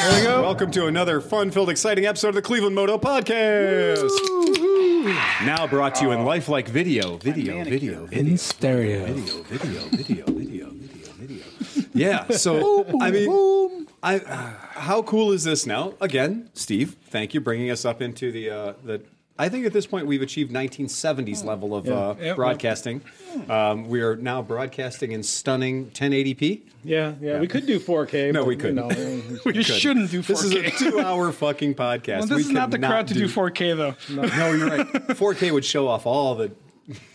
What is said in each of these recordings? welcome to another fun-filled, exciting episode of the Cleveland Moto Podcast. Now brought to you in lifelike video, video, video, video, in stereo. video, video, video, video, video. Yeah. So I mean, I how cool is this now? Again, Steve, thank you bringing us up into the uh, the. I think at this point we've achieved 1970s level of uh, Hmm. Yeah, well- hmm. broadcasting. Um, we are now broadcasting in stunning 1080p. Yeah, yeah, we could do 4K. No, but, we you couldn't. know, I mean, We You shouldn't do This is a 4K. two-hour fucking podcast. Well, We this is not the cannot crowd to do 4K though. No, you're right. 4K would show off all the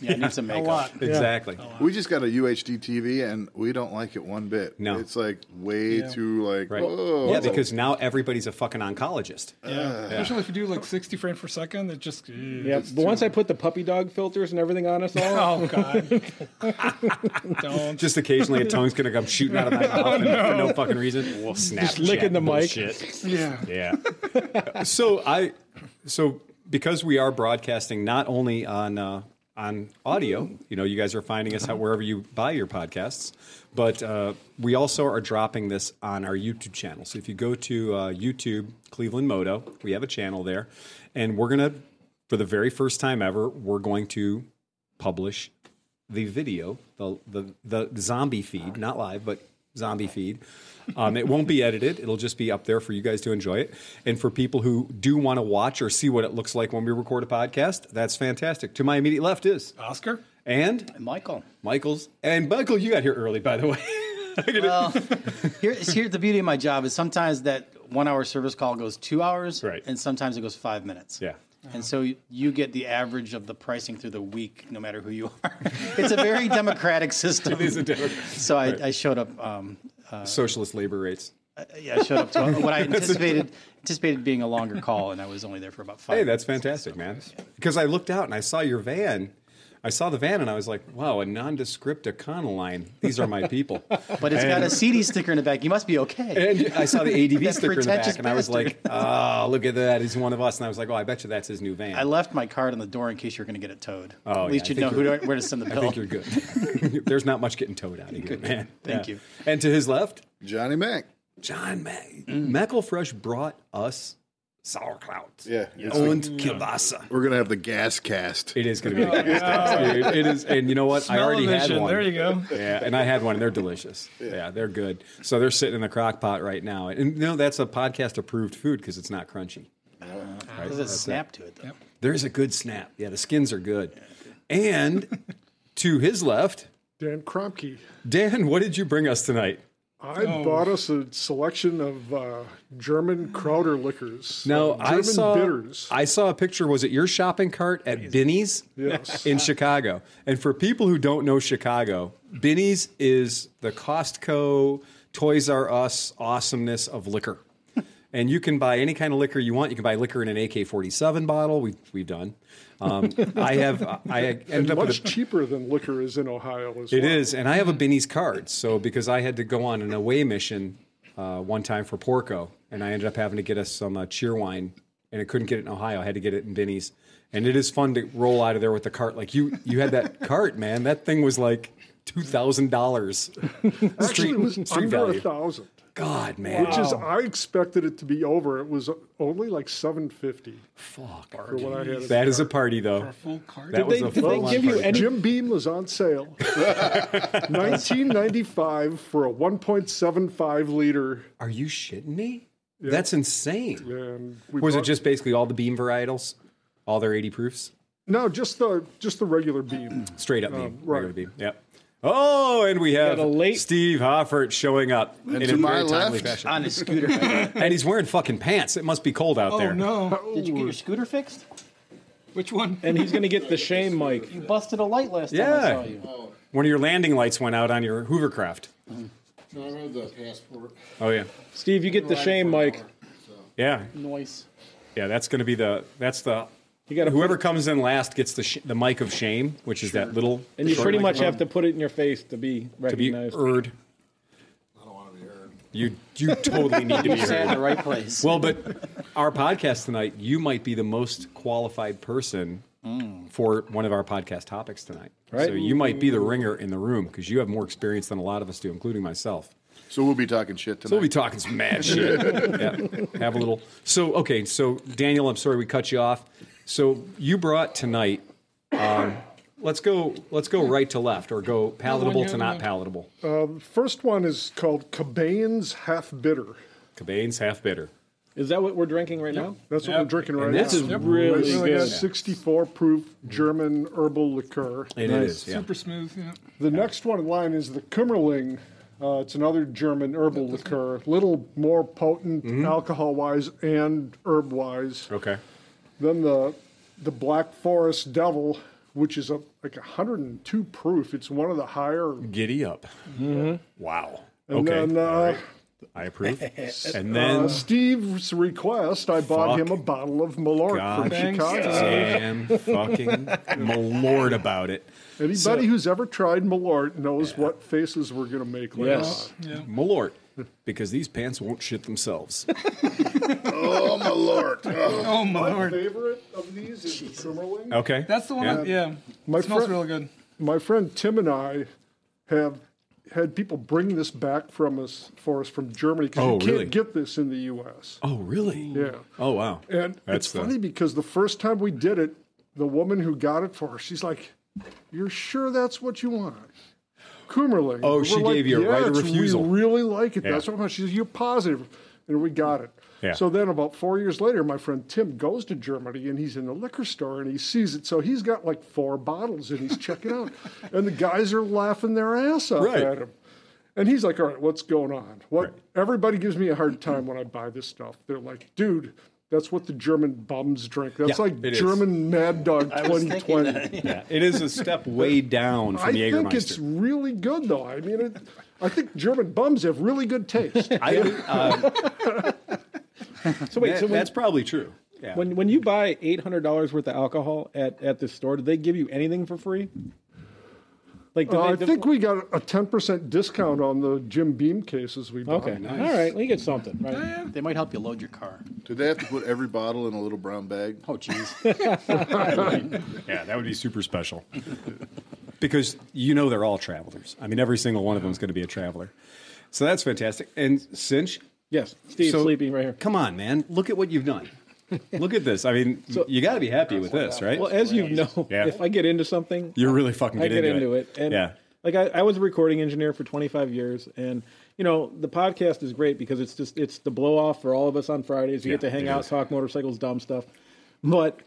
Yeah, it needs some A makeup. lot. exactly. We just got a UHD TV and we don't like it one bit. No. It's like way too like Right. whoa. Yeah, because now everybody's a fucking oncologist. Especially if you do like 60 frames per second, it just. yeah, but once I put the puppy dog filters and everything on us all, Oh god. Don't. Just occasionally a tongue's gonna come shooting out of my mouth and for no fucking reason. We'll snap. just licking the mic. yeah. Yeah. so I, so because we are broadcasting not only on uh, on audio, you know, you guys are finding us out wherever you buy your podcasts, but uh, we also are dropping this on our YouTube channel. So if you go to uh, YouTube Cleveland Moto, we have a channel there, and we're gonna, for the very first time ever, we're going to publish the video, the the the zombie feed, not live, but zombie feed. Um, it won't be edited. It'll just be up there for you guys to enjoy it. And for people who do want to watch or see what it looks like when we record a podcast, that's fantastic. To my immediate left is Oscar. and Michael. Michael's and Michael. You got here early, by the way. Well, here's here the beauty of my job is sometimes that one hour service call goes two hours, Right. and sometimes it goes five minutes. Yeah. And so you- you get the average of the pricing through the week, no matter who you are. it's a very democratic system. These are different So I, I showed up. Um, socialist labor rates. yeah, I showed up to what I anticipated anticipated being a longer call, and I was only there for about five. Hey, that's fantastic, man. Because I looked out and I saw your van. I saw the van and I was like, wow, a nondescript Econoline. These are my people. but it's got a CD sticker in the back. You must be okay. And I saw the ADV That sticker in the back, pretentious and I was like, bastard. "Oh, look at that! He's one of us." And I was like, "Oh, I bet you that's his new van." I left my card on the door in case you were going to get it towed. Oh, At yeah, I least you'd know think who you're- to, where to send the bill. I think you're good. There's not much getting towed out of here, man. Thank you. And to his left, Johnny Mac. John Ma- McElfresh brought us sauerkraut. Yeah, it's and kielbasa. We're gonna have the gas cast. It is going to be. a gas dude. It is, and you know what? I already had Smell-o-vision, one. There you go. yeah, and I had one. and They're delicious. Yeah. they're good. So they're sitting in the crock pot right now, and no, that's a podcast approved food because it's not crunchy. There's a snap to it, though. There is a good snap. Yeah, the skins are good. And to his left, Dan Kromke. Dan, what did you bring us tonight? I bought us a selection of uh, German Krauter liquors. Now Uh, German I saw bitters. I saw a picture. Was it your shopping cart at Binny's Yes. in Chicago? And for people who don't know Chicago, Binny's is the Costco, Toys R Us awesomeness of liquor. And you can buy any kind of liquor you want. You can buy liquor in an AK forty seven bottle. We've we've done. Um, I have I ended up with Much a cheaper than liquor is in Ohio as It well. mm-hmm. is, and I have a Binny's card. So because I had to go on an away mission uh, one time for Porco, and I ended up having to get us some uh, cheer wine, and I couldn't get it in Ohio. I had to get it in Binny's, and it is fun to roll out of there with the cart. Like you, you had that cart, man. That thing was like two thousand dollars. Actually, it was street under value. a thousand, God, man, which is I expected it to be over. It was only like seven fifty Oh, fuck. for what I had. in That the is a party, though. Full card. That was they- a did they full-on give you party. cart. Jim Beam was on sale, nineteen ninety five for a one point seven five liter, Are you shitting me? That's insane. and we Was it bought- just basically all the beam varietals, all their eighty proofs? no, just the just the regular Beam. Straight up beam. right. Regular beam. Yep. Oh, and we have Oh, a late- Steve Hoffert showing up in to a my very timely left. fashion. on his scooter. Did And he's wearing fucking pants. It must be cold out Oh there. no. you get your scooter fixed? Which one? and he's going to get the shame, Mike. You busted a light last time I Yeah. saw you. One of your landing lights went out on your Hoovercraft. Oh yeah. Steve, you get the shame, Mike. Yeah. Noise. Yeah, that's going to be the that's the You got to whoever comes in last gets the sh- the mic of shame, which is that little and you short pretty much microphone have to put it in your face to be to be recognized. heard. You you totally need to be Sat heard. in the right place. Well, but our podcast tonight, you might be the most qualified person for one of our podcast topics tonight. Right. So you might be the ringer in the room because you have more experience than a lot of us do, including myself. So we'll be talking shit tonight. We'll be talking some mad shit. yeah. Have a little. So okay. So Daniel, I'm sorry we cut you off. So you brought tonight. Um, let's go. Let's go right to left, or go palatable yeah, to not yeah. palatable. First one is called Cabane's Half Bitter. Cabane's half bitter. Is that what we're drinking right now? That's what we're drinking right this now. is Yep. really It's good. a 64 proof German herbal liqueur. It is. Yeah. Super smooth. Yeah. The next one in line is the Kummerling. Uh, it's another German herbal liqueur, little more potent Mm-hmm. alcohol wise and herb wise. Okay. Then the the Black Forest Devil, which is a like 102 proof. It's one of the higher. Giddy up. Wow. Mm-hmm. And okay. then, uh, All right. I approve. and then uh, Steve's request, I bought Fuck. him a bottle of Malort God. from Thanks, Chicago. Sam fucking malord about it. Anybody who's ever tried Malort knows what faces we're going to make later Yes. on. Malort. Because these pants won't shit themselves. oh my lord! Oh. Oh my My lord, favorite of these is the Kummerling. Okay. that's the one. Yeah. that- Yeah, My it smells fri- really good. My friend Tim and I have had people bring this back from us for us from Germany because Oh, you can't really? get this in the U.S. Oh, really? Yeah. Oh, wow. And it's the- funny because the first time we did it, the woman who got it for her, she's like, "You're sure that's what you want?" Coomerling. Oh, she gave you a right of refusal." We really like it. Yeah. That's what I'm. She's you're positive, and we got it. Yeah. So then, about four years later, my friend Tim goes to Germany and he's in the liquor store and he sees it. So he's got like four bottles and he's checking out, and the guys are laughing their ass off Right. at him. And he's like, "All right, what's going on? What?" Right. Everybody gives me a hard time when I buy this stuff. They're like, "Dude, that's what the German bums drink. That's Yeah, like it is. German Mad Dog was thinking 2020." yeah, it is a step way down I from the think it's Jägermeister. really good, though. I mean, it, I think German bums have really good taste. I, um, So wait, that- so when, that's probably true. Yeah. when when you buy eight hundred dollars worth of alcohol at at this store, do they give you anything for free? Like, do Uh, they, I think we got a 10% discount on the Jim Beam cases we bought. Okay, Oh, all right, we get something, right? They might help you load your car. Did they have to put every bottle in a little brown bag? Oh, jeez. yeah, that would be super special. because you know they're all travelers. I mean, every single one of them is going to be a traveler. So that's fantastic. And Cinch, Yes, Steve So- sleeping right here. come on, man. Look at what you've done. Look at this. I mean, you got to be happy with this, right? Well, as you know, Yeah. if I get into something, You're really fucking I good get into it. And yeah. like I, I was a recording engineer for 25 years, and you know the podcast is great because it's just it's the blow off for all of us on Fridays. You get Yeah, to hang it out, is. talk motorcycles, dumb stuff. But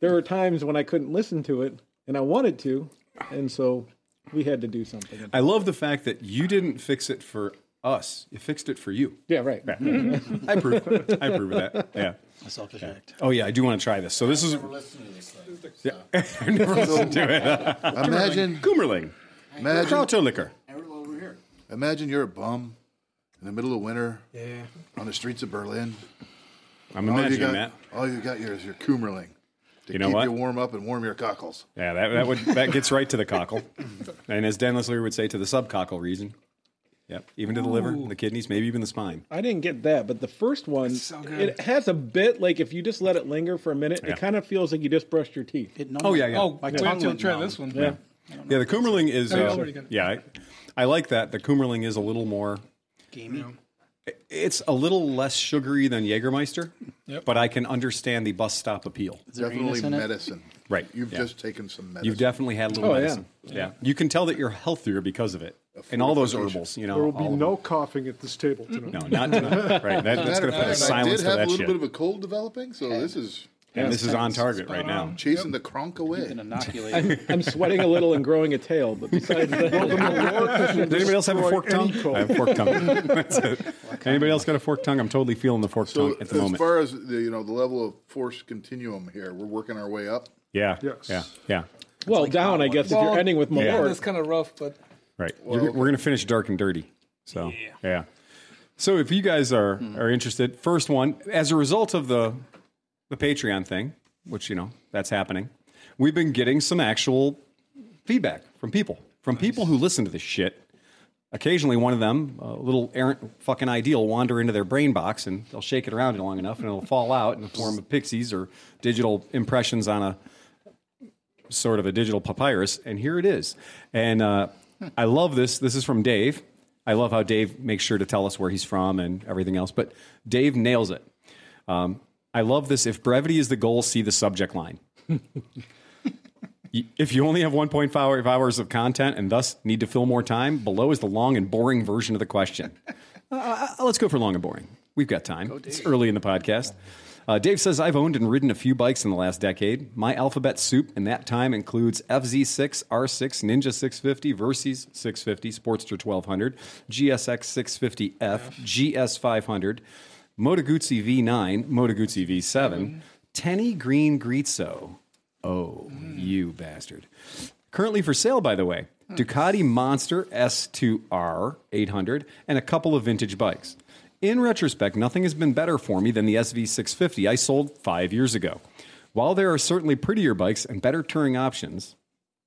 there were times when I couldn't listen to it, and I wanted to, and so we had to do something. I love the fact that you didn't fix it for us. You fixed it for you. Yeah, right. I approve. I approve of that. Yeah. Selfish act. Oh yeah, I do want to try this. So this is Listen to this thing. Imagine, Goomerling. imagine, Krauto liquor. Every little over here. imagine you're a bum in the middle of winter on the streets of Berlin. I'm All you imagining got, that. all you got here is your Coomerling to You know keep what? you warm up and warm your cockles. Yeah, that, that would that gets right to the cockle, and as Dan Leslie would say, to the subcockle region. Yep, even to the liver, the kidneys, maybe even the spine. I didn't get that, but the first one, so good. it has a bit like if you just let it linger for a minute, Yeah. it kind of feels like you just brushed your teeth. It numbed Oh me. yeah, yeah. Oh, My wait tongue until you went try numb. this one. yeah. yeah. The Coomerling is. you uh, already got it. yeah, I, I like that. The Coomerling is a little more. Gamey. It's a little less sugary than Jägermeister, Yep. but I can understand the bus stop appeal. Is there Definitely anus in it? medicine. Right, You've yeah. just taken some medicine. You've definitely had a little Oh, yeah. medicine. Yeah. you can tell that you're healthier because of it, and all those herbals. You know, There will be all of no coughing at this table tonight. Oh. No, not tonight. right. That, that's going to put a And I did silence to have a that little shit. bit of a cold developing, so this is and this is on target right now. chasing the cronk away. Been inoculated. I'm sweating a little and growing a tail, but besides that, Does anybody else have a destroy forked tongue? any cold. I have a forked tongue. That's it. Anybody else got a forked tongue? I'm totally feeling the forked So tongue at the as moment. far as the you know the level of force continuum here, we're working our way up. yeah. Yes. Yeah. Yeah. well, down, I guess, if Well, you're ending with yeah. Malort. That's kind of rough, but Right. You're- we're going to finish dark and dirty. So, yeah. So, if you guys are are interested, first one, as a result of the the Patreon thing, which you know, that's happening. We've been getting some actual feedback from people, from people who listen to this shit. Occasionally, one of them, a little errant fucking idea, will wander into their brain box and they'll shake it around long enough and it'll fall out in the form of pixies or digital impressions on a sort of a digital papyrus, and here it is. And uh, I love this. This is from Dave. I love how Dave makes sure to tell us where he's from and everything else. But Dave nails it. Um, I love this. If brevity is the goal, see the subject line. Y- if you only have 1.5 hours of content and thus need to fill more time, below is the long and boring version of the question. Uh, uh, let's go for long and boring. We've got time. it's early in the podcast. Uh, Dave says, I've owned and ridden a few bikes in the last decade. My alphabet soup in that time includes FZ6, R6, Ninja 650, Versys 650, Sportster 1200, GSX 650F, GS 500, Moto Guzzi V9, Moto Guzzi V7, Tenny Green Grizzo. Oh, you bastard. Currently for sale, by the way. Ducati Monster S2R 800 and a couple of vintage bikes. In retrospect, nothing has been better for me than the SV650 I sold five years ago. While there are certainly prettier bikes and better touring options,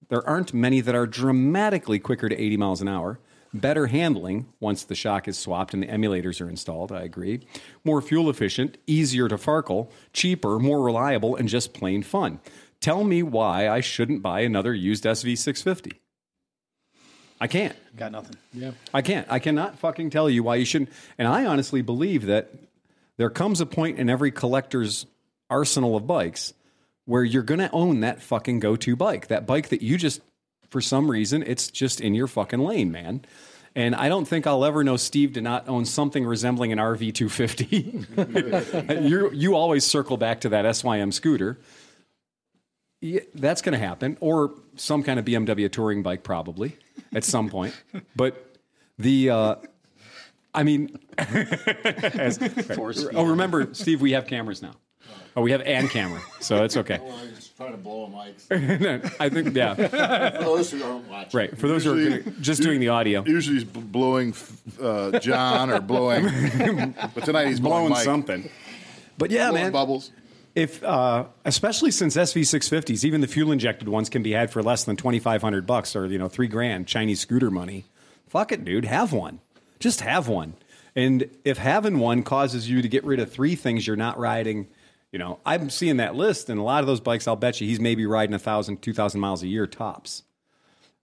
there aren't many that are dramatically quicker to 80 miles an hour. Better handling once the shock is swapped and the emulators are installed, I agree. More fuel efficient, easier to farkle, cheaper, more reliable, and just plain fun. Tell me why I shouldn't buy another used SV650. I can't. Got nothing. I can't. I cannot fucking tell you why you shouldn't. And I honestly believe that there comes a point in every collector's arsenal of bikes where you're going to own that fucking go to bike, that bike that you just, for some reason, it's just in your fucking lane, man. And I don't think I'll ever know Steve to not own something resembling an RV 250. you you always circle back to that SYM scooter. Yeah, that's going to happen, or some kind of BMW touring bike, probably at some point. But the, uh, I mean, as- Force oh, remember, Steve, we have cameras now. Oh, we have an camera, so it's okay. I'm just trying to blow mics. No, I think, yeah, For those who aren't watching, right. For those who are Usually- gonna- just doing the audio, Usually he's b- blowing f- uh, John or blowing, but tonight he's blowing, Mike. something. But yeah, Blowing man, bubbles. if uh, especially since SV650s, even the fuel injected ones can be had for less than 2500 bucks or you know 3 grand Chinese scooter money. Fuck it, dude, have one. Just have one. And if having one causes you to get rid of three things you're not riding, you know, I'm seeing that list and a lot of those bikes I'll bet you he's maybe riding 1000 2000 miles a year tops.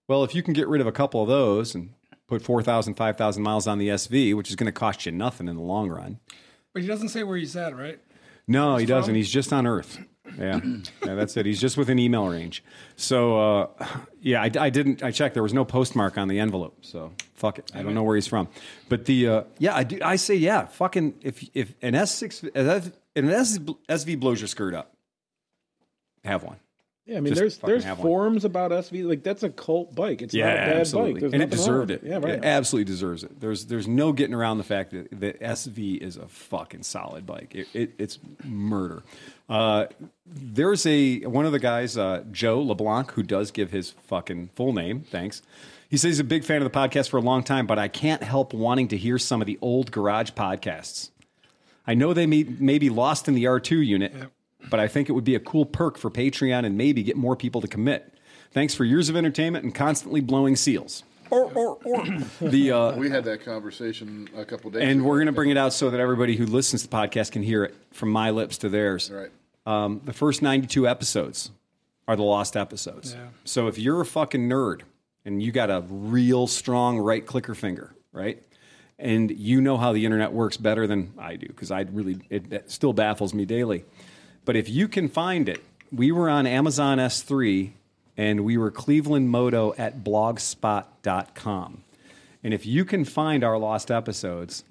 Well, if you can get rid of a couple of those and put 4000 5000 miles on the SV, which is going to cost you nothing in the long run. But he doesn't say where he's at, right? No, he doesn't. He's just on Earth. Yeah, yeah, that's it. He's just within email range. So, uh, yeah, I, I didn't. I checked. There was no postmark on the envelope. So, fuck it. I don't know where he's from. But the uh, yeah, I do. I say yeah. Fucking if if an S six an S SV blows your skirt up, have one. Yeah, I mean, Just there's fucking there's have one. forums about SV. Like that's a cult bike. It's not a bad bike. There's and nothing wrong it deserved it. with Yeah, right. It absolutely deserves it. There's there's no getting around the fact that the SV is a fucking solid bike. It, it, it's murder. Uh, there's a one of the guys, uh, Joe LeBlanc, who does give his fucking full name. Thanks. He says he's a big fan of the podcast for a long time, but I can't help wanting to hear some of the old garage podcasts. I know they may, may be lost in the R2 unit, but I think it would be a cool perk for Patreon and maybe get more people to commit. Thanks for years of entertainment and constantly blowing seals. Or, or, or. the, uh, We had that conversation a couple days and ago. we're going to bring it out so that everybody who listens to the podcast can hear it from my lips to theirs. Right. Um, the first 92 episodes are the lost episodes. Yeah. So if you're a fucking nerd and you got a real strong right clicker finger, right? And you know how the internet works better than I do because I really it, it still baffles me daily. But if you can find it, we were on Amazon S3 and we were Cleveland Moto at blogspot.com. And if you can find our lost episodes,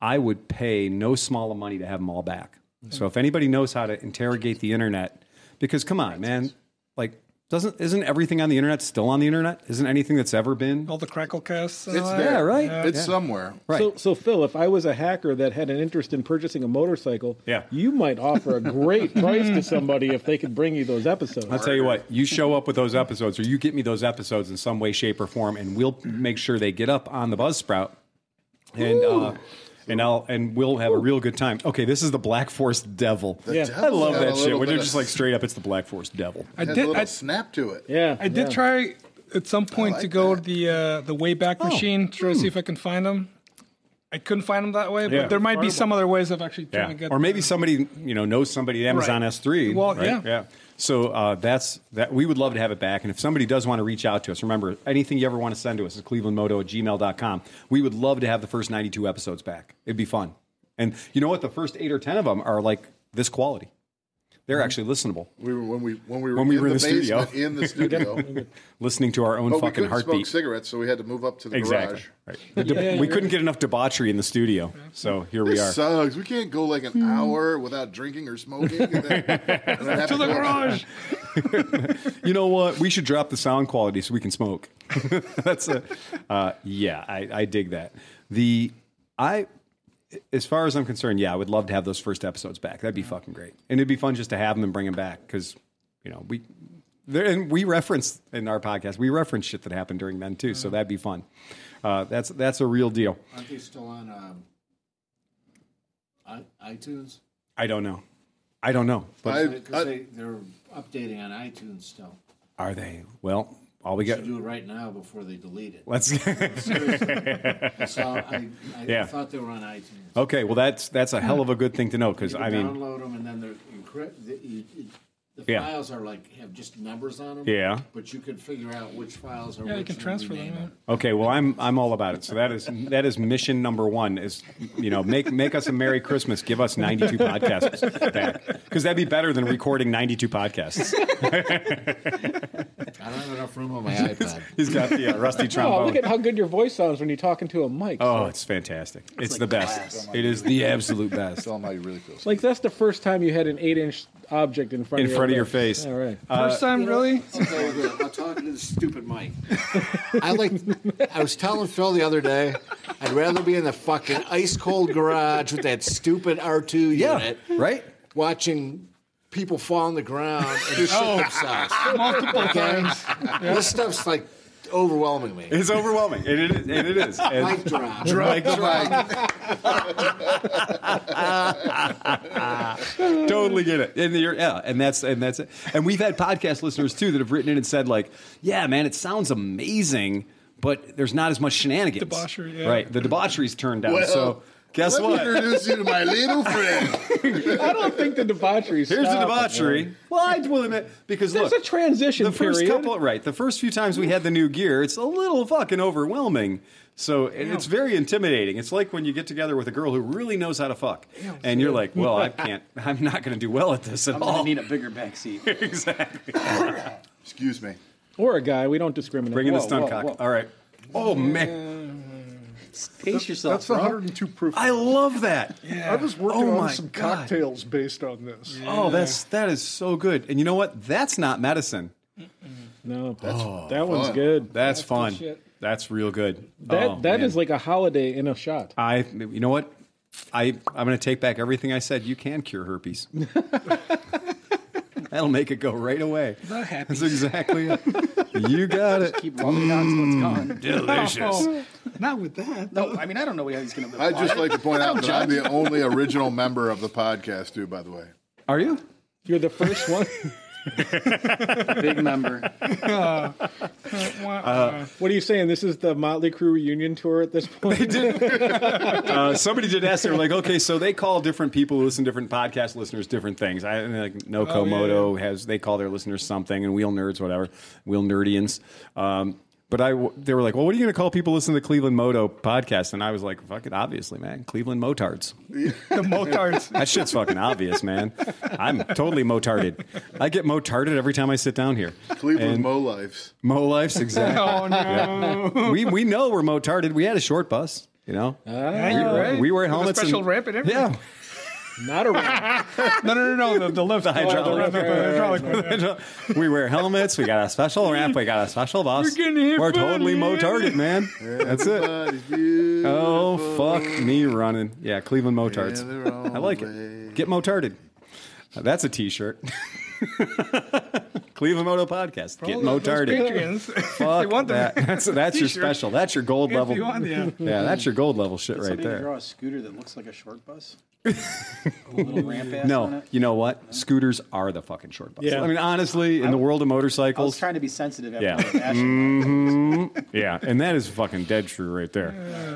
I would pay no small of money to have them all back. So if anybody knows how to interrogate the internet, because come on, man, like doesn't isn't everything on the internet still on the internet? Isn't anything that's ever been? All the crackle casts. uh, And It's all that. there. Yeah, right. It's somewhere. Right. So, so Phil, if I was a hacker that had an interest in purchasing a motorcycle, Yeah. you might offer a great price to somebody if they could bring you those episodes. I'll tell you what, you show up with those episodes or you get me those episodes in some way, shape, or form, and we'll make sure they get up on the Buzzsprout. And uh, and I'll and we'll have a real good time. Okay, this is the Black Forest Devil. Yeah. I love Had a that shit. little When bit they're of- just like straight up, it's the Black Forest Devil. I Has a did. little I, snap to it. yeah, I yeah. did try at some point to like go that. the uh, the Wayback Oh, Machine to try hmm. to see if I can find them. I couldn't find them that way, Yeah. but there might be some other ways of actually trying to Yeah. get. Or maybe somebody you know knows somebody at Amazon Right. S three. Well, right? yeah. yeah. So uh, that's that. We would love to have it back. And if somebody does want to reach out to us, remember anything you ever want to send to us is clevelandmoto at gmail.com. We would love to have the first 92 episodes back. It'd be fun. And you know what? The first eight or 10 of them are like this quality. Mm-hmm. They're actually listenable. We were when we when we were, When we in, were the in the studio. basement, in the studio. Listening to our own but we fucking couldn't smoke heartbeat. cigarettes, so we had to move up to the Exactly. garage. Right. The de- we couldn't get enough debauchery in the studio. So here we This are. sucks. We can't go like an hour without drinking or smoking. And then, and then have To the go- garage. you know what? We should drop the sound quality so we can smoke. That's a uh, yeah. I, I dig that. The I as far as I'm concerned, yeah, I would love to have those first episodes back. That'd be fucking great, and it'd be fun just to have them and bring them back because you know we there and we reference in our podcast we reference shit that happened during then too. So that'd be fun. Uh, that's that's a real deal. Aren't they still on um, i- iTunes? I don't know. I don't know. But I, Because I, they, they're updating on iTunes still. are they? Well, all we got. Should do it right now before they delete it. Let's. So I, I Yeah. thought they were on iTunes. okay. Well, that's that's a hell of a good thing to know because You I mean, download them and then they're encrypt. The, you, you- the Yeah. files are like have just numbers on them. Yeah. But you could figure out which files are. Yeah, you which can and transfer rename them. yeah. Okay, well, I'm I'm all about it. So that is that is mission number one is you know make make us a Merry Christmas, give us 92 podcasts back because that'd be better than recording 92 podcasts. I don't have enough room on my iPad. He's got the uh, rusty Oh, trombone. look at how good your voice sounds when you're talking to a mic. oh, it's fantastic! It's, the best. glass. It is the absolute best. tell them how you really feel. Like that's the first time you had an eight-inch object in front In of front of your your lips. face. Uh, All right. First time, really? Okay, look, I'm talking to this stupid mic. I like. I was telling Phil the other day, I'd rather be in the fucking ice cold garage with that stupid R2 unit, right. watching people fall on the ground and shit Oh. themselves. Multiple times. This stuff's like overwhelming me. It's overwhelming, and it is. And it is. And- Mic drop. Mic drop. totally get it. And you're, yeah, and that's and that's it. And we've had podcast listeners too that have written in and said like, "Yeah, man, it sounds amazing, but there's not as much shenanigans." Debauchery, yeah. Right. The debauchery's turned down. Well, so guess Let me what? introduce you to my little friend. I don't think the debauchery. Here's the debauchery. Well, I will admit because There's look, a transition the first period. couple, right? The first few times we had the new gear, it's a little fucking overwhelming. So and it's very intimidating. It's like when you get together with a girl who really knows how to fuck, and you're like, "Well, I can't. I'm not going to do well at this at I'm all." gonna need a bigger backseat. exactly. Excuse me. Or a guy. We don't discriminate. Bringing the Whoa, stunt whoa, cock. whoa. All right. Oh man, Pace yourself. That's the bro. 102 proof. I love that. I was working Oh my on some God. cocktails based on this. Oh, that's that is so good. And you know what? That's not medicine. No, that's, Oh, that one's fun. good. That That's, fun. shit. That's real good. that is Oh, man. like a holiday in a shot. I, you know what? I, I'm going to take back everything I said. You can cure herpes. That'll make it go right away. The happy. That's exactly it. You got it. Keep walking out until it's Mm. gone. Delicious. Not with that. No, I mean I don't know how he's gonna. I'd just like to point out that I'm the only original member of the podcast, too, by the way. Are you? You're the first one. big member. Uh, what are you saying? This is the Motley Crue reunion tour at this point. Uh, somebody did ask. They were like, okay, so they call different people who listen, different podcast listeners, different things. I and like no Oh, yeah, Komodo has they call their listeners something, and Wheel Nerds, whatever, Wheel Nerdians. Um, but I, w- they were like, well, what are you going to call people listening to the Cleveland Moto podcast? And I was like, fuck it, obviously, man, Cleveland Motards. the motards. That shit's fucking obvious, man. I'm totally motarded. I get motarded every time I sit down here. Cleveland And- Mo Life's. Mo life's exactly. Oh, no. we we know we're motarded. We had a short bus, you know. Ah. Yeah, you're right. We wear With a helmets special and- ramp and everything. yeah, Not a rap. No, no, no, no. The, the lift. The hydraulic. Oh, the ramp, the hydraulic one, yeah. we wear helmets. We got a special ramp. We got a special bus. You're getting hit We're funny. totally motarded, man. That's it. Everybody's beautiful. Oh fuck me running. Yeah, Cleveland motards. Yeah, they're all I like the it. Get motarded. Uh, That's a T-shirt. Cleveland Moto Podcast. Get Those motarded. Patreons, if Fuck they want that. them. That's, that's your T-shirt. special. That's your gold If level. you want, yeah. that's your gold level shit right Somebody there. draw a scooter that looks like a short bus. a little ramp ass on No, it. you know what? Scooters are the fucking short bus. Yeah. I mean, honestly, in the world of I was motorcycles, trying to be sensitive after Yeah. Mm. the fashion. Mm-hmm. yeah, and that is fucking dead true right there.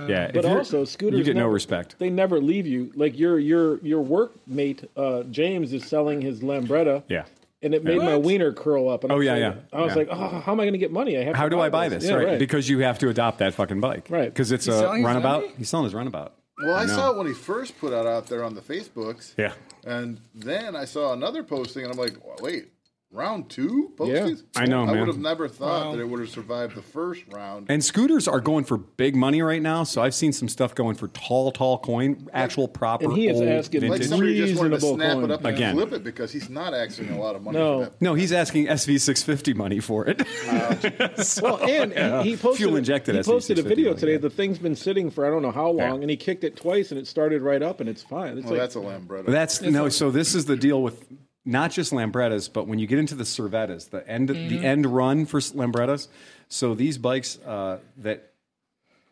Yeah, if But you're- also, scooters. you get no never- respect. They never leave you. Like your your your workmate uh, James is selling his Lambretta. Yeah. and it made my What? wiener curl up. And I Oh, was yeah, like- yeah, I was yeah. like, oh, how am I going to get money? I have. How to do I buy this? Yeah, right. Because you have to adopt that fucking bike. Right. Because it's He's a selling his runabout. bike? He's selling his runabout. Well, I No. saw it when he first put it out there on the Facebooks. Yeah. And then I saw another posting, and I'm like, wait, round two posties? I know, I man. would have never thought that it would have survived the first round. And scooters are going for big money right now. So I've seen some stuff going for tall, tall coin, actual proper. And he is old asking- vintage. like somebody just wanted to reasonable snap coin. it up and Again. flip it because he's not asking a lot of money No. for that. no, he's asking SV650 money for it. Well, and he, he posted Fuel injected He SE650 posted a video really, today. yeah. The thing's been sitting for I don't know how Yeah. long, and he kicked it twice, and it started right up, and it's fine. It's Well, like, that's a Lambretta. That's no. So this is the deal with not just Lambrettas, but when you get into the Servettas, the end the end run for s- Lambrettas. So these bikes uh, that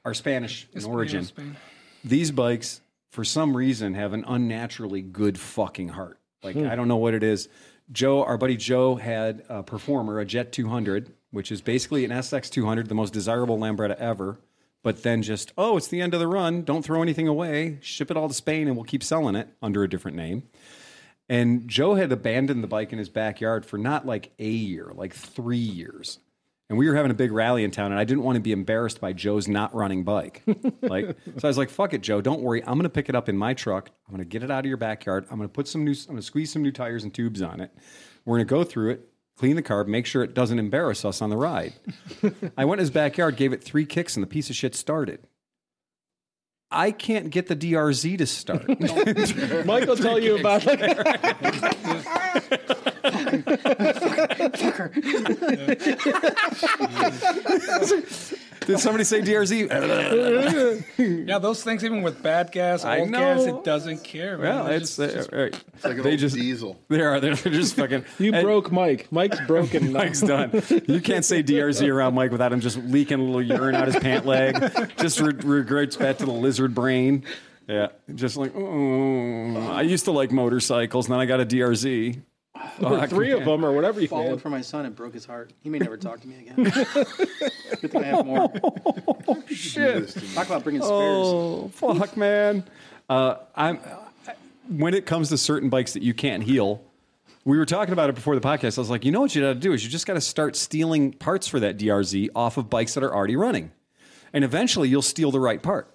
are Spanish in origin, Spain. these bikes for some reason have an unnaturally good fucking heart. Like I don't know what it is. Joe, our buddy Joe, had a performer, a Jet 200, which is basically an SX 200, the most desirable Lambretta ever. But then just oh, it's the end of the run. Don't throw anything away. Ship it all to Spain, and we'll keep selling it under a different name. And Joe had abandoned the bike in his backyard for not like a year, like three years. And we were having a big rally in town, and I didn't want to be embarrassed by Joe's not running bike. like, so I was like, "Fuck it, Joe. Don't worry. I'm going to pick it up in my truck. I'm going to get it out of your backyard. I'm going to put some new. I'm going to squeeze some new tires and tubes on it. We're going to go through it, clean the carb, make sure it doesn't embarrass us on the ride." I went in his backyard, gave it three kicks, and the piece of shit started. I can't get the DRZ to start. Mike will tell you about like Did somebody say DRZ? Yeah, those things, even with bad gas, I old gas, know. it doesn't care. Man. Well, They're it's, just- uh, right. like an they old just diesel. They are. They're, they're just fucking. you and broke Mike. Mike's broken. now. Mike's done. You can't say DRZ around Mike without him just leaking a little urine out his pant leg. Just re- regrets back to the lizard brain. Yeah, just like mm, I used to like motorcycles, and then I got a DRZ. or three of them or whatever you Bought one can. for my son. It broke his heart. He may never talk to me again. Good thing I have more. Shit. Talk about bringing spares. Oh fuck, man. Uh, I'm I- when it comes to certain bikes that you can't heal. We were talking about it before the podcast. I was like, you know what you got to do is you just got to start stealing parts for that DRZ off of bikes that are already running, and eventually you'll steal the right part.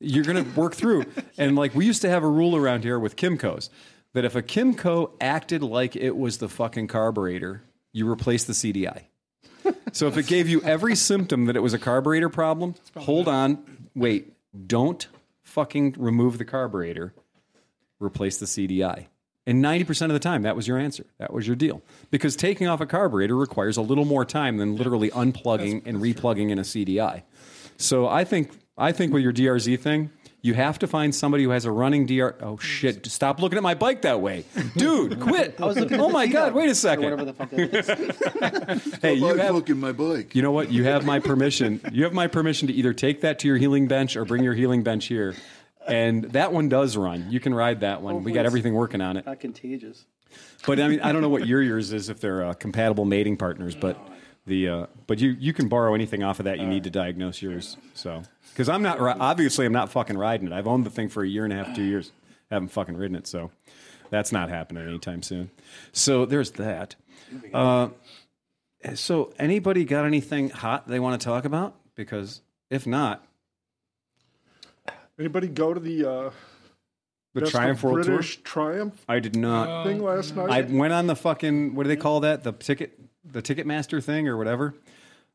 You're gonna work through. And like we used to have a rule around here with Kimco's that if a Kimco acted like it was the fucking carburetor, you replace the CDI. So if it gave you every symptom that it was a carburetor problem, hold on, wait, don't fucking remove the carburetor, replace the CDI. And 90% of the time, that was your answer. That was your deal. Because taking off a carburetor requires a little more time than literally unplugging and replugging in a CDI. So I think I think with your DRZ thing, you have to find somebody who has a running DR. Oh shit! Stop looking at my bike that way, dude. Quit. oh my god! Wait a Or second. whatever the fuck that is. Hey, you I'm have looking my bike. you know what? You have my permission. You have my permission to either take that to your healing bench or bring your healing bench here. And that one does run. You can ride that one. we got please. everything working on it. Not contagious. But I mean, I don't know what your yours is if they're uh, compatible mating partners. But the uh, but you you can borrow anything off of that you need to diagnose yours. So because I'm not ri- obviously I'm not fucking riding it. I've owned the thing for a year and a half, two years. haven't fucking ridden it. So that's not happening anytime soon. So there's that. Uh, So, anybody got anything hot they want to talk about? Because if not, Anybody go to the uh, the Best of Triumph World British Uh, Tour. Triumph I did not. thing last night? I went on the fucking what do they call that? The ticket, the Ticketmaster thing or whatever,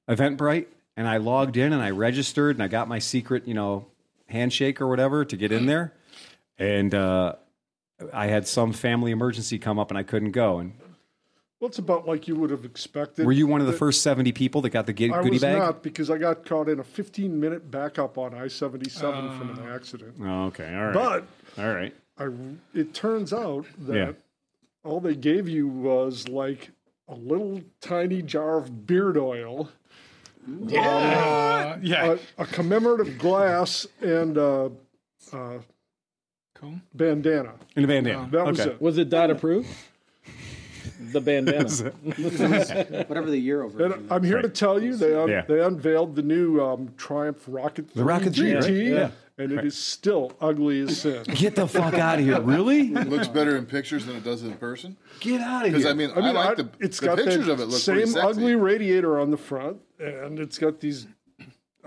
Eventbrite, and I logged in and I registered and I got my secret, you know, handshake or whatever to get in there, and uh, I had some family emergency come up and I couldn't go. And well, it's about like you would have expected. were you one of the first seventy people that got the gi- I goodie was bag? not because I got caught in a 15 minute backup on I 77 from an accident. Oh, okay, all right, But all right, I, it turns out that yeah. all they gave you was like a little tiny jar of beard oil, Uh, yeah. a, a commemorative glass, and a, a Cool. bandana. In a bandana. That was Okay. it. Was it dot approved? The bandana. Whatever the Euro version. And I'm here to tell you they un- Yeah. they unveiled the new um, Triumph Rocket The Rocket 3, right? GT, Yeah. and it is still ugly as sin. Get the fuck out of here. Really? looks better in pictures than it does in person. Get out of Because here. I mean, I, I mean, like I- the, it's the got pictures that of it. Look pretty same sexy. ugly radiator on the front, and it's got these.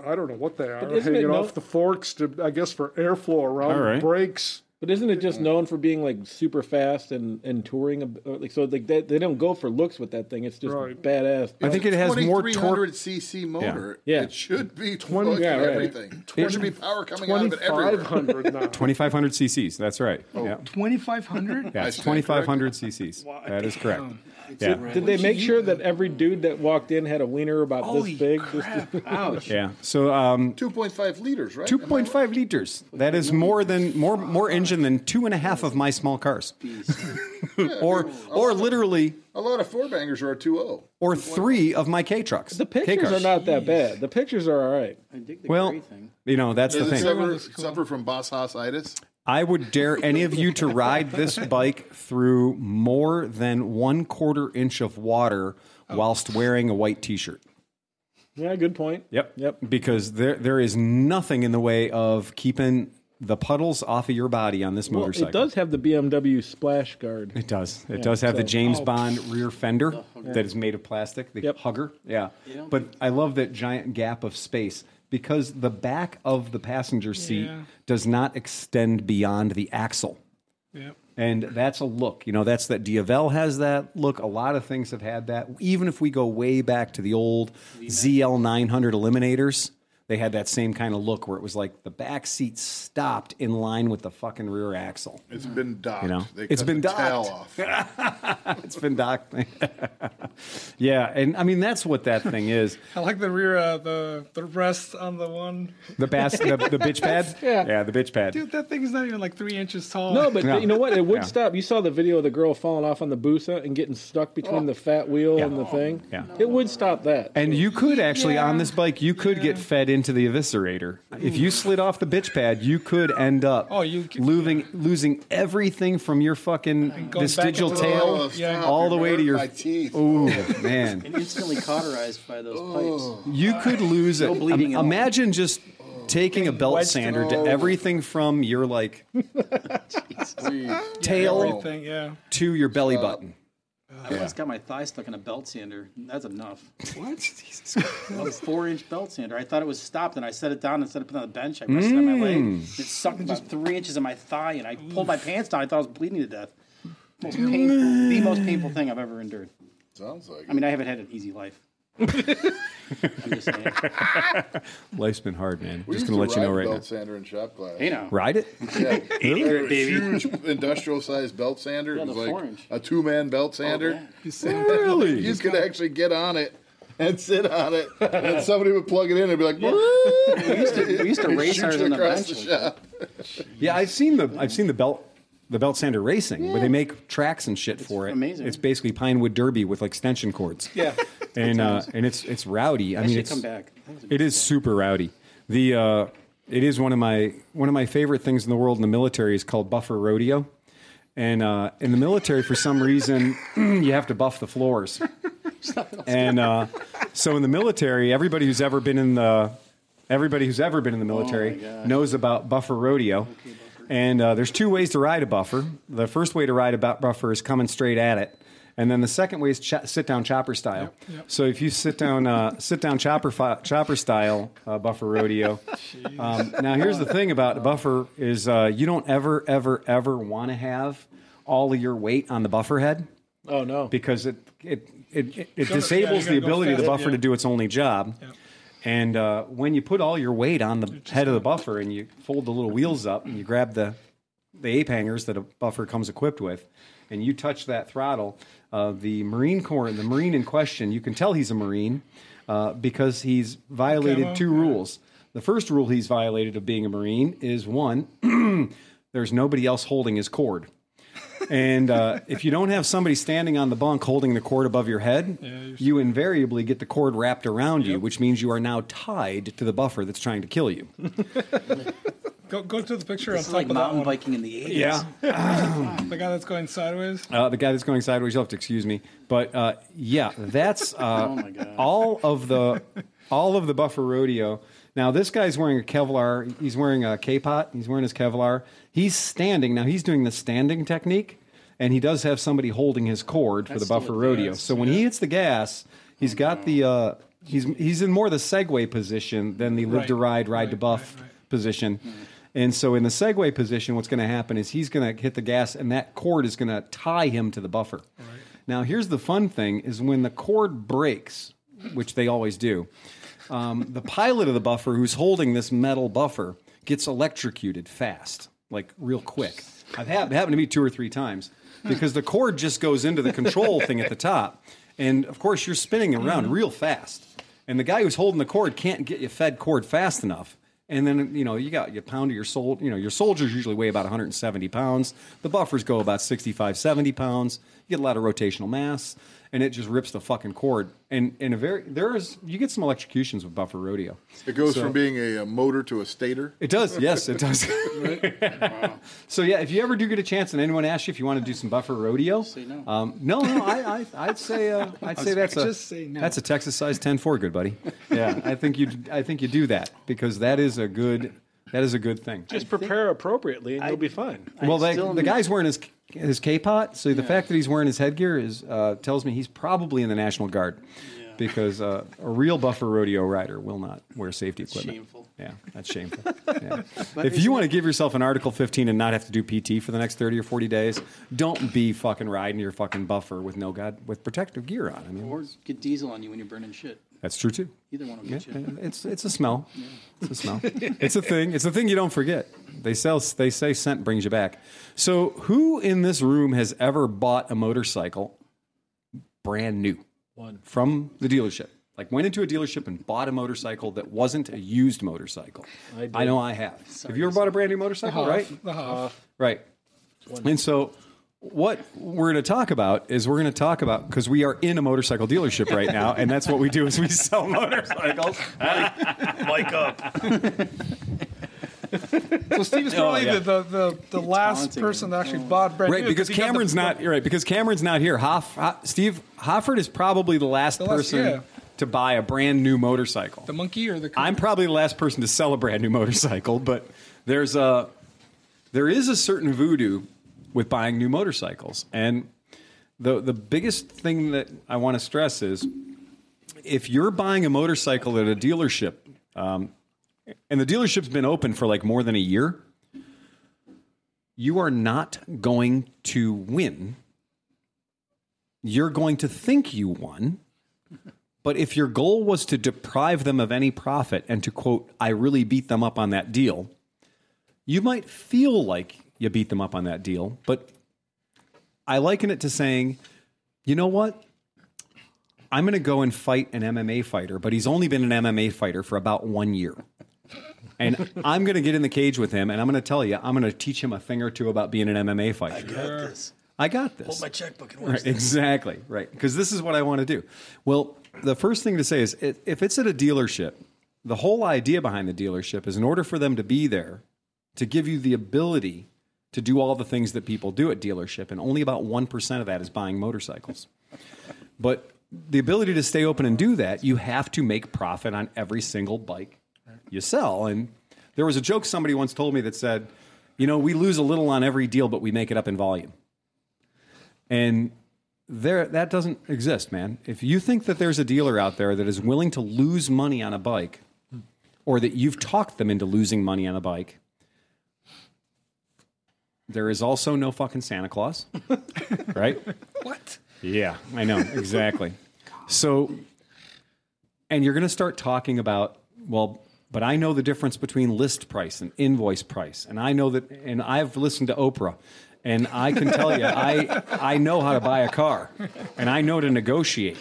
I don't know what they are isn't hanging it no- off the forks to, I guess, for airflow around All right. brakes. But isn't it just known for being like super fast and and touring? a b- or, Like so, like they, they don't go for looks with that thing. It's just Right. badass. I think it has more torque. 2300 cc motor. Yeah. It should be 20 20 yeah, right. everything. There should be power coming out of it Twenty-five everywhere. hundred now. 2,500 cc's. That's right. Oh. yeah. 2,500? Yeah, it's 2,500 cc's. That is correct. Yeah. Did they make sure that every dude that walked in had a wiener about Holy this big? crap. Ouch. Yeah. So um, 2.5 liters, right? Am I right? 2.5 liters. That is more than more more engine than two and a half of my small cars, or or literally A lot of four bangers are a 2.0. or three of my K trucks. The K pictures cars. are not that bad. The pictures are all right. I dig the Well, gray thing. you know that's the Does thing. it suffer, suffer from Boss Hoss itis? I would dare any of you to ride this bike through more than one quarter inch of water whilst wearing a white T-shirt. Yeah, good point. Yep. Yep. Because there there is nothing in the way of keeping the puddles off of your body on this Well, motorcycle. it does have the BMW splash guard. It does. It does have the so- oh. James Bond rear fender that is made of plastic, the Yep. hugger. Yeah. But I love that giant gap of space because the back of the passenger seat Yeah. does not extend beyond the axle. Yeah. And that's a look. You know, that's that DFL has that look. A lot of things have had that. Even if we go way back to the old ZL900 Eliminators, they had that same kind of look where it was like the back seat stopped in line with the fucking rear axle. It's been docked. You know, they it's cut been the tail docked. off. It's been docked. yeah, and I mean that's what that thing is. I like the rear, uh, the, the rest on the one. The bass, the, the bitch pad. Yeah. the bitch pad. Dude, that thing's not even like three inches tall. No, but Yeah. you know what? It would Yeah. stop. You saw the video of the girl falling off on the Busa and getting stuck between the fat wheel and the thing. Yeah. It would stop that. And you could actually Yeah. on this bike, you could get fed into the eviscerator. If you slid off the bitch pad, you could end up Oh, you could- losing losing everything from your fucking going vestigial back Oh, into the- tail. oh, yeah. stop. All the It way to hurt your- my teeth. Oh man, And instantly cauterized by those pipes. you could lose it. bleeding at all. imagine just taking a belt wedged sander to everything from your like Please. tail Everything, yeah. to your belly button. I once got my thigh stuck in a belt sander. That's enough. What? Jesus Christ. A four inch belt sander. I thought it was stopped and I set it down instead of putting it on the bench. I rested on my leg. It Mm. sucked about three inches of my thigh and I pulled my pants down. I thought I was bleeding to death. Most painful, the most painful thing I've ever endured. Sounds like I mean, I haven't had an easy life. I'm just saying. Life's been hard, man. We Just used gonna to let you know ride right belt now. sander in shop class. You know, Ride it? Yeah. There was baby. Huge industrial sized belt sander. Yeah, it was the like four-inch. Oh, a two man belt sander. yeah. really? You could actually get on it and sit on it, and then somebody would plug it in and be like, "Woo!" we used to, we used to and race shoot ours you on the across bench. the shop. Yeah, I've seen the I've seen the belt the belt sander racing where they make tracks and shit for it. amazing. It's basically Pinewood Derby with like extension cords. Yeah. And uh, and it's it's rowdy. I I mean should it's come back. it is super rowdy. The uh, it is one of my one of my favorite things in the world in the military is called buffer rodeo. And uh, in the military, for some reason, you have to buff the floors. and uh, so in the military, everybody who's ever been in the everybody who's ever been in the military knows about buffer rodeo. And uh, there's two ways to ride a buffer. The first way to ride a bu- buffer is coming straight at it, and then the second way is ch- sit down chopper style. So if you sit down uh, sit down chopper fi- chopper style uh, buffer rodeo. um, now here's the thing about a buffer is uh, you don't ever ever ever want to have all of your weight on the buffer head Oh no! because it it it, it, Gotta- yeah, disables you the gotta go ability of the fast, buffer to yeah. do its only job. Yeah. And uh, when you put all your weight on the head of the buffer and you fold the little wheels up and you grab the the ape hangers that a buffer comes equipped with, and you touch that throttle, uh, the Marine Corps, the Marine in question, you can tell he's a Marine uh, because he's violated Camo? two Yeah. rules. The first rule he's violated of being a Marine is one, there's nobody else holding his cord. And uh, if you don't have somebody standing on the bunk holding the cord above your head, you invariably get the cord wrapped around you, which means you are now tied to the buffer that's trying to kill you. Go, go to the picture It's on top like of that mountain one. biking in the 80s. The guy that's going sideways. Uh, the guy that's going sideways, you'll have to excuse me. But uh, yeah, that's uh, Oh my God. all of the all of the buffer rodeo Now this guy's wearing a Kevlar. He's wearing a K-pot. He's wearing his Kevlar. He's standing now. He's doing the standing technique, and he does have somebody holding his cord for the buffer rodeo. so when he hits the gas, he's got the uh, he's he's in more the Segway position than the live to ride, ride to buff position. And so in the Segway position, what's going to happen is he's going to hit the gas, and that cord is going to tie him to the buffer. Now here's the fun thing: is when the cord breaks, which they always do, um, the pilot of the buffer who's holding this metal buffer gets electrocuted fast, like real quick. I've hap- happened to me two or three times because the cord just goes into the control thing at the top, and of course you're spinning around real fast, and the guy who's holding the cord can't get you fed cord fast enough. And then you know you got you pound of your soul. You know your soldiers usually weigh about 170 pounds. The buffers go about 65, 70 pounds. You get a lot of rotational mass, and it just rips the fucking cord. And in a very there is you get some electrocutions with buffer rodeo. It goes from being a, uh motor to a stator. It does, yes, it does. so yeah, if you ever do get a chance, and anyone asks you if you want to do some buffer rodeo, say no. Um, no, no, I, I, I'd say, uh, I'd say that's a just say no. that's a Texas size 10-4, good buddy. Yeah, I think you, I think you do that because that is a good, that is a good thing. Just prepare appropriately, and you'll be fine. well, they, still- the guy's wearing his his K-pot, so the fact that he's wearing his headgear is uh, tells me he's probably in the National Guard. Because uh, a real buffer rodeo rider will not wear safety equipment. shameful. Yeah, that's shameful. Yeah. if you want to give yourself an Article 15 and not have to do PT for the next 30 or 40 days, don't be fucking riding your fucking buffer with no god with protective gear on. I mean, Or get diesel on you when you're burning shit. that's true too. Either one will Yeah, get you. it's it's a smell. It's a smell. it's a thing. It's a thing you don't forget. They sell. They say scent brings you back. So who in this room has ever bought a motorcycle brand new? One from the dealership. Like went into a dealership and bought a motorcycle that wasn't a used motorcycle. I, know I have. have you ever bought a brand new motorcycle? Right. The Hoff. Right. And so what we're going to talk about is we're going to talk about because we are in a motorcycle dealership right now and that's what we do is we sell motorcycles Mike up. So Steve Oh, is probably yeah. the, the, the, the last taunting person that actually bought brand right new because he got the- Cameron's not you're right because Cameron's not here. Hoff, Ho- Steve Hofford is probably the last The last- person yeah. to buy a brand new motorcycle. the monkey or the I'm probably the last person to sell a brand new motorcycle, but there's a there is a certain voodoo with buying new motorcycles. And the the biggest thing that I want to stress is if you're buying a motorcycle at a dealership, um, and the dealership's been open for like more than a year, you are not going to win. You're going to think you won. But if your goal was to deprive them of any profit and to quote, I really beat them up on that deal, you might feel like you beat them up on that deal. But I liken it to saying, you know what? I'm going to go and fight an MMA fighter, but he's only been an MMA fighter for about one year. And I'm going to get in the cage with him and I'm going to tell you, I'm going to teach him a thing or two about being an MMA fighter. I got this. I got this. My checkbook and Right, exactly. Right. Because this is what I want to do. Well, the first thing to say is i- if it's at a dealership, the whole idea behind the dealership is in order for them to be there, to give you the ability to do all the things that people do at dealership. And only about 1% of that is buying motorcycles. But the ability to stay open and do that, you have to make profit on every single bike you sell. And there was a joke somebody once told me that said, you know, we lose a little on every deal, but we make it up in volume. And there that doesn't exist, man. If you think that there's a dealer out there that is willing to lose money on a bike or that you've talked them into losing money on a bike, there is also no fucking Santa Claus. right? what? Yeah, I know exactly. so, and you're going to start talking about well, but I know the difference between list price and invoice price, and I know that, and I've listened to Oprah, and I can tell you, I I know how to buy a car, and I know to negotiate,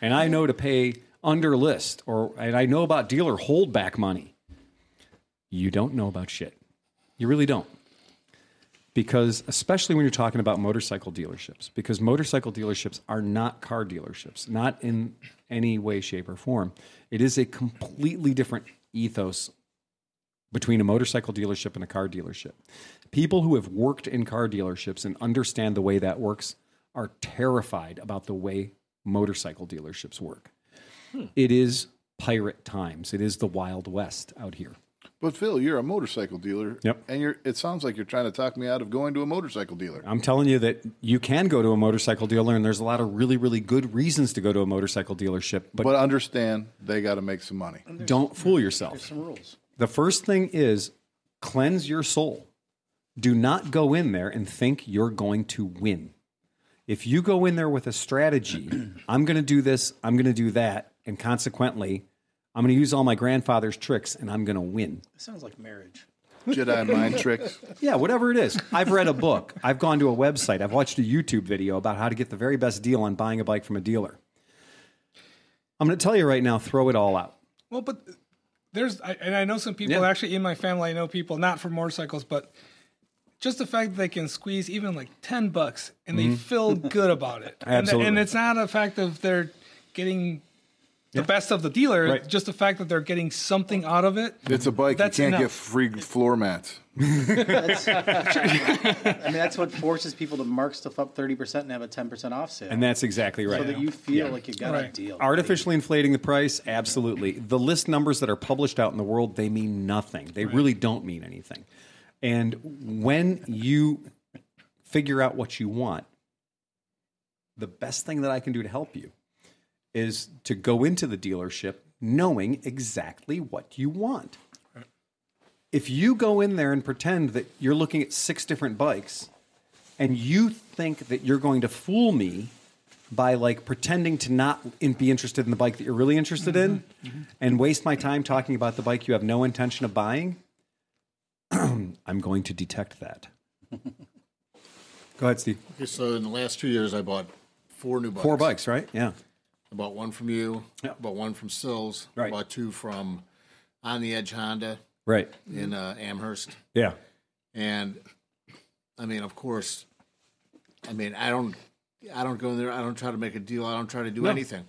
and I know to pay under list, or and I know about dealer holdback money. You don't know about shit. You really don't because especially when you're talking about motorcycle dealerships because motorcycle dealerships are not car dealerships not in any way shape or form it is a completely different ethos between a motorcycle dealership and a car dealership people who have worked in car dealerships and understand the way that works are terrified about the way motorcycle dealerships work it is pirate times. It is the Wild West out here. But Phil, you're a motorcycle dealer. Yep. And you're. It sounds like you're trying to talk me out of going to a motorcycle dealer. I'm telling you that you can go to a motorcycle dealer, and there's a lot of really, really good reasons to go to a motorcycle dealership, but, But understand, they got to make some money. don't fool yourself. Some rules. The first thing is cleanse your soul. Do not go in there and think you're going to win. If you go in there with a strategy, I'm going to do this, I'm going to do that, and consequently, I'm going to use all my grandfather's tricks and I'm going to win. It sounds like marriage. Jedi mind tricks. Yeah, whatever it is. I've read a book. I've gone to a website. I've watched a YouTube video about how to get the very best deal on buying a bike from a dealer. I'm going to tell you right now, throw it all out. Well, but there's, I, and I know some people Yeah. actually in my family. I know people not for motorcycles, but just the fact that they can squeeze even like ten bucks and they feel good about it. And, th- and Mm-hmm. Absolutely. it's not a fact of they're getting the best of the dealer. Right. Just the fact that they're getting something out of it. It's a bike. That's you can't get enough. free floor mats. I mean, that's what forces people to mark stuff up 30% and have a 10% off sale. And that's exactly right. so that you feel like you got a Right. deal. Artificially inflating the price? Absolutely. The list numbers that are published out in the world, they mean nothing. They really don't mean anything. And when you figure out what you want, the best thing that I can do to help you is to go into the dealership knowing exactly what you want. If you go in there and pretend that you're looking at six different bikes and you think that you're going to fool me by like pretending to not in- be interested in the bike that you're really interested in and waste my time talking about the bike you have no intention of buying, I'm going to detect that. Go ahead, Steve. Okay, so in the last two years, I bought four new bikes. Four bikes, right? Yeah. I bought one from you. Yeah. Bought one from Sills. Right. Bought two from On the Edge Honda Right. in uh, Amherst. Yeah. And I mean, of course, I mean, I don't, I don't go in there. I don't try to make a deal. I don't try to do anything.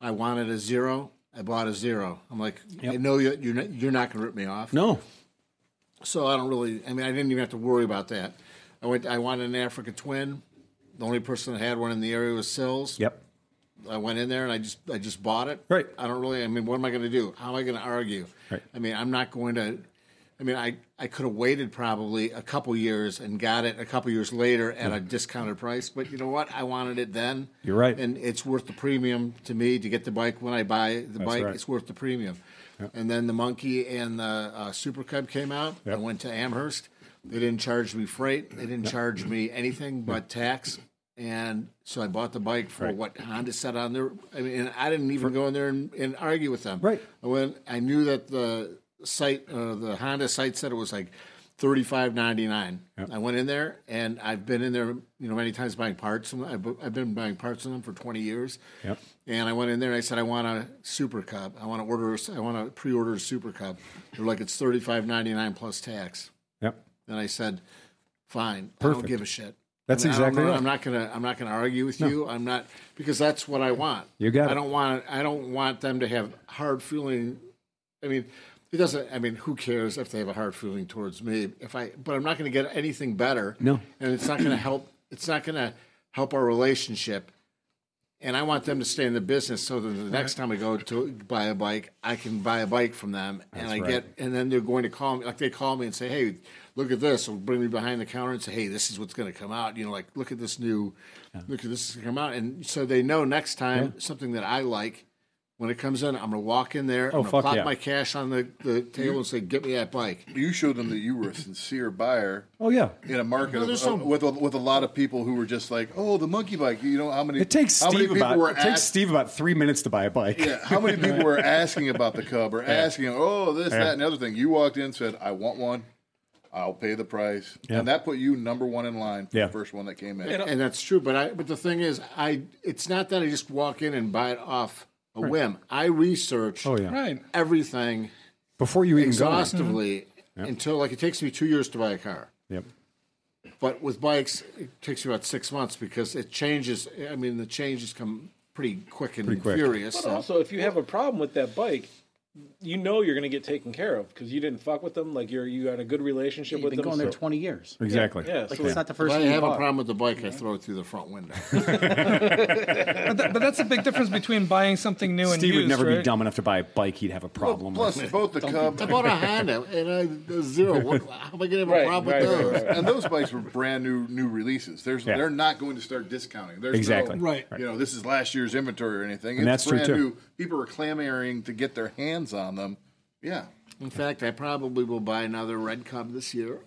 I wanted a zero. I bought a zero. I'm like, I know you, you're not, you're not going to rip me off. No. So I don't really. I mean, I didn't even have to worry about that. I went. I wanted an Africa Twin. The only person that had one in the area was Sills. Yep. I went in there and I just I just bought it. Right. I don't really. I mean, what am I going to do? How am I going to argue? Right. I mean, I'm not going to. I mean, I I could have waited probably a couple years and got it a couple years later at a discounted price. But you know what? I wanted it then. You're right. And it's worth the premium to me to get the bike when I buy the bike. right. It's worth the premium. And then the monkey and the uh, Super Cub came out. I went to Amherst. They didn't charge me freight. They didn't charge me anything but tax. And so I bought the bike for what Honda said on there. I mean, and I didn't even go in there and, and argue with them. Right. I went. I knew that the site, uh, the Honda site, said it was like thirty five ninety nine. I went in there, and I've been in there, you know, many times buying parts. from- I've, I've been buying parts from them for twenty years. Yep. And I went in there and I said, I want a Super Cub. I want to order. a- I want to pre-order a Super Cub. They're like, it's thirty five ninety nine plus tax. Yep. And I said, "Fine, I Perfect. don't give a shit." That's I mean, I don't exactly know- right. I'm not gonna. I'm not gonna argue with you. I'm not because that's what I want. You got I it. don't want. I don't want them to have hard feeling. I mean, it doesn't. I mean, who cares if they have a hard feeling towards me? If I, but I'm not gonna get anything better. No. and it's not gonna help. It's not gonna help our relationship. And I want them to stay in the business so that the next time I go to buy a bike, I can buy a bike from them, and I right. get and then they're going to call me like they call me and say hey look at this or bring me behind the counter and say hey this is what's going to come out you know like look at this new look at this is going to come out and so they know next time something that i like when it comes in i'm going to walk in there i'm going to Oh, fuck plop yeah. Mm-hmm. my cash on the, the table and say get me that bike You showed them that you were a sincere buyer Oh, yeah. in a market of, there's some- of- with a, with a lot of people who were just like, "Oh, the monkey bike." You know how many? It takes how many Steve people about were it takes ask- Steve about three minutes to buy a bike. Yeah, how many people were asking about the cub or asking, "Oh, this, that, and the other thing?" You walked in, said, "I want one." I'll pay the price, Yeah. and that put you number one in line. For Yeah. the first one that came in. and that's true but i but the thing is i it's not that i just walk in and buy it off a whim i research Oh yeah. Right. everything Before you even go. in. exhaustively until like it takes me two years to buy a car Yep. But with bikes, it takes you about six months because it changes. I mean, the changes come pretty quick and quick. furious. But so- also, if you have a problem with that bike, you know you're going to get taken care of because you didn't fuck with them. Like you're you had a good relationship You've with been them. going there so- 20 years. Exactly. Yeah, Like, so it's not the If first I thing you have a bought. problem with the bike, I throw it through the front window. But, that, but that's a big difference between buying something new and Steve would used, never right? be dumb enough to buy a bike he'd have a problem Plus, with. both the Cub I bought a Honda and a zero. What, how am I going to have Right, a problem right, with right, those? right. and those bikes were brand new new releases. There's Yeah. they're not going to start discounting. There's Exactly. no, Right. You know, this is last year's inventory or anything. And that's true, brand too. new. People are clamoring to get their hands on them. Yeah. In fact, I probably will buy another red cub this year,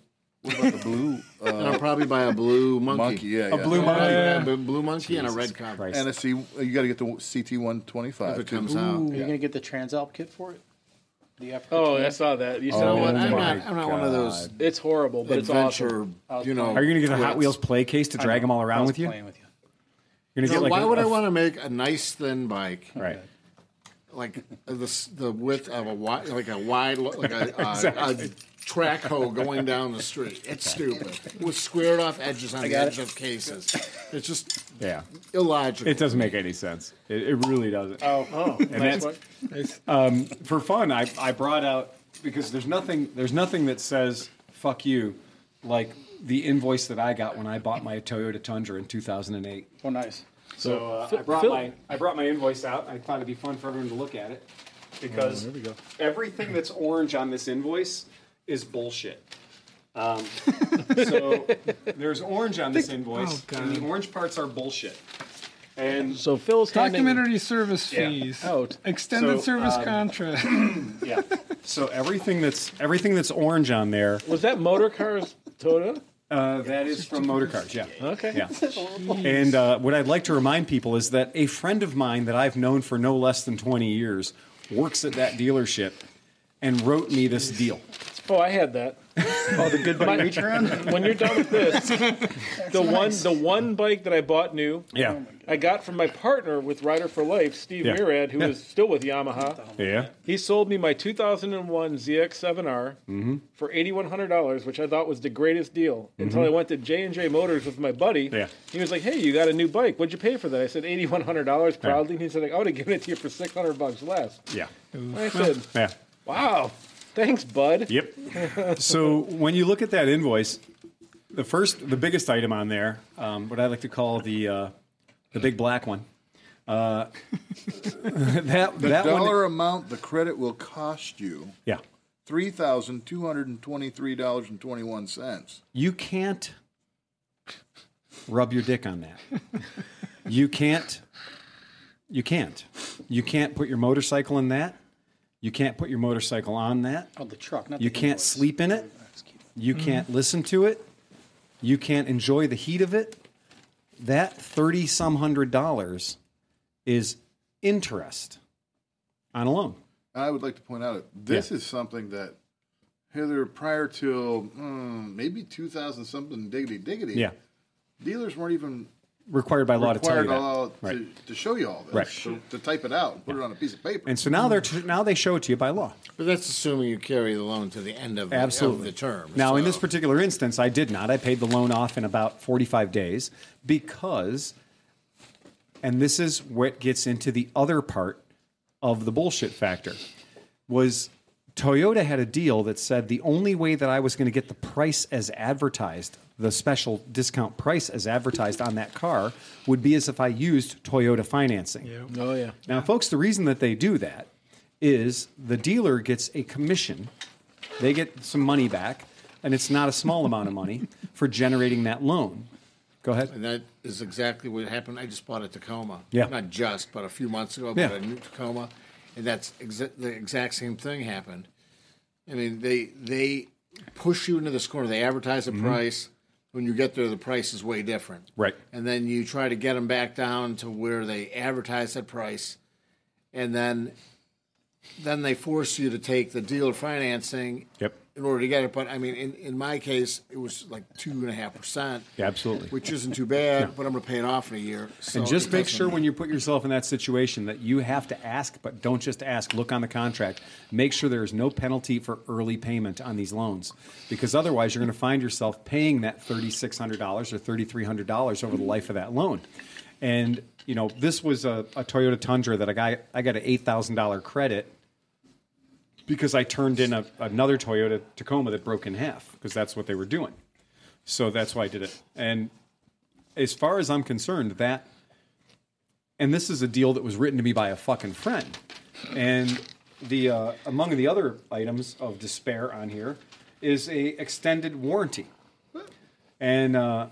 What about the blue uh, and I'll probably buy a blue monkey, monkey? Yeah, yeah. Blue monkey. Yeah, a blue monkey, and a red cub. Christ. And a C, you got to get the CT one twenty If five. it comes out. Are you going to get the TransAlp kit for it? The Africa Oh, I Trans- saw that. You You saw know oh, what? I'm my not. I'm not one of those It's horrible, but it's awesome. adventure. You know. Are you going to get a Hot twits. Wheels play case to drag them all I around was with you? playing with you. You're going to You know, get like why a- would I a- want to make a nice thin bike Right. like the s- the width of a wide like a wide lo- like a, a, a track hoe going down the street? It's stupid with squared off edges on the edge of cases. It's just Yeah. illogical. It doesn't make any sense. It, it really doesn't. Oh, oh, nice that's- um, one. for fun, I, I brought out because there's nothing there's nothing that says fuck you like the invoice that I got when I bought my Toyota Tundra in 2008. Oh, nice. So uh, I brought my I brought my invoice out. I thought it'd be fun for everyone to look at it because everything that's orange on this invoice is bullshit. Um, so there's orange on this invoice, and the orange parts are bullshit. And So Phil's handing, Documentary service Yeah. fees. Out. Extended So, service um, contract. yeah, so everything that's everything that's orange on there was that motor cars Toyota? Uh, that is from Motor Cars, yeah. Okay. Yeah. And uh, what I'd like to remind people is that a friend of mine that I've known for no less than 20 years works at that dealership and wrote me this deal. Oh, I had that. Oh, the good buddy reach around? When you're done with this, the one the one bike that I bought new, Oh Yeah. I got from my partner with Rider for Life, Steve Yeah. Murad, who is Yeah. still with Yamaha. Yeah. He sold me my 2001 ZX7R Mm-hmm. for $8,100, which I thought was the greatest deal. Until I went to J and J Motors with my buddy. Yeah. He was like, "Hey, you got a new bike? What'd you pay for that?" I said $8,100 proudly, and he said, "Like, I would have given it to you for 600 bucks less." Yeah. I said, Yeah. "Wow, thanks, bud." Yep. so when you look at that invoice, the first, the biggest item on there, um, what I like to call the uh, the big black one. Uh, that The that dollar one. amount the credit will cost you Yeah. three thousand two hundred and twenty three dollars and twenty one cents. you can't rub your dick on that. you can't. You can't. You can't put your motorcycle in that. You can't put your motorcycle on that. Oh, the truck. Not You the can't invoice. sleep in it. That's cute. You can't listen to it. You can't enjoy the heat of it. That thirty some hundred dollars is interest on a loan. I would like to point out this Yeah. is something that hither prior to mm, maybe 2000 something diggity diggity. Yeah, Dealers weren't even required by law to tell required you to, that. allow- to, Right. to show you all this, Right. to, to type it out and put it on a piece of paper. And so now they're now they show it to you by law. But that's assuming you carry the loan to the end of, the- of Absolutely. the term. Now, in this so- particular instance, I did not. I paid the loan off in about 45 days because, and this is what gets into the other part of the bullshit factor, was Toyota had a deal that said the only way that I was going to get the price as advertised, the special discount price as advertised on that car, would be as if I used Toyota financing. Oh yeah. Now, folks, the reason that they do that is the dealer gets a commission. They get some money back, and it's not a small amount of money for generating that loan. Go ahead. And that is exactly what happened. I just bought a Tacoma. Yeah. Not just, but a few months ago, Yeah. but a new Tacoma, and that's exa- the exact same thing happened. I mean, they they push you into this corner. They advertise a price. When you get there, the price is way different. Mm-hmm. Right. And then you try to get them back down to where they advertise that price, and then then they force you to take the dealer financing Yep. in order to get it. But I mean, in, in my case, it was like two and a half percent. Yeah, absolutely. Which isn't too bad, but I'm going to pay it off in a year. So And just it make doesn't- sure when you put yourself in that situation that you have to ask, but don't just ask. Look on the contract. Make sure there is no penalty for early payment on these loans, because otherwise you're going to find yourself paying that thirty six hundred dollars or thirty three hundred dollars over the life of that loan. And you know, this was a, a Toyota Tundra that I got. I got an eight thousand dollar credit because I turned in a, another Toyota Tacoma that broke in half because that's what they were doing. So that's why I did it. And as far as I'm concerned, that and this is a deal that was written to me by a fucking friend. And the uh, among the other items of despair on here is a extended warranty. And uh,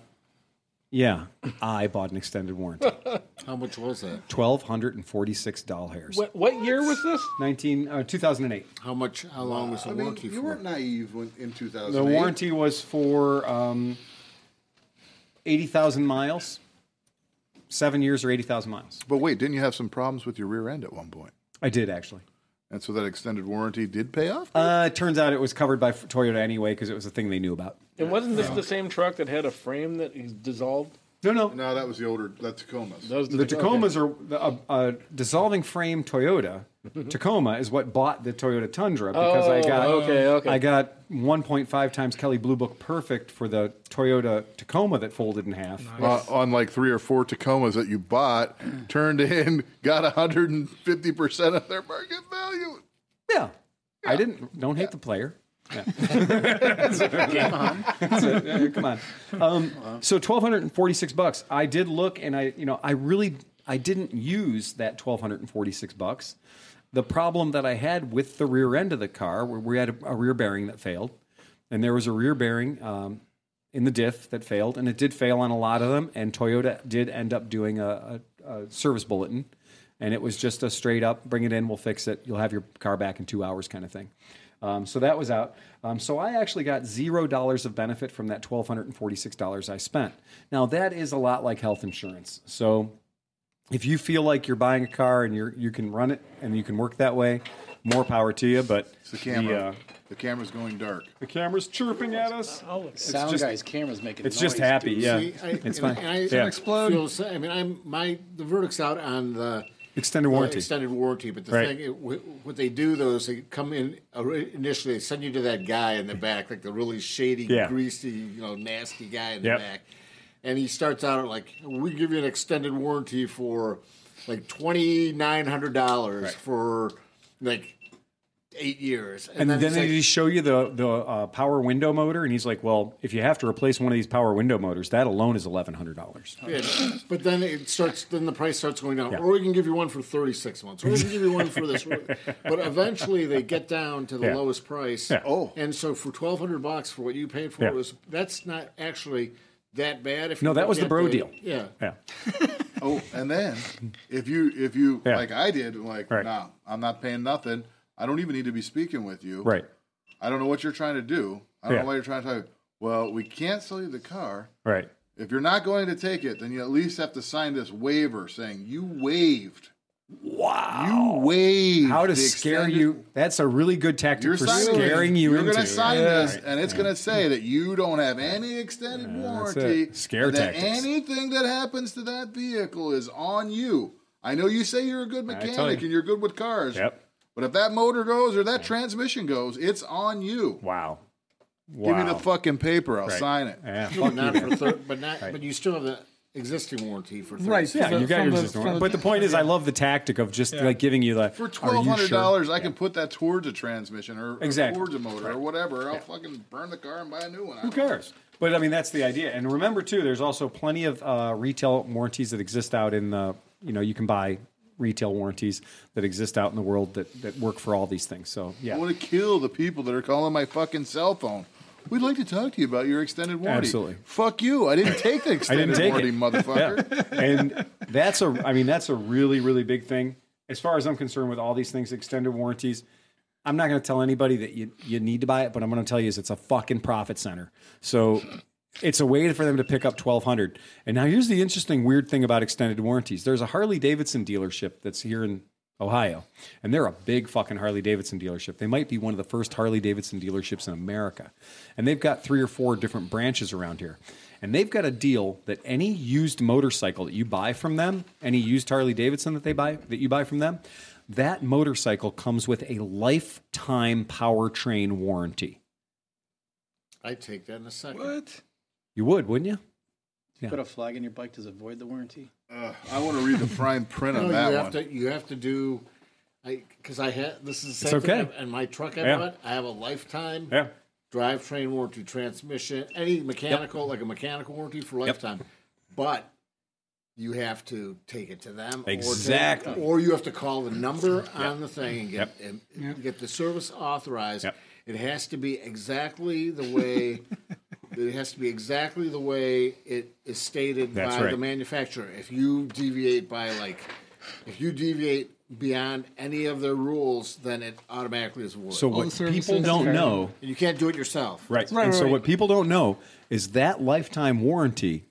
yeah, I bought an extended warranty. How much was that? Twelve hundred and forty-six dollars. What, what year was this? Nineteen uh, two thousand and eight. How much? How long was the I mean, warranty you for? weren't naive when, in 2008. The warranty was for um, eighty thousand miles, seven years or eighty thousand miles. But wait, didn't you have some problems with your rear end at one point? I did actually. And so that extended warranty did pay off? Uh, it turns out it was covered by Toyota anyway because it was a thing they knew about. And wasn't this the same truck that had a frame that is dissolved? No, no. No, that was the older, that Tacoma's. That was The Tacomas are the- a, a dissolving frame Toyota. Tacoma is what bought the Toyota Tundra because I Mm-hmm. Oh, got okay, okay. I got 1.5 times Kelly Blue Book perfect for the Toyota Tacoma that folded in half. Uh, on like three or four Tacomas that you bought, turned in, got 150% of their market value. Yeah. I didn't. Don't hate the player. Yeah. Yeah, Come on. Um, so twelve hundred and forty-six bucks. I did look, and I, you know, I really, I didn't use that twelve hundred and forty-six bucks. The problem that I had with the rear end of the car, where we had a, a rear bearing that failed, and there was a rear bearing um, in the diff that failed, and it did fail on a lot of them. And Toyota did end up doing a, a, a service bulletin, and it was just a straight up bring it in, we'll fix it, you'll have your car back in two hours kind of thing. Um, so that was out. Um, so I actually got zero dollars of benefit from that twelve hundred and forty six dollars I spent. Now that is a lot like health insurance. So if you feel like you're buying a car and you're you can run it and you can work that way, more power to you. But It's the camera. the, uh, the camera's going dark. the camera's chirping at us. Sound just- guy's camera's making. It's just noise, happy, dude. yeah. See, I, it's and fine. I, and I Yeah. Explode. feel sa- I mean, I'm my the verdict's out on the Extended the warranty. extended warranty. But the Right. thing, it, wh- what they do though is they come in ori- initially, they send you to that guy in the back, like the really shady, Yeah. greasy, you know, nasty guy in Yep. the back, and he starts out at like, we give you an extended warranty for like twenty nine hundred dollars for like eight years, And then, he's they like, just show you the the uh, power window motor, and he's like, "Well, if you have to replace one of these power window motors, that alone is eleven hundred dollars." Oh. Yeah, but then it starts. Then the price starts going down. Yeah. Or we can give you one for thirty-six months. Or we can give you one for this. but eventually, they get down to the Yeah. lowest price. Yeah. Oh, and so for twelve hundred bucks for what you paid for Yeah. it was that's not actually that bad. If No, you that was the look at bro deal. Yeah, Yeah, Oh, and then if you if you Yeah. like I did, like Right. nah, I'm not paying nothing. I don't even need to be speaking with you. right, I don't know what you're trying to do. I don't Yeah. know why you're trying to talk. Well, we can't sell you the car. right. If you're not going to take it, then you at least have to sign this waiver saying you waived. Wow. You waived. How to the scare extended- you? That's a really good tactic You're for signing scaring you are into. going to sign Yeah. this, and it's going to say that you don't have any extended that's warranty. it. Scare and that tactics. anything that happens to that vehicle is on you. I know you say you're a good tell mechanic you. and you're good with cars, Yep. but if that motor goes or that transmission goes, it's on you. Wow. wow. Give me the fucking paper. I'll Right. sign it. Yeah. but fuck not you. for thir- but not but you still have the existing warranty for 36 Right. Yeah, From you the- got from your the- existing from one. But the point is, I love the tactic of just like giving you the For "Are you twelve hundred sure?" dollars, I can put that towards a transmission or, or Exactly. towards a motor or whatever. I'll fucking burn the car and buy a new one. Who cares? But I mean, that's the idea. And remember too, there's also plenty of uh, retail warranties that exist out in the. You know, you can buy retail warranties that exist out in the world that that work for all these things. So yeah, I want to kill the people that are calling my fucking cell phone. We'd like to talk to you about your extended warranty. Absolutely. Fuck you. I didn't take the extended take warranty, it. motherfucker. Yeah. and that's a i mean that's a really really big thing as far as i'm concerned with all these things extended warranties i'm not going to tell anybody that you, you need to buy it but i'm going to tell you is it's a fucking profit center so it's a way for them to pick up 1200 and now here's the interesting weird thing about extended warranties there's a harley davidson dealership that's here in ohio and they're a big fucking harley davidson dealership they might be one of the first harley davidson dealerships in america and they've got three or four different branches around here and they've got a deal that any used motorcycle that you buy from them, any used Harley Davidson that they buy that you buy from them, that motorcycle comes with a lifetime powertrain warranty. I take that in a second. What? You would, wouldn't you? Put a flag in your bike. Does it void the warranty? I want to read the fine print No, on you that have one. to you have to do I because I had this is the It's same thing okay. I've- and my truck I Yeah. bought. I have a lifetime Yeah. drivetrain warranty, transmission, any mechanical like a mechanical warranty for lifetime, but. You have to take it to them, or to- Exactly. or, you have to call the number on the thing and get and get the service authorized. It has to be exactly the way it has to be exactly the way it is stated That's by right. the manufacturer. If you deviate by like, if you deviate beyond any of their rules, then it automatically is void. So All what the services people don't are- know- you can't do it yourself. Right. and so what people don't know is that lifetime warranty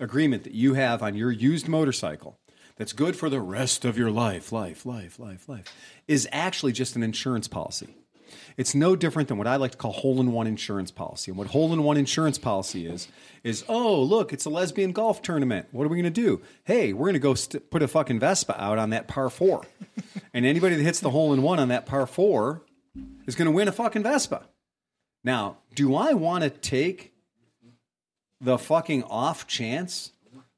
agreement that you have on your used motorcycle that's good for the rest of your life, life, life, life, life, is actually just an insurance policy. It's no different than what I like to call hole in one insurance policy. And what hole in one insurance policy is, is oh, look, it's a lesbian golf tournament. What are we going to do? Hey, we're going to go st- put a fucking Vespa out on that par four. and anybody that hits the hole in one on that par four is going to win a fucking Vespa. Now, do I want to take the fucking off chance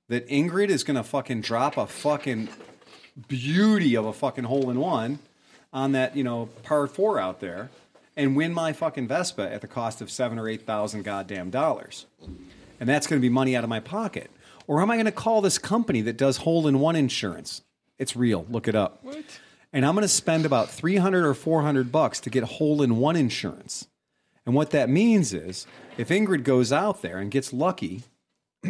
that Ingrid is going to fucking drop a fucking beauty of a fucking hole in one on that, you know, par four out there and win my fucking Vespa at the cost of seven or eight thousand goddamn dollars? And that's going to be money out of my pocket. Or am I going to call this company that does hole in one insurance? It's real. Look it up. What? And I'm going to spend about 300 or 400 bucks to get hole in one insurance. And what that means is if Ingrid goes out there and gets lucky,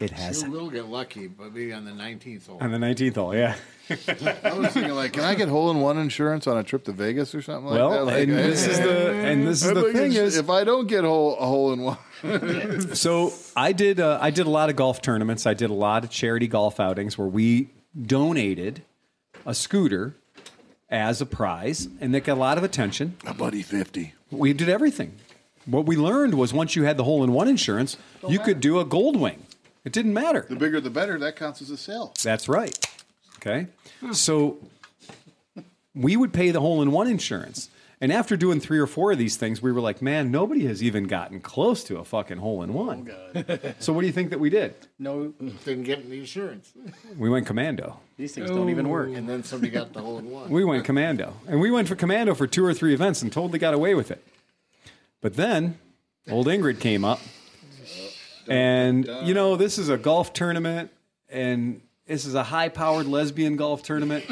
it has You will get lucky, but maybe on the nineteenth hole. on the 19th hole, yeah. I was thinking, like, can I get hole in one insurance on a trip to Vegas or something like Well, that? Like, uh, and this is the- and this is I the think thing it's- is- if I don't get hole a hole in one, so I did. Uh, I did a lot of golf tournaments. I did a lot of charity golf outings where we donated a scooter as a prize, and that got a lot of attention. a buddy fifty. We did everything. What we learned was once you had the hole in one insurance, you could do a gold wing. It didn't matter. The bigger the better. That counts as a sale. That's right. Okay. So we would pay the hole in one insurance. And after doing three or four of these things, we were like, man, nobody has even gotten close to a fucking hole in one. so what do you think that we did? No, didn't get the insurance. We went commando. These things don't even work. And then somebody got the hole in one. We went commando. And we went for commando for two or three events and totally got away with it. But then old Ingrid came up. And, you know, this is a golf tournament. And this is a high powered lesbian golf tournament.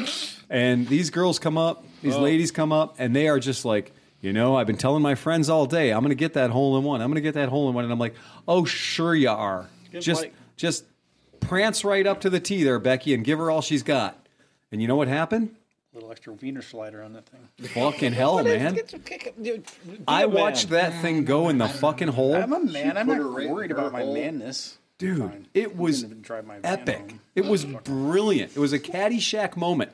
And these girls come up, these ladies come up, and they are just like, you know, I've been telling my friends all day, I'm going to get that hole in one. I'm going to get that hole in one. And I'm like, oh, sure you are. Good just, fight. just prance right up to the tee there, Becky, and give her all she's got. And you know what happened? little extra wiener slider on that thing. Fucking hell, Oh, man. I watched that thing go in the fucking I'm a hole. man. I'm put not her right in worried her about my hole. manness. Dude, it was Didn't even drive my van epic. home. It was brilliant. It was a Caddyshack moment.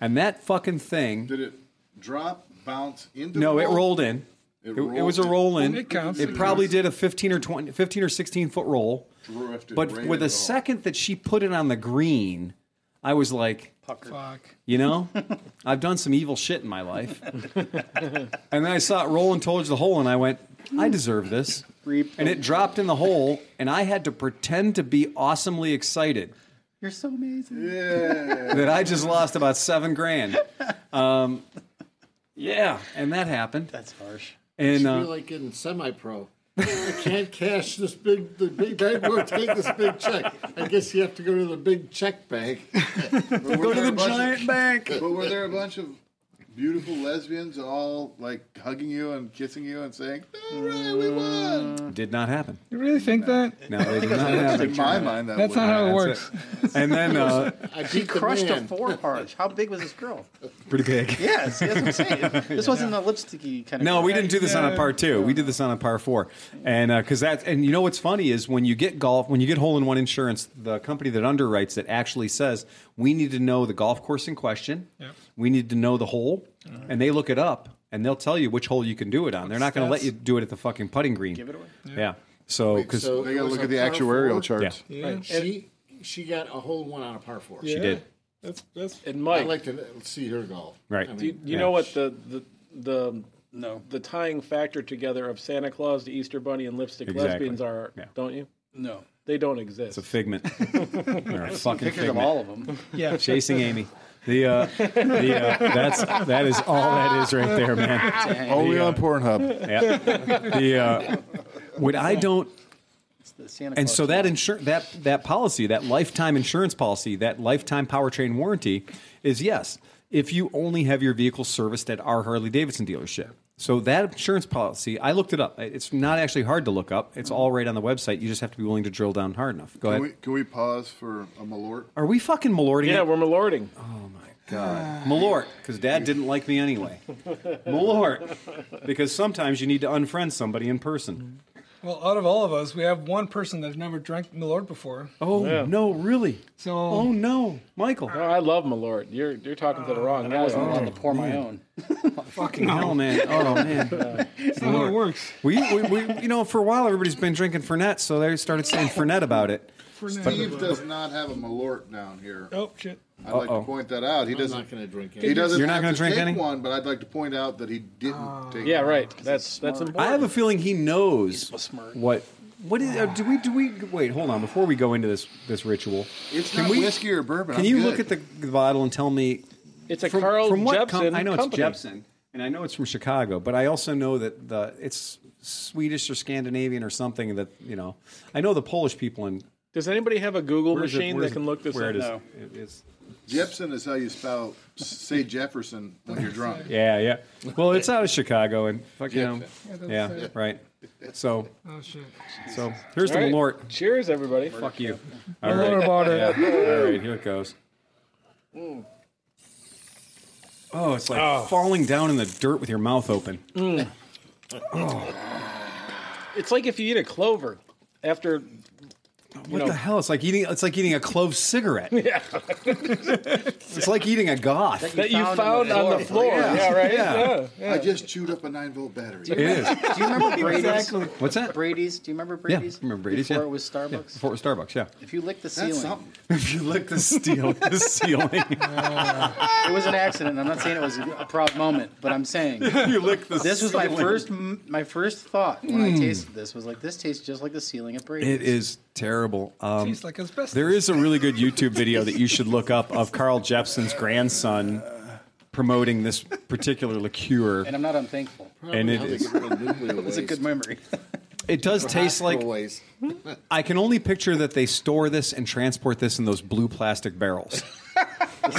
And that fucking thing, Did it drop, bounce into? no, the it hole? rolled in. It, It it was a rolled. roll in. It counts. It It probably did a 15 or 20, 15 or 16 foot roll. Drifted But right with into a the hole. second that she put it on the green, I was like, Fuck. You know, I've done some evil shit in my life. and then I saw it roll and towards the hole, and I went, I deserve this. Reap. And it dropped in the hole, and I had to pretend to be awesomely excited You're so amazing. that I just lost about seven grand. Um, yeah, and that happened. That's harsh. And You're uh, like in semi-pro. I can't cash this big. The big bank won't take this big check. I guess you have to go to the big check bank. go to the giant bank. But were there a bunch of beautiful lesbians all like hugging you and kissing you and saying, "Eh, "All right, we won"? Did not happen. You really think that? No, it did not happen. In my mind, that That's would not how it That's works. it. And then uh, I beat She the crushed a man. four parch. How big was this girl? pretty big. Yeah, see, that's what I'm saying. This wasn't a lipsticky kind of. No, we didn't do this on a par two. We did this on a par four, and because that, and you know what's funny is when you get golf, when you get hole in one insurance, the company that underwrites it actually says we need to know the golf course in question, Yep. we need to know the hole, and they look it up and they'll tell you which hole you can do it on. They're not going to let stats? you do it at the fucking putting green. Give it away. Yeah. So because so They got to it was look a at the par four. actuarial charts. yeah, Right. She she got a whole one on a par four. she did That's that's. And Mike, I'd like to see her golf. right. do you, do you Yeah. know what the the the No, the tying factor together of Santa Claus, the Easter Bunny, and lipstick Exactly. lesbians are? Yeah. Don't you? no. They don't It's exist. a figment. They're a fucking Pictures of figment. all of them. Yeah. Chasing Amy. The, uh, the uh, that's that is all that is right there, man. Dang. Only The, on Pornhub. Yeah. The uh, when I don't It's the Santa and Claus so that insur- that that policy, that lifetime insurance policy, that lifetime powertrain warranty is yes, if you only have your vehicle serviced at our Harley Davidson dealership. So that insurance policy, I looked it up. It's not actually hard to look up. It's all right on the website. You just have to be willing to drill down hard enough. Go Can ahead. we, can we pause for a malort? Are we fucking malording? Yeah, it? we're malording. God. Malort, because dad didn't like me anyway. Malort, because sometimes you need to unfriend somebody in person. Well, out of all of us, we have one person that's never drank Milord before. Oh, Yeah. no, really? So Oh, no. Michael. No, Oh, I love Malort. You're you're talking to the wrong guy. I'm allowed to pour my own. Fucking hell, man. Oh, man. that's not how it works. We, we, we, you know, for a while everybody's been drinking Fernet, so they started saying Fernet about it. Steve does not have a malort down here. Oh shit! I'd like Uh-oh. to point that out. He I'm not doesn't. going to drink He any. doesn't. You're not have gonna to drink take any? one, but I'd like to point out that he didn't take. Yeah, one. right. That's that's important. I have a feeling he knows He's a smart. what. What is, uh, do we do we wait? Hold on, before we go into this this ritual, It's Can not we- whiskey or bourbon. can I'm you look good. at the bottle and tell me It's a Carl Jepsen com- I know it's company. Jepsen, and I know it's from Chicago, but I also know that the it's Swedish or Scandinavian or something that you know. I know the Polish people and Does anybody have a Google machine that can look this where up? it is. No. It is- Jepson is how you spell say Jefferson when you're drunk. Yeah, yeah. Well, it's out of Chicago and fuck you know, that's yeah, it. right. So, Oh shit! so here's the All right. Malort. Cheers, everybody. Fuck you. All Don't worry right. about Yeah. it. All right, here it goes. Mm. Oh, it's like falling down in the dirt with your mouth open. It's like if you eat a clover after What know. the hell? It's like eating. It's like eating a clove cigarette. Yeah. it's like eating a goth. It that you found, on the floor. Yeah. Yeah, right. Yeah. I just chewed up a nine volt battery. is. Do you remember Brady's? What's that? Brady's? Do you remember Yeah, Brady's? remember Brady's? Before yeah. it was Starbucks. Yeah, before it was Starbucks. Yeah. If you lick the That's ceiling, something. if you lick the steel, the ceiling. it was an accident. I'm not saying it was a proud moment, but I'm saying you lick the. this was my ceiling. first m- my first thought when I tasted this was like this tastes just like the ceiling at Brady's. Hmm. It is terrible. Um, Tastes like asbestos. There is a really good YouTube video that you should look up of Carl Jepsen's grandson promoting this particular liqueur, and I'm not unthankful. and it How they is, get rid of nuclear waste. It's a good memory. it does taste like Nuclear waste. I can only picture that they store this and transport this in those blue plastic barrels.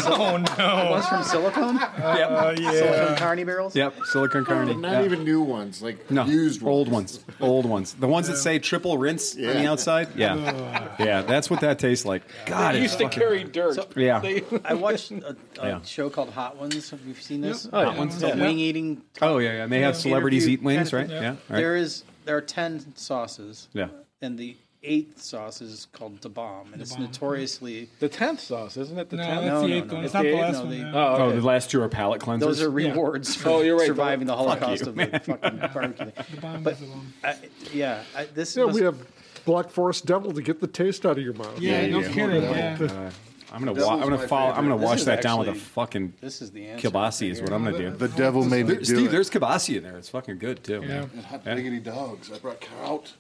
Oh It no! was from silicone, Uh, silicone yeah. carny barrels. Yep, Silicon Carney. Not Yeah. even new ones, like no, used ones. old ones, old ones. The ones that say triple rinse on the Yeah. outside. Yeah, yeah, that's what that tastes like. God, They it's used to fucking- carry dirt. Yeah. They- I watched a, a Yeah. show called Hot Ones. Have you seen this? Oh, yeah. It's a wing eating. Oh yeah, yeah. And they have celebrities interview eat wings, kind right? of- Yeah, There right. is there are ten sauces. Yeah. and the eighth sauce is called da bomb, and it's notoriously The tenth sauce, isn't it? The No, tenth. that's No, the no, eighth no. one. It's It's not the the eighth, last no, one. the- yeah. Oh, okay. Oh, the last two are palate cleansers. those are rewards for Oh, you're right. surviving the Fuck Holocaust you, of the fucking barbecue. bomb but is the bomb. I, yeah, I, this Yeah, was, we have Black Forest Devil to get the taste out of your mouth. Yeah, no yeah. kidding. Devil. Yeah. I'm gonna That wa- was I'm gonna my follow, I'm favorite. gonna This wash is that down with a actually- fucking this is the answer. kielbasi is what I'm gonna do. The devil made me There- do Steve, it. there's kielbasi in there. It's fucking good too. Yeah. And hot diggity dogs. I brought kraut.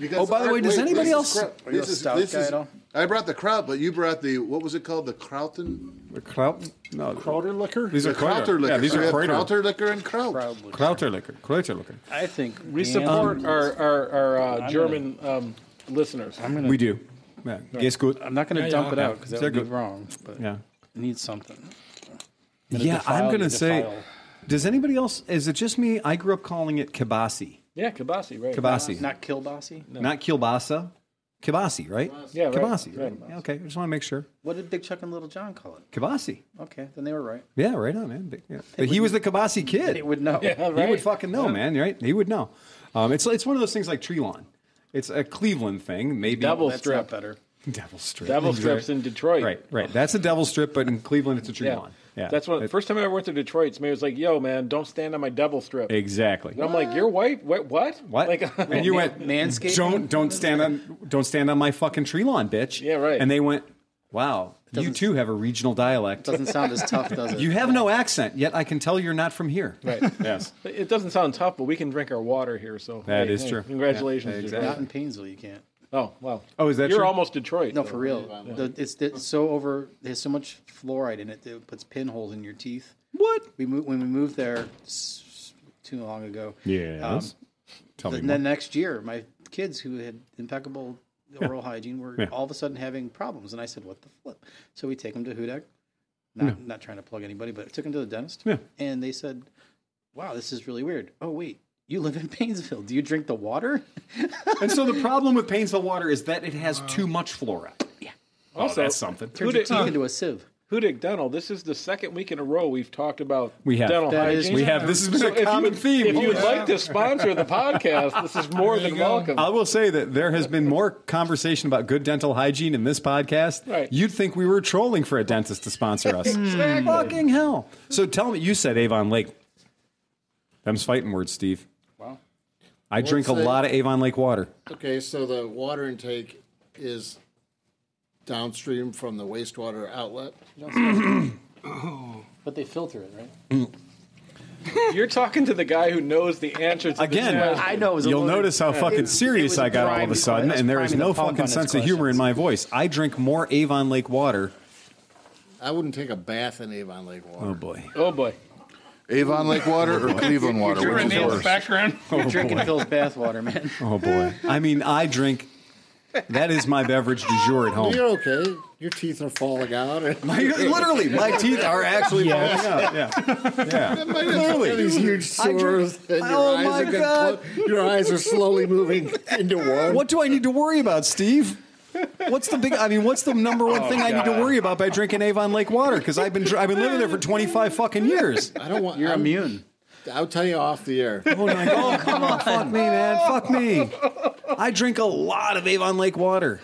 You guys- Oh, by the way, does wait, anybody this is else- kraut. Are you This a is- stout this guy is- at all? I brought the kraut, but you brought the what was it called? The krauten. The Kraut, no, Powder liquor? these are The krauter krauter. liquor. Yeah, these So we are have krauter. krauter liquor and kraut. Probably. Krauter liquor. Krauter liquor. I think We the support answer- our our, our uh, German um, listeners. We do. Yeah. Guess good. I'm not going to Yeah, dump yeah. it out because that They're would be good. wrong. But Yeah. it needs something. Yeah, defile, I'm you gonna say. defile. Does anybody else? Is it just me? I grew up calling it kibasi. Yeah, kielbasi, right? Kibasi, not, Not kielbasi. kielbasa. Kibasi, right? Yeah, right, Kibasi. right. Yeah, okay, I just want to make sure. What did Big Chuck and Little John call it? Kibasi. Okay, then they were right. Yeah, right on, man. Big- yeah. But he was the kibasi kid. They would know. Yeah, He would right. fucking know, man. Right? He would know. Um, it's it's one of those things like tree lawn. It's a Cleveland thing, maybe. Double That's not strip. better. devil strip. Devil strips in Detroit. Right, right. That's a devil strip, but in Cleveland, it's a tree Yeah. lawn. Yeah, That's when It- first time I ever went to Detroit. Somebody was like, "Yo, man, don't stand on my devil strip." Exactly. And I'm like, "You're white? What? What? What? Like, and you went manscaping? Don't don't stand on don't stand on my fucking tree lawn, bitch. Yeah, right. And they went, wow, you Doesn't- too have a regional dialect. Doesn't sound as tough, does it? You have no accent, yet I can tell you're not from here. Right. Yes. It doesn't sound tough, but we can drink our water here. So That that is is true. Congratulations, Yeah, Detroit. exactly. Not in Painesville, you can't. Oh wow. Oh, is that You're true? almost Detroit. No, though. Oh, for real. The- it's, it's so over. There's so much fluoride in it that it puts pinholes in your teeth. What? We moved, when we moved there s- too long ago. Um, Yes. Tell me And more. then next year, my kids who had impeccable Yeah. oral hygiene were Yeah. all of a sudden having problems, and I said, "What the flip?" So we take them to Hudak. Not not trying to plug anybody, but I took them to the dentist, Yeah. and they said, "Wow, this is really weird." Oh wait, you live in Painesville. Do you drink the water? and so the problem with Painesville water is that it has too much fluoride. Yeah. Also- oh, that's something. Turns your Hudak- teeth into a sieve. Hudik Dental. This is the second week in a row we've talked about We have. dental That is- hygiene. we have. This has been a if you- common theme. Oh, If you'd Yeah. like to sponsor the podcast, this is more than welcome. I will say that there has been more conversation about good dental hygiene in this podcast. Right. You'd think we were trolling for a dentist to sponsor us. Exactly. Fucking hell. So tell me, you said Avon Lake. Them's fighting words, Steve. Wow. I Well, drink a it's a- lot of Avon Lake water. Okay, so the water intake is downstream from the wastewater outlet. But they filter it, right? You're talking to the guy who knows the answer to Again, this question. I know. It was a You'll loaded- notice how yeah. fucking It- it serious was I got all priming of the a sudden, que- it and there was is priming no the pump fucking on its sense of humor in questions. my voice. I drink more Avon Lake water. I wouldn't take a bath in Avon Lake water. Oh boy. Oh boy. Avon Lake water or Cleveland water? You're Which in is Neil's worse? background. Oh Drinking boy. Phil's bathwater, man. Oh boy. I mean, I drink. That is my beverage du jour at home. You're okay. Your teeth are falling out. My, literally, my teeth are actually falling out. Yeah, yeah. Clearly, these huge I drink- sores, and your Oh, eyes my are getting God. clo- your eyes are slowly moving into one. What do I need to worry about, Steve? What's the big? I mean, what's the number one thing I need to worry about by drinking Avon Lake water? Because I've been dr- I've been living there for twenty five fucking years. I don't want. You're I'm- immune. I'll tell you off the air. Oh, my God. come on, fuck me, man, fuck me. I drink a lot of Avon Lake water.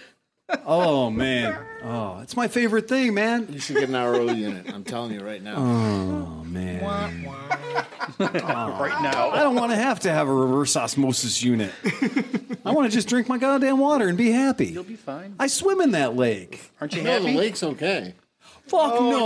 Oh man, oh, it's my favorite thing, man. You should get an RO unit. I'm telling you right now. Oh man. Right now. I don't want to have to have a reverse osmosis unit. I want to just drink my goddamn water and be happy. You'll be fine. I swim in that lake. Aren't you no, the happy? lake's okay. Fuck no.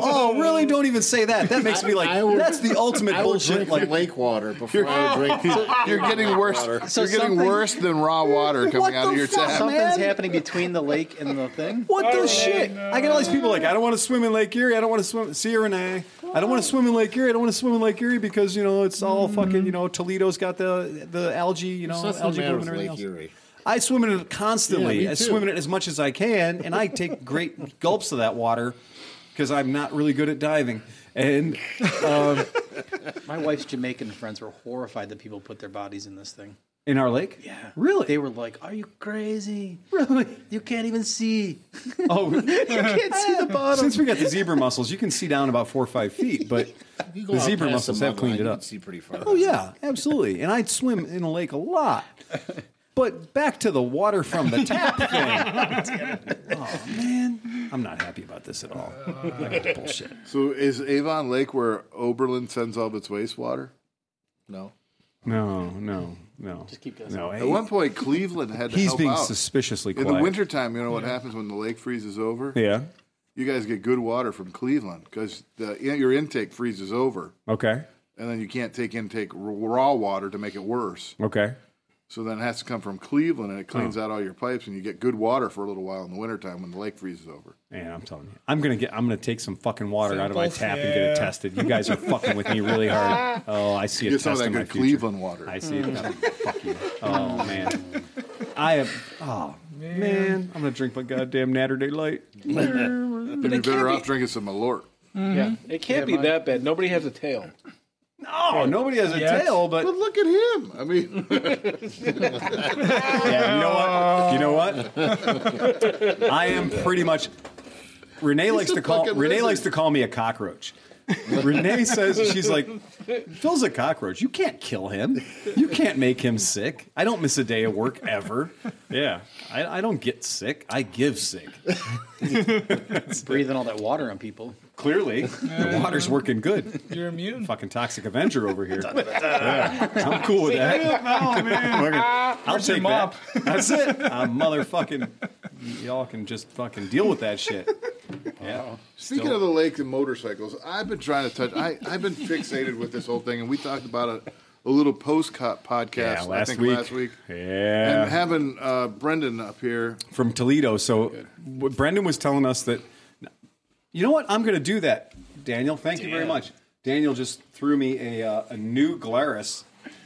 Oh, really? Don't even say that. That makes me like, I would- that's the ultimate I will bullshit. drink Like, lake water before I would drink. You're getting worse. So You're getting something- worse than raw water coming What out of the your fuck? tap. Some- Something's man. happening between the lake and the thing. what Oh, the shit? I get all these people like, I don't want to swim in Lake Erie. I don't want to swim. Sierra and I, I don't want to swim in Lake Erie. I don't want to swim in Lake Erie because, you know, it's all fucking, you know, Toledo's got the the algae, you know, Hmm. There's nothing algae the matter bloom and with everything Lake else. Erie. I swim in it constantly. Yeah, me I too. swim in it as much as I can, and I take great gulps of that water because I'm not really good at diving. And My wife's Jamaican friends were horrified that people put their bodies in this thing. in our lake, Yeah. really, They were like, "Are you crazy? really. You can't even see. Oh, You can't see the bottom." since we got the zebra mussels, you can see down about four or five feet, but You go the out zebra past mussels the have mud cleaned line, it you up. can see pretty far. Oh yeah, absolutely. And I'd swim in a lake a lot. But back to the water from the tap thing. oh man, I'm not happy about this at all. Uh, Like, bullshit. So is Avon Lake where Oberlin sends all of its wastewater? No. No, no, no. Just keep guessing. No, At one point, Cleveland had to He's help being out. suspiciously In quiet. the wintertime, you know what happens when the lake freezes over? Yeah. You guys get good water from Cleveland because your intake freezes over, Okay. and then you can't take intake r- raw water to make it worse. Okay. So then it has to come from Cleveland, and it cleans out all your pipes, and you get good water for a little while in the wintertime when the lake freezes over. Man, I'm telling you, I'm gonna get. I'm gonna take some fucking water out of my Samples? tap and get it Yeah. tested. You guys are fucking with me really hard. Oh, I see a You test get some of that in my good future. Cleveland water. I see it. coming. Fuck you. Oh man, I am. Oh man. I'm gonna drink my goddamn Natter Day Light. You'd be better off drinking some Malort. Mm-hmm. Yeah. It can't be that bad. Nobody has a tail. Oh, nobody has a Yes. tail, but But look at him. I mean, you know what? You know what? I am pretty much. Renee likes a to call fucking Renee lizard. likes to call me a cockroach. Renee says she's like, Phil's a cockroach. You can't kill him. You can't make him sick. I don't miss a day of work ever. Yeah, I, I don't get sick. I give sick. Breathing all that water on people. Clearly, the water's working good. You're immune. Fucking toxic Avenger over here. Yeah, I'm cool with that. Oh man. Fucking- I'll your take that. mop? That's it. I motherfucking y'all can just fucking deal with that shit. Yeah. speaking of the lake and motorcycles, I've been trying to touch. I I've been fixated with this whole thing, and we talked about it a little post cop podcast. Yeah, I last think week. last week. Yeah. and having uh, Brendan up here. from Toledo. So w- Brendan was telling us that, you know what? I'm going to do that, Daniel. Thank you very Yeah. much. Daniel just threw me a, uh, a new Glarus,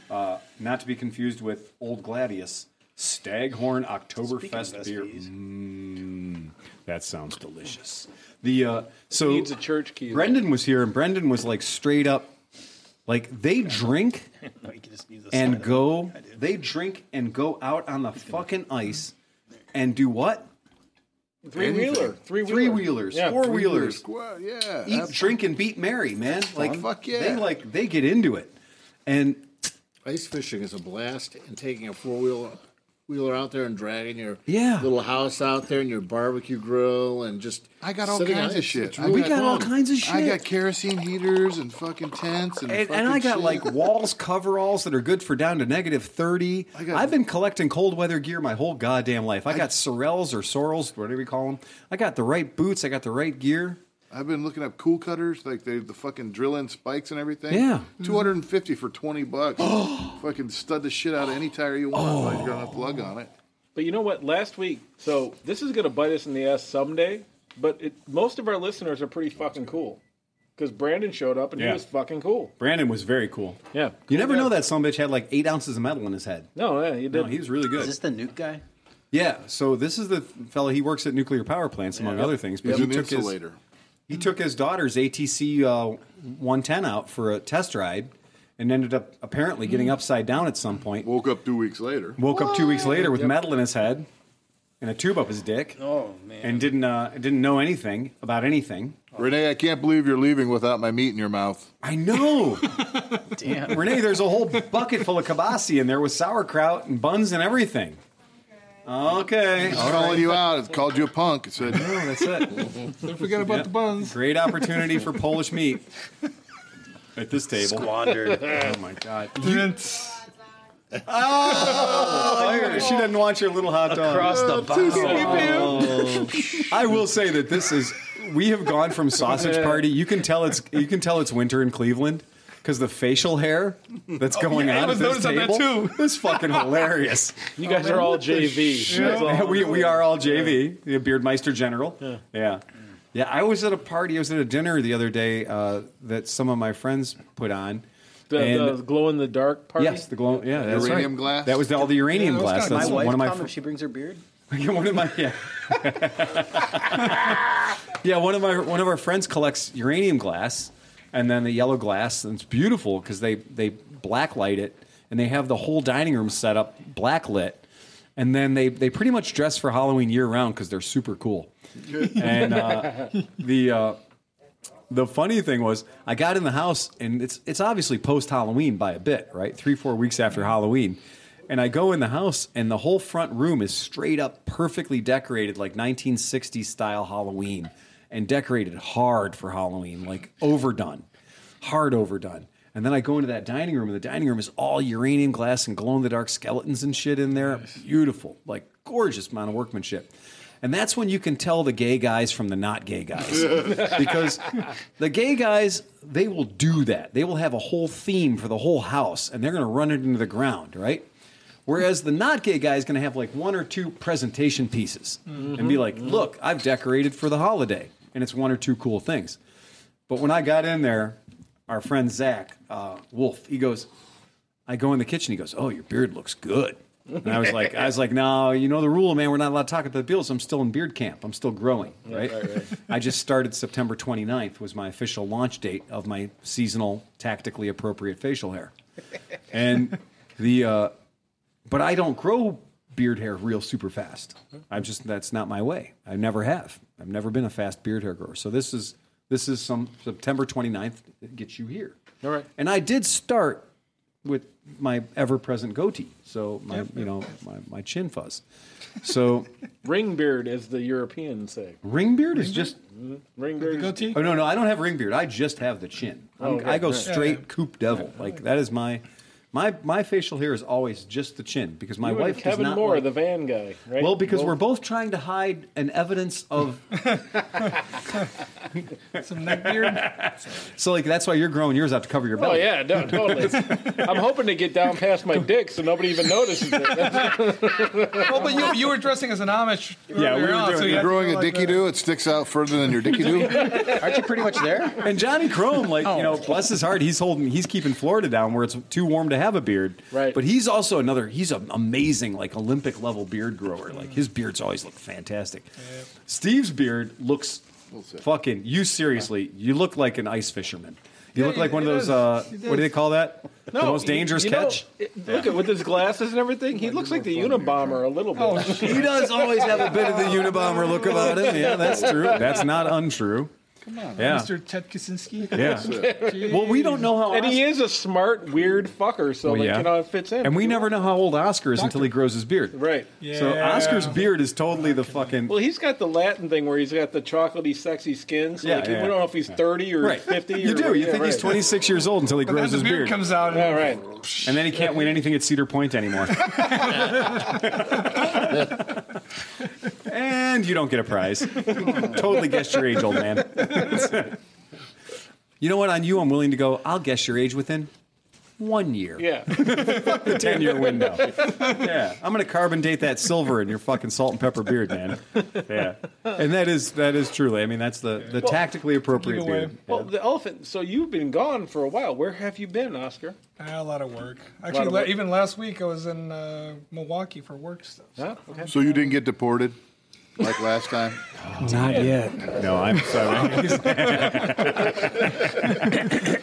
uh, not to be confused with Old Gladius, Staghorn Oktoberfest beer. Mm, that sounds delicious. The uh, so Needs a church key. Brendan was here, and Brendan was like straight up, like they drink No, you can just use the and side of go. They drink and go out on the fucking ice and do what? Three wheeler. Three wheeler. Three wheelers, Yeah. four wheelers. Well, yeah, Eat, drink, and beat Mary, man. Like Fuck yeah. they like they get into it, and Ice fishing is a blast, and taking a four wheel wheeler out there and dragging your Yeah. little house out there and your barbecue grill and just I got all sitting kinds on of ice. shit. It's I really we got all fun. kinds of I shit. got kerosene heaters and fucking tents and and, fucking and I got shit. like walls coveralls that are good for down to negative thirty. I got- I've been collecting cold weather gear my whole goddamn life. I, got sorels or sorrels, whatever you call them. I got the right boots. I got the right gear. I've been looking up cool cutters, like they the fucking drill in spikes and everything. Yeah. two hundred and fifty for twenty bucks. fucking stud the shit out of any tire you want. but You're gonna have lug on it. But you know what? Last week, so this is going to bite us in the ass someday. But it, most of our listeners are pretty fucking cool because Brandon showed up and Yeah. he was fucking cool. Brandon was very cool. Yeah. You never know that some bitch had like eight ounces of metal in his head. No, yeah, he did. No, he was really it. good. Is this the nuke guy? Yeah, so this is the fella. He works at nuclear power plants, among other things. But He's he an took his insulator. he took his daughter's ATC uh, 110 out for a test ride, and ended up apparently Mm. getting upside down at some point. Woke up two weeks later. Woke up two weeks later with metal in his head and a tube up his dick, Oh man. and didn't uh, didn't know anything about anything. Renee, I can't believe you're leaving without my meat in your mouth. I know, Damn. Renee. There's a whole bucket full of kibasi in there with sauerkraut and buns and everything. Okay, I'm calling you out. It called you a punk. It said, Oh, that's it. Don't forget about the buns. Great opportunity for Polish meat at this table. Squandered. Oh my god. Drinks. Oh, she doesn't want your little hot dog. Oh. Across the bow. I will say that this is we have gone from sausage party. You can tell it's you can tell it's winter in Cleveland because the facial hair that's going Oh, yeah, I on at was this noticing that table too. is fucking hilarious. You guys are all JV. That's all. we, we are all JV, the Beardmeister General. Yeah. yeah. I was at a party. I was at a dinner the other day uh, that some of my friends put on. The, and- the glow in the dark party. Yes, the glow. Yeah, that's right. Uranium glass? That was all the uranium Yeah, that was glass. kinda That's My wife one of my come fr- if she brings her beard. Yeah, one of my yeah. yeah, one of my one of our friends collects uranium glass, and then the yellow glass, and it's beautiful because they they blacklight it, and they have the whole dining room set up blacklit, and then they they pretty much dress for Halloween year round because they're super cool. and uh, the uh, the funny thing was, I got in the house, and it's it's obviously post Halloween by a bit, right? Three four weeks after Halloween, and I go in the house, and the whole front room is straight up perfectly decorated, like 1960s style Halloween, and decorated hard for Halloween, like overdone, hard overdone. And then I go into that dining room, and the dining room is all uranium glass and glow in the dark skeletons and shit in there. Beautiful, like gorgeous amount of workmanship. And that's when you can tell the gay guys from the not gay guys. because the gay guys, they will do that. They will have a whole theme for the whole house and they're going to run it into the ground, right? Whereas the not gay guy is going to have like one or two presentation pieces and be like, look, I've decorated for the holiday. And it's one or two cool things. But when I got in there, our friend Zach uh, Wolf, he goes, I go in the kitchen. He goes, "Oh, your beard looks good." And I was like, "I was like, no, you know the rule, man. We're not allowed to talk about the bills. I'm still in beard camp. I'm still growing, right? I just started September 29th was my official launch date of my seasonal tactically appropriate facial hair, and the, uh, but I don't grow beard hair real super fast. I'm just that's not my way. I never have. I've never been a fast beard hair grower. So this is this is some September 29th that gets you here. All right. And I did start with my ever-present goatee, so my you know my, my chin fuzz. So Ring beard, as the Europeans say. ring beard is just Ring beard. Goatee. oh no no I don't have ring beard. I just have the chin. I'm- Oh, okay, I go right. straight coop devil like that is my My my facial hair is always just the chin because my You and wife Kevin does not Moore, like- the van guy, right? oh, Well, because we're both trying to hide an evidence of Some neck beard. so like that's why you're growing yours out to cover your Oh belly. yeah, no, totally. I'm hoping to get down past my dick so nobody even notices it. well, but you you were dressing as an Amish. earlier we were on, so doing- you you're had to growing feel a like dicky do. It sticks out further than your dicky do. Aren't you pretty much there? And Johnny Chrome, like Oh. you know, bless his heart, he's holding, he's keeping Florida down where it's too warm to have a beard. Right. But he's also another. He's an amazing, like Olympic level beard grower. Like his beards always look fantastic. Steve's beard looks fucking. You seriously, you look like an ice fisherman. You Yeah, look like he- one of he those. does. Uh, He what do they does. call that? the most you- dangerous you know, catch. it- look at with his glasses and everything. He looks like the Unabomber a little bit. He does always have a bit of the Unabomber look about him. Yeah, that's true. That's not untrue. Come on, yeah, Mr. Ted Kaczynski. yeah. well, we don't know how. and he Oscar- is a smart, weird fucker. So Well, like, yeah. you know, it fits in. And we never know how old Oscar is until he grows his beard. right. So Yeah. Oscar's beard is totally the fucking. Well, he's got the Latin thing where he's got the chocolatey, sexy skin. So Yeah, like, yeah. we don't know if he's thirty or Right. fifty. You or, do. You yeah, think he's right. 26 years old until he But grows then his the beard beard. comes out. All right. And then he can't win anything at Cedar Point anymore. and you don't get a prize. totally guessed your age, old man. you know what? On you, I'm willing to go, I'll guess your age within one year. Yeah. The 10 year window. Yeah. I'm going to carbon date that silver in your fucking salt and pepper beard, man. Yeah. And that is that is truly, I mean, that's the, the tactically appropriate Either way. beard. Well, the elephant. So you've been gone for a while. Where have you been, Oscar? Ah, a lot of work. Actually, of la- work. even last week I was in uh, Milwaukee for work stuff. Huh? Okay. So you didn't get deported like last time. Not yet. No, I'm sorry.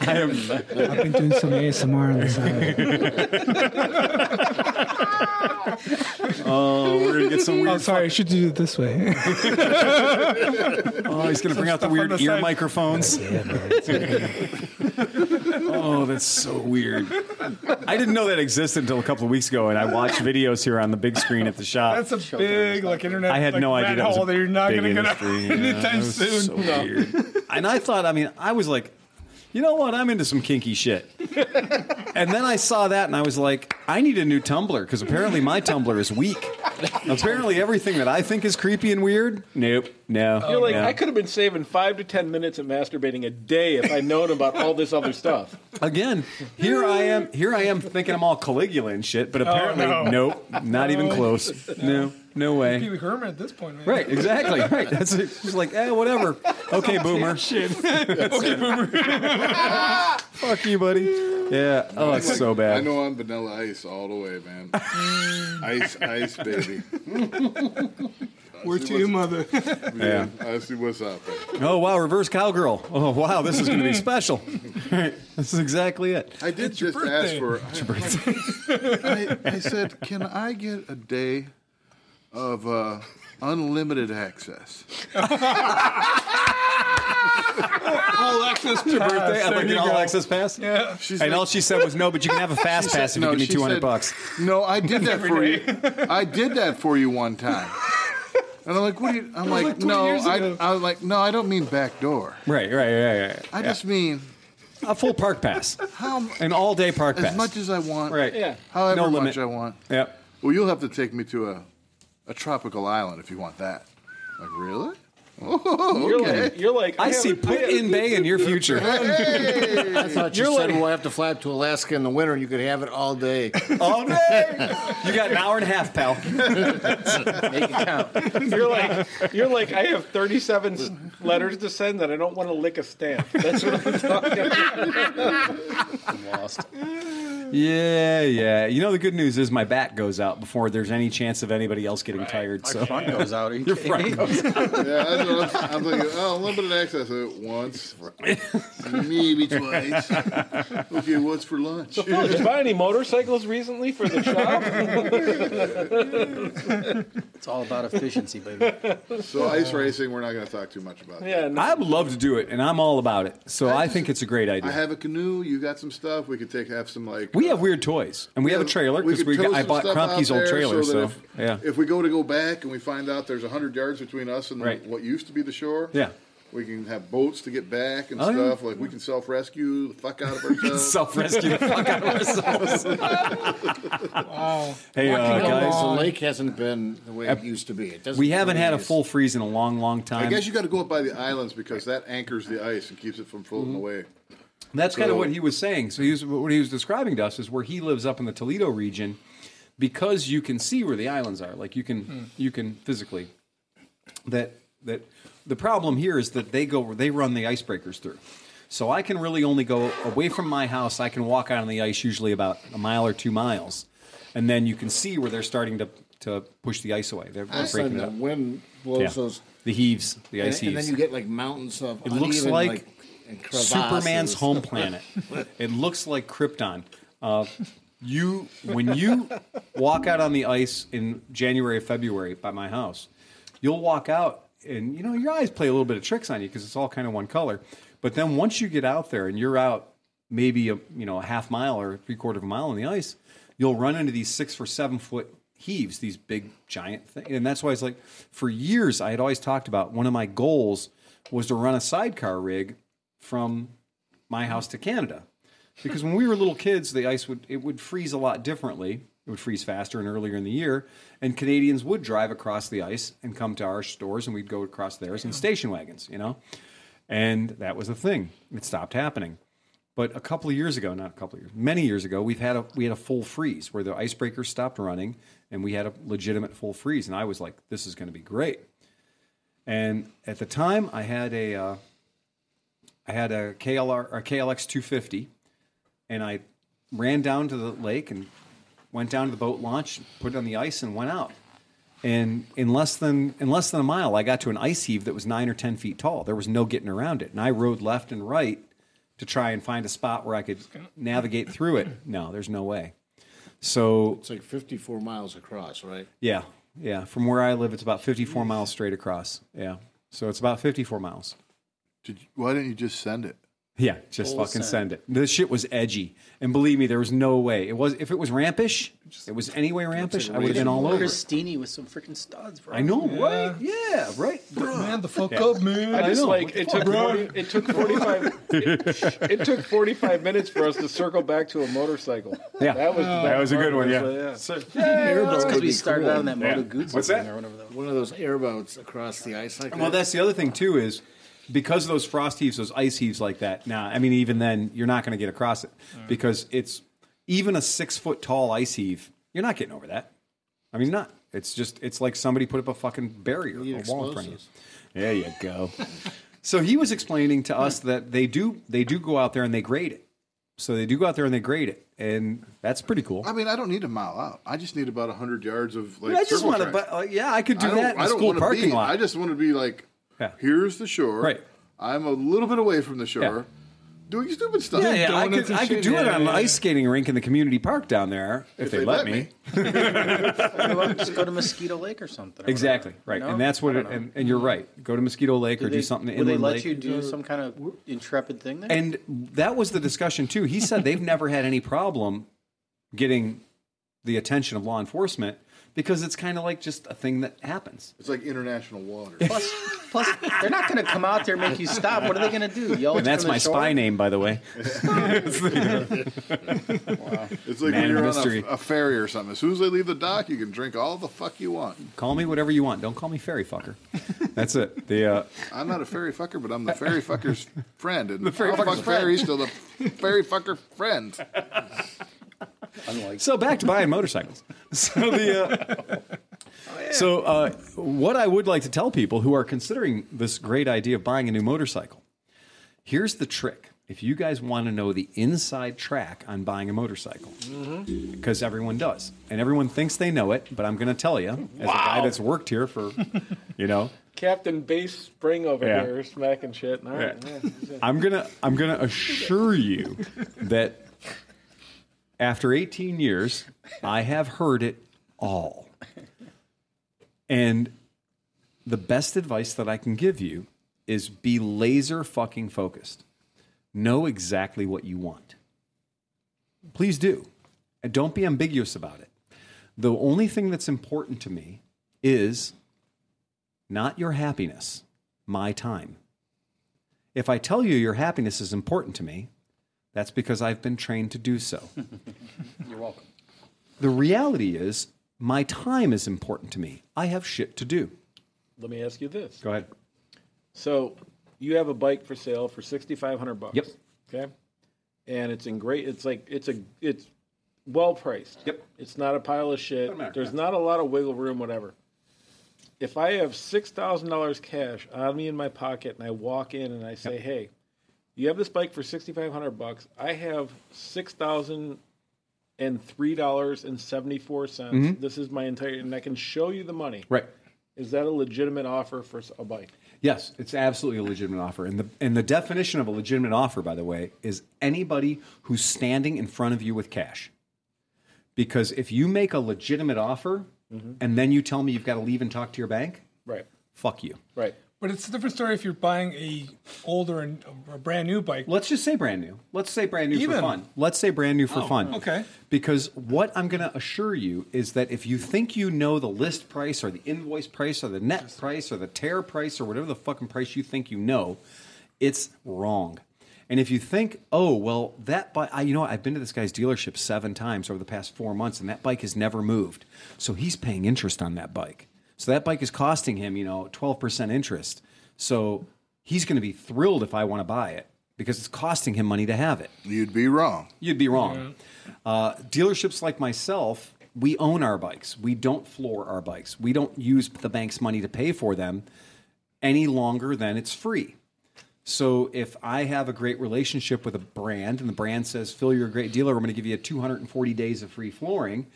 I am I've been doing some ASMR on the side. Oh, we're gonna get some Oh, weird. sorry, I should do it this way. Oh, he's gonna bring out the stuff weird on the ear side. microphones. oh, that's so weird. I didn't know that existed until a couple of weeks ago, and I watched videos here on the big screen at the shop. That's a big like internet. I had like, no rat idea that was Hole a that you're not big going to get industry. Yeah, out anytime that was soon. so weird. and I thought, I mean, I was like, you know what? I'm into some kinky shit. and then I saw that, and I was like, I need a new Tumblr because apparently my Tumblr is weak. apparently, everything that I think is creepy and weird, nope, no. You're like, no. I could have been saving five to ten minutes of masturbating a day if I'd known about all this other stuff. Again, here I am. Here I am thinking I'm all Caligula and shit, Oh, but apparently, no. nope, not even close. No, no Pee way. Wee Herman at this point, man. Right, exactly. Right. That's it. She's like, eh, whatever. Okay, boomer. Shit. okay, boomer. Fuck you, buddy. Yeah. Oh, it's Like, so I bad. know I'm vanilla ice all the way, man. Mm. ice, ice, baby. We're to you, mother. Yeah. I see what's up. man. Oh wow, reverse cowgirl. Oh wow, this is going to be special. Right. This is exactly it. I did your just ask birthday. for. I, I said, "Can I get a day of uh, unlimited access?" All access to Birthday, I'd like an all access pass. Yeah. She's And like- all she said was no, but you can have a fast pass if No, you give me she two hundred said, bucks. No, I did that for you. I did that for you one time. And I'm like, what do you? I'm like, like 20 no, years I, ago. I was like, no, I don't mean back door. Right, right, right, right. I just mean a full park pass, how an all day park as pass. much as I want, right. Yeah. However No limit. much I want. Yep. Well, you'll have to take me to a a tropical island if you want that. Like really? You're like, you're like, I see haven't- put in Bay in your future. I thought you said we'll have to fly up to Alaska in the winter and you could have it all day. All day. You got an hour and a half, pal. Make it count. You're like, you're like, I have 37 s- letters to send that I don't want to lick a stamp. That's what I'm talking about. I'm lost. Yeah, yeah. You know the good news is my back goes out before there's any chance of anybody else getting tired. So Front goes out. Are you your kidding front me? goes out. Yeah, I know. I'm thinking oh, limited access uh, once, maybe twice. Okay, what's for lunch? Phil, did you buy any motorcycles recently for the shop? It's all about efficiency, baby. So ice racing, we're not going to talk too much about. that. Yeah. No. I'd love to do it, and I'm all about it. So I think it's a great I idea. have a canoe. You got some stuff. We could take have some like We uh, have weird toys, and we have a trailer we because could we got, tow I some bought stuff out Crumpy's old there trailer. that So, if, yeah, if we go to go back and we find out there's hundred yards between us and Right. what used to be the shore, Yeah. We can have boats to get back and Oh, yeah. stuff. Like we can self rescue the fuck out of ourselves. self-rescue the fuck out of Oh. wow. Hey, uh, guys. the lake hasn't been the way Uh, it used to be. It doesn't. We haven't had a freeze. full freeze in a long, long time. I guess you got to go up by the islands because that anchors the ice and keeps it from floating Mm-hmm. away. That's kind of So- what he was saying. So he was what he was describing to us is where he lives up in the Toledo region, because you can see where the islands are. Like you can Hmm. you can physically. That that the problem here is that they go they run the icebreakers through. So I can really only go away from my house. I can walk out on the ice usually about a mile or two miles, and then you can see where they're starting to to push the ice away. They're, I they're said breaking it up. the wind blows Yeah. those, The heaves, the and, ice and heaves. then you get like mountains of. It looks uneven, like and crevasses. Superman's home planet. it looks like Krypton. Uh, you when you walk out on the ice in January or February by my house, you'll walk out and you know your eyes play a little bit of tricks on you because it's all kind of one color. But then once you get out there and you're out maybe a you know a half mile or three quarter of a mile on the ice, you'll run into these six or seven foot heaves, these big giant things. And that's why it's like for years I had always talked about one of my goals was to run a sidecar rig from my house to Canada. Because when we were little kids, the ice would it would freeze a lot differently. It would freeze faster and earlier in the year, and Canadians would drive across the ice and come to our stores, and we'd go across theirs in station wagons, you know. And that was a thing. It stopped happening. But a couple of years ago, not a couple of years, many years ago, we've had a we had a full freeze where the icebreakers stopped running, and we had a legitimate full freeze. And I was like, "This is going to be great." And at the time, I had a uh, I had a KLR or KLX 250, and I ran down to the lake and went down to the boat launch, put it on the ice, and went out. And in less than in less than a mile, I got to an ice heave that was nine or ten feet tall. There was no getting around it, and I rode left and right to try and find a spot where I could navigate through it. No, there's no way. So It's like 54 miles across, right? yeah, yeah. From where I live, it's about 54 miles straight across. Yeah, so it's about 54 miles. Did you, why didn't you just send it? Yeah, just Full fucking send send. it. This shit was edgy, and believe me, there was no way. It was if it was rampish, it was any way rampish, I would have been all over. it. Christini with some freaking studs, bro. I know, right? Yeah, right. Man, the fuck Yeah. up, man. I just know. like it took, 40, it took 45 it, it took 45 minutes for us to circle back to a motorcycle. Yeah. That was the That best was a part good one, of it, yeah. so, That's because would we be started cool. out on that Yeah. Moto Guzzi What's that? thing or whatever that was. One of those airboats across the ice like Well, that. that's the other thing too is because of those frost heaves, those ice heaves like that. Now, I mean, even then, you're not going to get across it because it's even a six foot tall ice heave. You're not getting over that. I mean, not. It's just it's like somebody put up a fucking barrier, a wall in front of you. explosives. There you go. so he was explaining to us that they do they do go out there and they grade it. So they do go out there and they grade it, and that's pretty cool. I mean, I don't need a mile out. I just need about hundred yards of like. I just circle want to, track. but uh, yeah, I could do don't- that in a don't school wanna parking be- lot. I just want to be like, Yeah. here's the shore. Right. I'm a little bit away from the shore, Yeah. doing stupid stuff. Yeah, yeah, I could, and I could shit. do it Yeah, on an yeah, ice skating rink in the community park down there if, they, let, me. Just go to Mosquito Lake or something. or Exactly whatever, right, you know? and that's what. I It, don't know. and, and you're right. Go to Mosquito Lake or Did do they- something Will in they the let lake. you Uh, do some kind of intrepid thing there? and that was the discussion too. He said they've never had any problem getting the attention of law enforcement because it's kind of like just a thing that happens. It's like international water. plus, plus, they're not going to come out there and make you stop. What are they going to do? Yell And at you that's from the my shore? spy name, by the way. It's like Man when of you're mystery. on a, a ferry or something. As soon as they leave the dock, you can drink all the fuck you want. Call me whatever you want. Don't call me fairy fucker. That's it. The uh, I'm not a fairy fucker, but I'm the fairy fucker's friend, and the fairy fairy I'll fucker's fuck fairies till the fairy fucker friend. So back to buying motorcycles. So the uh, so uh, what I would like to tell people who are considering this great idea of buying a new motorcycle, here's the trick. If you guys want to know the inside track on buying a motorcycle, because everyone does, and everyone thinks they know it, but I'm going to tell you, as a guy that's worked here for, you know, Captain Base Spring over Yeah. here smacking shit. All right. Yeah. yeah. I'm gonna I'm gonna assure you that after 18 years, I have heard it all. And the best advice that I can give you is be laser fucking focused. Know exactly what you want. Please do. And don't be ambiguous about it. The only thing that's important to me is not your happiness, my time If I tell you your happiness is important to me, that's because I've been trained to do so. You're welcome. The reality is, my time is important to me. I have shit to do. Let me ask you this. Go ahead. So you have a bike for sale for sixty five hundred bucks. Yep. Okay. And it's in great. It's like it's a it's well priced. Yep. It's not a pile of shit. There's not a lot of wiggle room. Whatever. If I have six thousand dollars cash on me in my pocket and I walk in and I say, "Hey, you have this bike for sixty five hundred bucks. I have six thousand and three dollars and seventy four cents. Mhm. This is my entire, and I can show you the money. Right. Is that a legitimate offer for s- a bike? Yes, it's absolutely a legitimate offer. And the and the definition of a legitimate offer, by the way, is anybody who's standing in front of you with cash. Because if you make a legitimate offer Mhm. and then you tell me you've got to leave and talk to your bank, Right. fuck you. Right. But it's a different story if you're buying a older and a brand new bike. Let's just say brand new. Let's say brand new Even. for fun. Let's say brand new for Oh, fun. okay. Because what I'm going to assure you is that if you think you know the list price or the invoice price or the net price or the tear price or whatever the fucking price you think you know, it's wrong. And if you think, oh well, that bike, I, you know, what? I've been to this guy's dealership seven times over the past four months, and that bike has never moved. So he's paying interest on that bike. So that bike is costing him, you know, twelve percent interest. So he's going to be thrilled if I want to buy it because it's costing him money to have it. You'd be wrong. You'd be wrong. Uh, dealerships like myself, we own our bikes. We don't floor our bikes. We don't use the bank's money to pay for them any longer than it's free. So if I have a great relationship with a brand and the brand says, Phil, you're a great dealer, I'm going to give you 240 days of free flooring.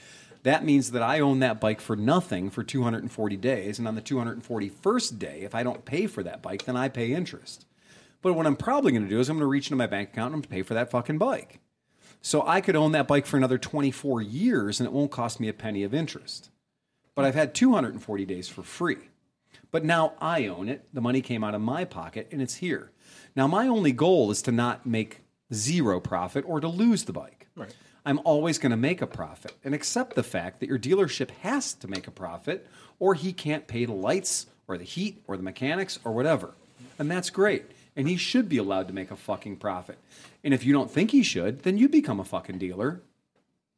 That means that I own that bike for nothing for 240 days. And on the 241st day, if I don't pay for that bike, then I pay interest. But what I'm probably going to do is I'm going to reach into my bank account and I'm gonna pay for that fucking bike. So I could own that bike for another 24 years and it won't cost me a penny of interest. But I've had 240 days for free. But now I own it. The money came out of my pocket and it's here. Now, my only goal is to not make zero profit or to lose the bike. Right. I'm always going to make a profit and accept the fact that your dealership has to make a profit or he can't pay the lights or the heat or the mechanics or whatever. And that's great. And he should be allowed to make a fucking profit. And if you don't think he should, then you become a fucking dealer.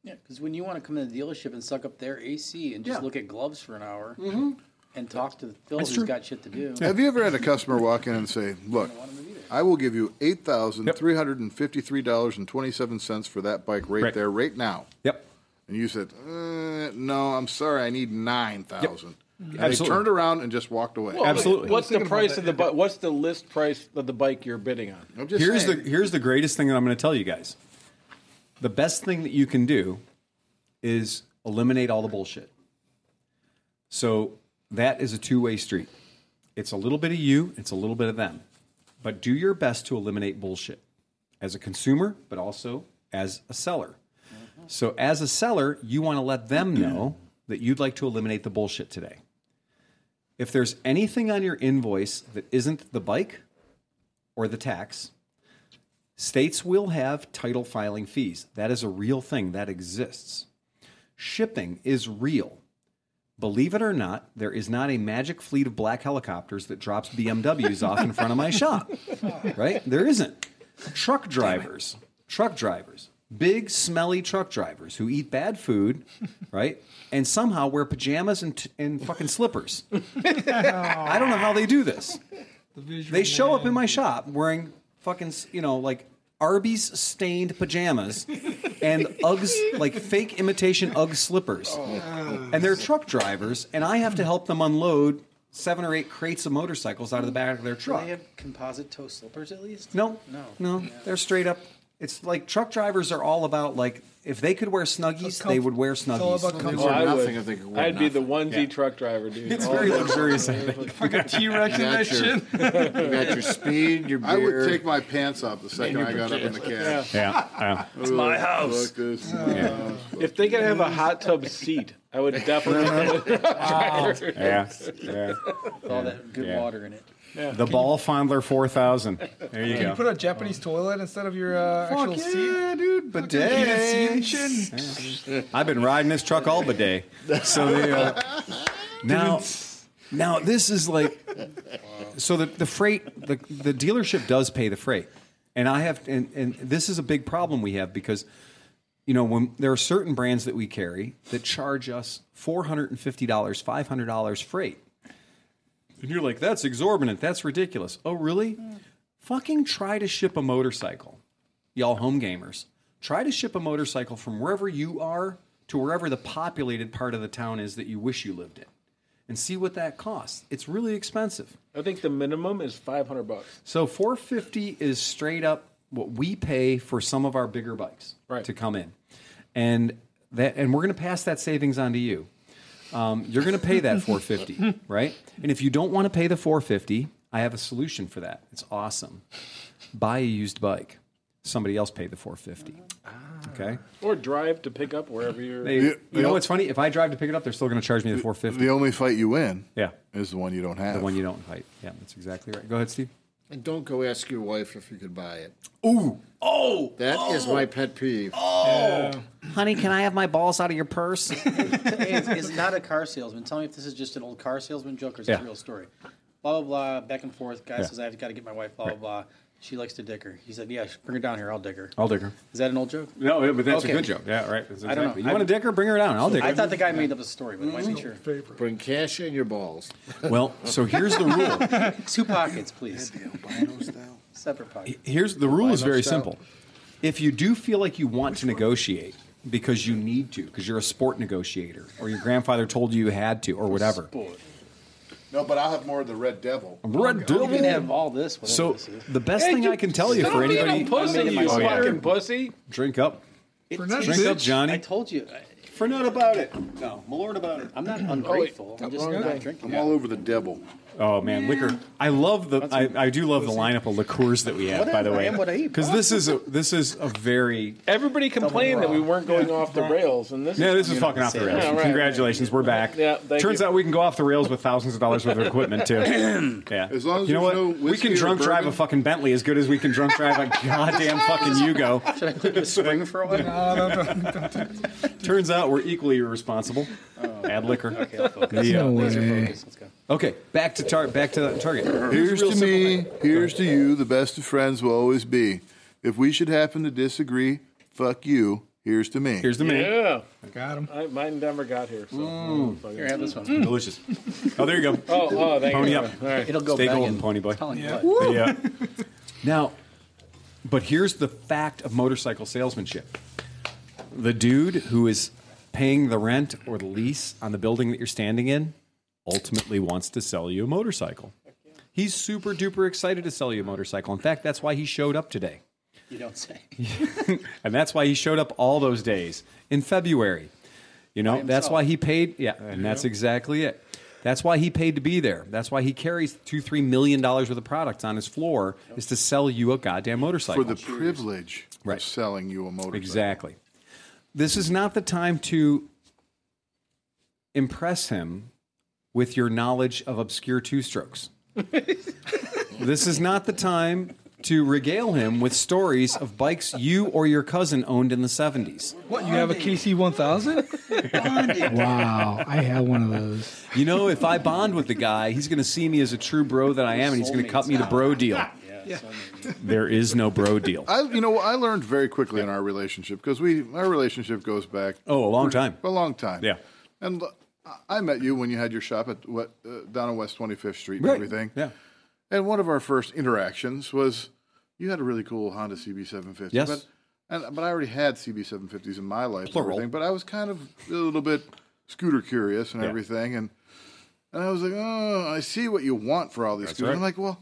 Yeah, because when you want to come in the dealership and suck up their AC and just Yeah. look at gloves for an hour Mhm. and talk to Phil That's who's true. got shit to do. Have you ever had a customer walk in and say, "Look, I will give you eight thousand three hundred and fifty-three dollars and twenty-seven cents for that bike right, Right. there, right now"? Yep. And you said, uh, "No, I'm sorry, I need nine thousand. And they Absolutely. turned around and just walked away. Well, What's the price of the bi- what's the list price of the bike you're bidding on? I'm here's the here's the greatest thing that I'm going to tell you guys. The best thing that you can do is eliminate all the bullshit. So that is a two-way street. It's a little bit of you, it's a little bit of them. But do your best to eliminate bullshit as a consumer, but also as a seller. So as a seller, you want to let them know that you'd like to eliminate the bullshit today. If there's anything on your invoice that isn't the bike, or the tax. States will have title filing fees. That is a real thing that exists. Shipping is real. Believe it or not, there is not a magic fleet of black helicopters that drops BMWs off in front of my shop. Right? There isn't. Truck drivers, truck drivers, big smelly truck drivers who eat bad food, right? And somehow wear pajamas and, t- and fucking slippers. I don't know how they do this. They show up in my shop wearing fucking, you know, like Arby's stained pajamas and Uggs, like fake imitation Ugg slippers. And they're truck drivers, and I have to help them unload seven or eight crates of motorcycles out of the back of their Do truck. they have composite toe slippers at least? No, No. no, they're straight up. It's like truck drivers are all about like if they could wear snuggies, they would wear snuggies. Oh, I would. I'd be the onesie truck driver, dude. Oh. It's All very day. luxurious, I think. Fucking T-Rex in that shit. I would take my pants off the second your I got up in the pajamas. cab. Yeah. Yeah. It's my house. Fuck this. If they could have a hot tub seat, I would definitely. Uh-huh. Wow. Yeah, yeah. With all that good Yeah. water in it. The ball fondler four thousand. There you Can you go. put a Japanese toilet instead of your uh, Fuck actual seat? Yeah, dude, Fucking bidet. heated seat and shit. I've been riding this truck all the day. So the, uh, now Now this is like, so the, the freight, the, the dealership does pay the freight, and I have, and, and this is a big problem we have because, you know, when there are certain brands that we carry that charge us four hundred and fifty dollars, five hundred dollars freight, and you're like, that's exorbitant, that's ridiculous. Oh, really? Fucking try to ship a motorcycle, y'all home gamers. Try to ship a motorcycle from wherever you are to wherever the populated part of the town is that you wish you lived in and see what that costs. It's really expensive. I think the minimum is 500 bucks. So 450 is straight up what we pay for some of our bigger bikes Right. to come in. And that and we're going to pass that savings on to you. Um, you're going to pay that 450, right? And if you don't want to pay the 450, I have a solution for that. It's awesome. Buy a used bike. Somebody else paid the 450. Okay. Or drive to pick up wherever you're. They- you know what's funny? If I drive to pick it up, they're still going to charge me the 450. The only fight you win Yeah. is the one you don't have. The one you don't fight. Yeah, that's exactly right. Go ahead, Steve. And don't go ask your wife if you could buy it. Ooh. Oh, that is my pet peeve. Honey, can I have my balls out of your purse? it's, it's not a car salesman. Tell me if this is just an old car salesman joke or is it Yeah. a real story. Blah, blah, blah, back and forth. Guy Yeah. says, I've got to get my wife, blah, blah, blah. She likes to dick her. He said, Yeah, bring her down here. I'll dick her. I'll dig her. Is that an old joke? No, yeah, but that's Okay. a good joke. Yeah, right. That's I don't know. exactly- You want to dick her? Bring her down. I'll dig I her. thought the guy made up a story, but it might be true. Bring cash in your balls. Well, so here's the rule. Two pockets, please. Separate pockets. Here's the rule is Line up very style. simple. If you do feel like you want to negotiate because you need to, because you're a sport negotiator, or your grandfather told you you had to, or whatever. No, but I'll have more of the Red Devil. Red You can have all this. whatever So this is. the best Hey, thing I can tell you Stop for being anybody, a pussy, you Oh, yeah. fucking pussy. drink up, It's- Fernandez, drink up, bitch. I Johnny. told you. I- For not about it. No, Malord about it. I'm not ungrateful. I'm just not I'm drinking. all over the devil. Oh man, liquor. I love the. I, I do love the lineup of liqueurs that we have. by the Whatever, I way, am what I eat, because bro. this is a this is a very Everybody complained that we weren't going off the rails, and this. yeah. is, This is fucking off the rails. Yeah, right, right. Congratulations, we're back. Yeah, thank Turns you. out we can go off the rails with thousands of dollars worth of equipment too. yeah. As long as you know what, there's no we whiskey can or drunk drive a bourbon. fucking Bentley as good as we can drunk drive a goddamn fucking Yugo. Should I put you a spring for a while? No, no, no, no. Turns out we're equally irresponsible. Oh. Add liquor. Okay, No way. Let's go. okay back to tar- back to Target. Here's Real to simple me, thing. here's to you, the best of friends will always be. If we should happen to disagree, fuck you. Here's to me. Here's the me. Yeah, Got him. I, mine never got here. So. Mm. fuck it. Here, have this one. Delicious. Oh, there you go. Oh, oh, thank Pony you. up. All right. It'll go Stay banging. golden, pony boy. Telling you Yeah. what. Yeah. Now, but here's the fact of motorcycle salesmanship. The dude who is paying the rent or the lease on the building that you're standing in ultimately wants to sell you a motorcycle. He's super duper excited to sell you a motorcycle. In fact, that's why he showed up today. You don't say. And that's why he showed up all those days in February. You know, that's himself. why he paid. Yeah, and that's exactly it. That's why he paid to be there. That's why he carries two, three million dollars worth of products on his floor is to sell you a goddamn motorcycle. For the privilege Right. of selling you a motorcycle. exactly. This is not the time to impress him with your knowledge of obscure two strokes. this is not the time to regale him with stories of bikes you or your cousin owned in the 70s. What, you have a KC 1000? Wow, I had one of those. You know, if I bond with the guy, he's going to see me as a true bro that I am, and he's going to cut me the bro deal. There is no bro deal. I, you know, I learned very quickly in our relationship because we our relationship goes back Oh, a long time. a long time. Yeah. and l- I met you when you had your shop at what, uh, down on West Twenty Fifth Street and Right. everything. Yeah. And one of our first interactions was you had a really cool Honda CB750. Yes. But, and, but I already had CB750s in my life. and Plural. everything, but I was kind of a little bit scooter curious and Yeah. everything. And, and I was like, oh, I see what you want for all these That's scooters. right. I'm like, well,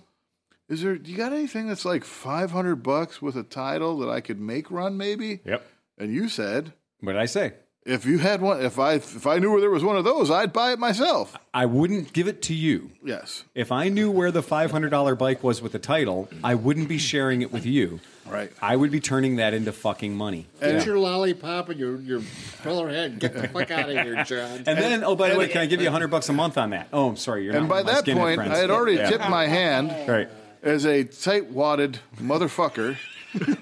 is there, do you got anything that's like 500 bucks with a title that I could make run maybe? Yep. And you said, What did I say? if you had one, if I if I knew where there was one of those, I'd buy it myself. I wouldn't give it to you. Yes, If I knew where the $500 bike was with the title, I wouldn't be sharing it with you. Right. I would be turning that into fucking money. Get your lollipop and your your feller head. Get the fuck out of here, John. And then, oh, by the way, can I give you 100 bucks a month on that? Oh, I'm sorry. You're and not by my that skinhead point, friends. I had already Yeah. tipped my hand Right. as a tight wadded motherfucker who,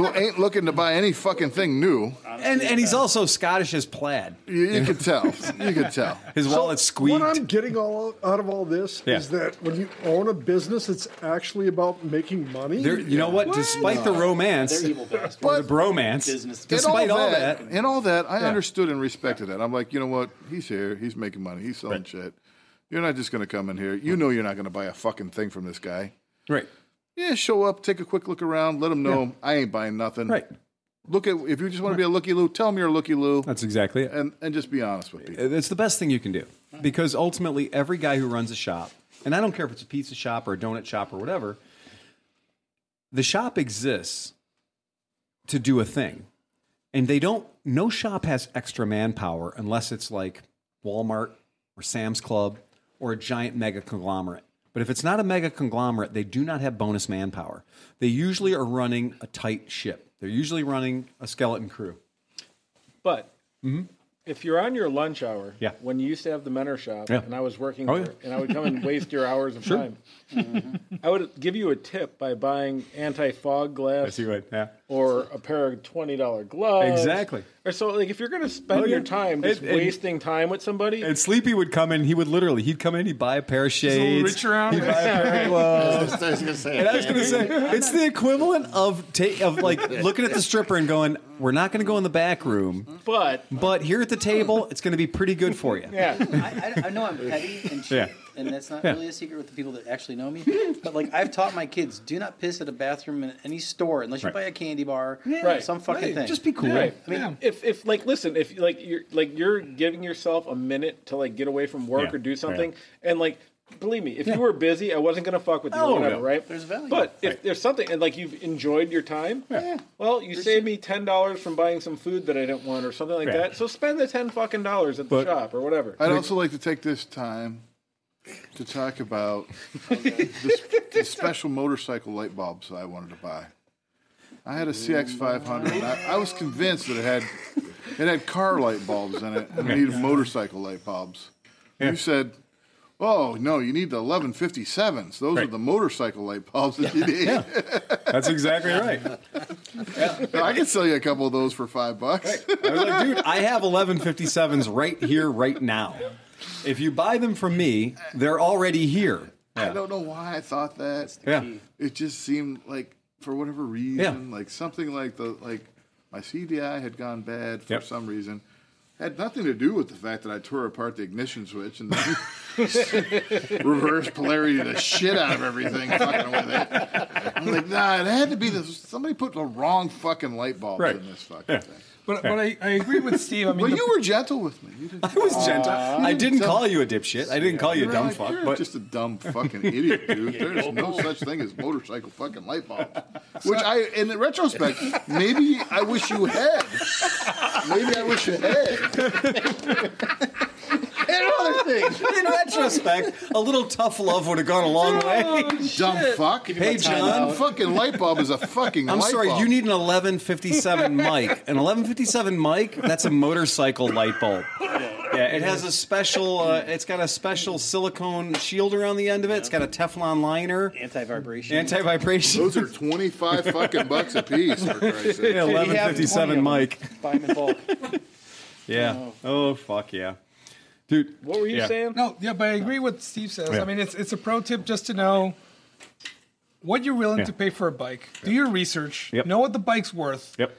who ain't looking to buy any fucking thing new. and and he's also Scottish as plaid. You, you could tell. You could tell. His So wallet squeaked. What I'm getting all out of all this Yeah. is that when you own a business, it's actually about making money. There- you know what? Despite the romance, or the bromance, despite all that, in all that, I Yeah. understood and respected that. I'm like, you know what? He's here. He's making money. He's selling shit. You're not just going to come in here. You know, you're not going to buy a fucking thing from this guy. Right. Yeah. Show up. Take a quick look around. Let him know Yeah. I ain't buying nothing. Right. Look at if you just want to be a looky loo, tell me you're a looky loo, that's exactly it. and and just be honest with people. It's the best thing you can do because ultimately, every guy who runs a shop, and I don't care if it's a pizza shop or a donut shop or whatever, the shop exists to do a thing, and they don't. No shop has extra manpower unless it's like Walmart or Sam's Club or a giant mega conglomerate. But if it's not a mega conglomerate, they do not have bonus manpower. They usually are running a tight ship. They're usually running a skeleton crew. But if you're on your lunch hour, Mm-hmm. Yeah. when you used to have the mentor shop, Yeah. and I was working Oh, there, yeah. and I would come and waste your hours of Sure. time, I would give you a tip by buying anti fog glass Yes, you would. Yeah. or a pair of twenty dollar gloves. Exactly. Or so, like if you're going to spend Oh, yeah. your time just And- and- wasting time with somebody, And Sleepy would come in. He would literally, he'd come in, he'd buy a pair of a little shades, reach around. he'd buy a pair of gloves. I was gonna say, And I was going to say, it's the equivalent of ta- of like looking at the stripper and going, "We're not going to go in the back room, but but here at the table, it's going to be pretty good for you." yeah. I, I, I know I'm petty and cheap, Yeah. and that's not Yeah. really a secret with the people that actually know me. But like, I've taught my kids: do not piss at a bathroom in any store unless you Right. buy a candy bar, Yeah. or Right. Some fucking Right. thing. Just be cool. Right. I mean, mean, if if like listen, if like you're like you're giving yourself a minute to like get away from work Yeah. or do something, and like believe me, if you were busy, I wasn't gonna fuck with you Oh, or whatever, no. right? There's value. But if there's something and like you've enjoyed your time, yeah. Well, you saved me ten dollars from buying some food that I didn't want or something like Yeah. that. So spend the ten fucking dollars at the But- shop or whatever. I'd also like to take this time to talk about this, this special motorcycle light bulbs that I wanted to buy. I had a CX500. And I, I was convinced that it had it had car light bulbs in it, and I needed motorcycle light bulbs. You said, "Oh no, you need the 1157s. Those are Right. the motorcycle light bulbs that you need." That's exactly right. I could sell you a couple of those for five bucks. I was like, "Dude, I have 1157s right here, right now. If you buy them from me, they're already here." I don't know why I thought that. the Yeah. key. It just seemed like for whatever reason, like something like the like my CDI had gone bad for Yep. some reason. Had nothing to do with the fact that I tore apart the ignition switch and then reverse polarity the shit out of everything fucking with it. I'm like, nah, it had to be this somebody put the wrong fucking light bulb Right. in this fucking thing. But, but I, I agree with Steve. I mean, well, the- you were gentle with me. You didn't, I was gentle. I didn't call you a dipshit. I didn't call you You're a dumb like, fuck. You're But just a dumb fucking idiot, dude. There's no such thing as motorcycle fucking light bulbs. Which I, in retrospect, maybe I wish you had. Maybe I wish you had. another thing. in retrospect, a little tough love would have gone a long way. Dumb fuck. Hey, John. Fucking light bulb is a fucking. I'm light sorry, bulb. you need an 1157 mic. An 1157 mic, that's a motorcycle light bulb. Yeah, it has a special, uh, it's got a special silicone shield around the end of it. It's got a Teflon liner, Anti vibration. anti vibration. Those are twenty five fucking bucks a piece. For Christ's sake. Yeah, have 1157 20 of mic. Buy them in bulk. Yeah. Oh, fuck yeah. Dude. What were you yeah. saying? No, yeah, but I agree with what Steve says. Yeah. I mean, it's it's a pro tip just to know what you're willing Yeah. to pay for a bike. Do your research. Yep. Know what the bike's worth. Yep.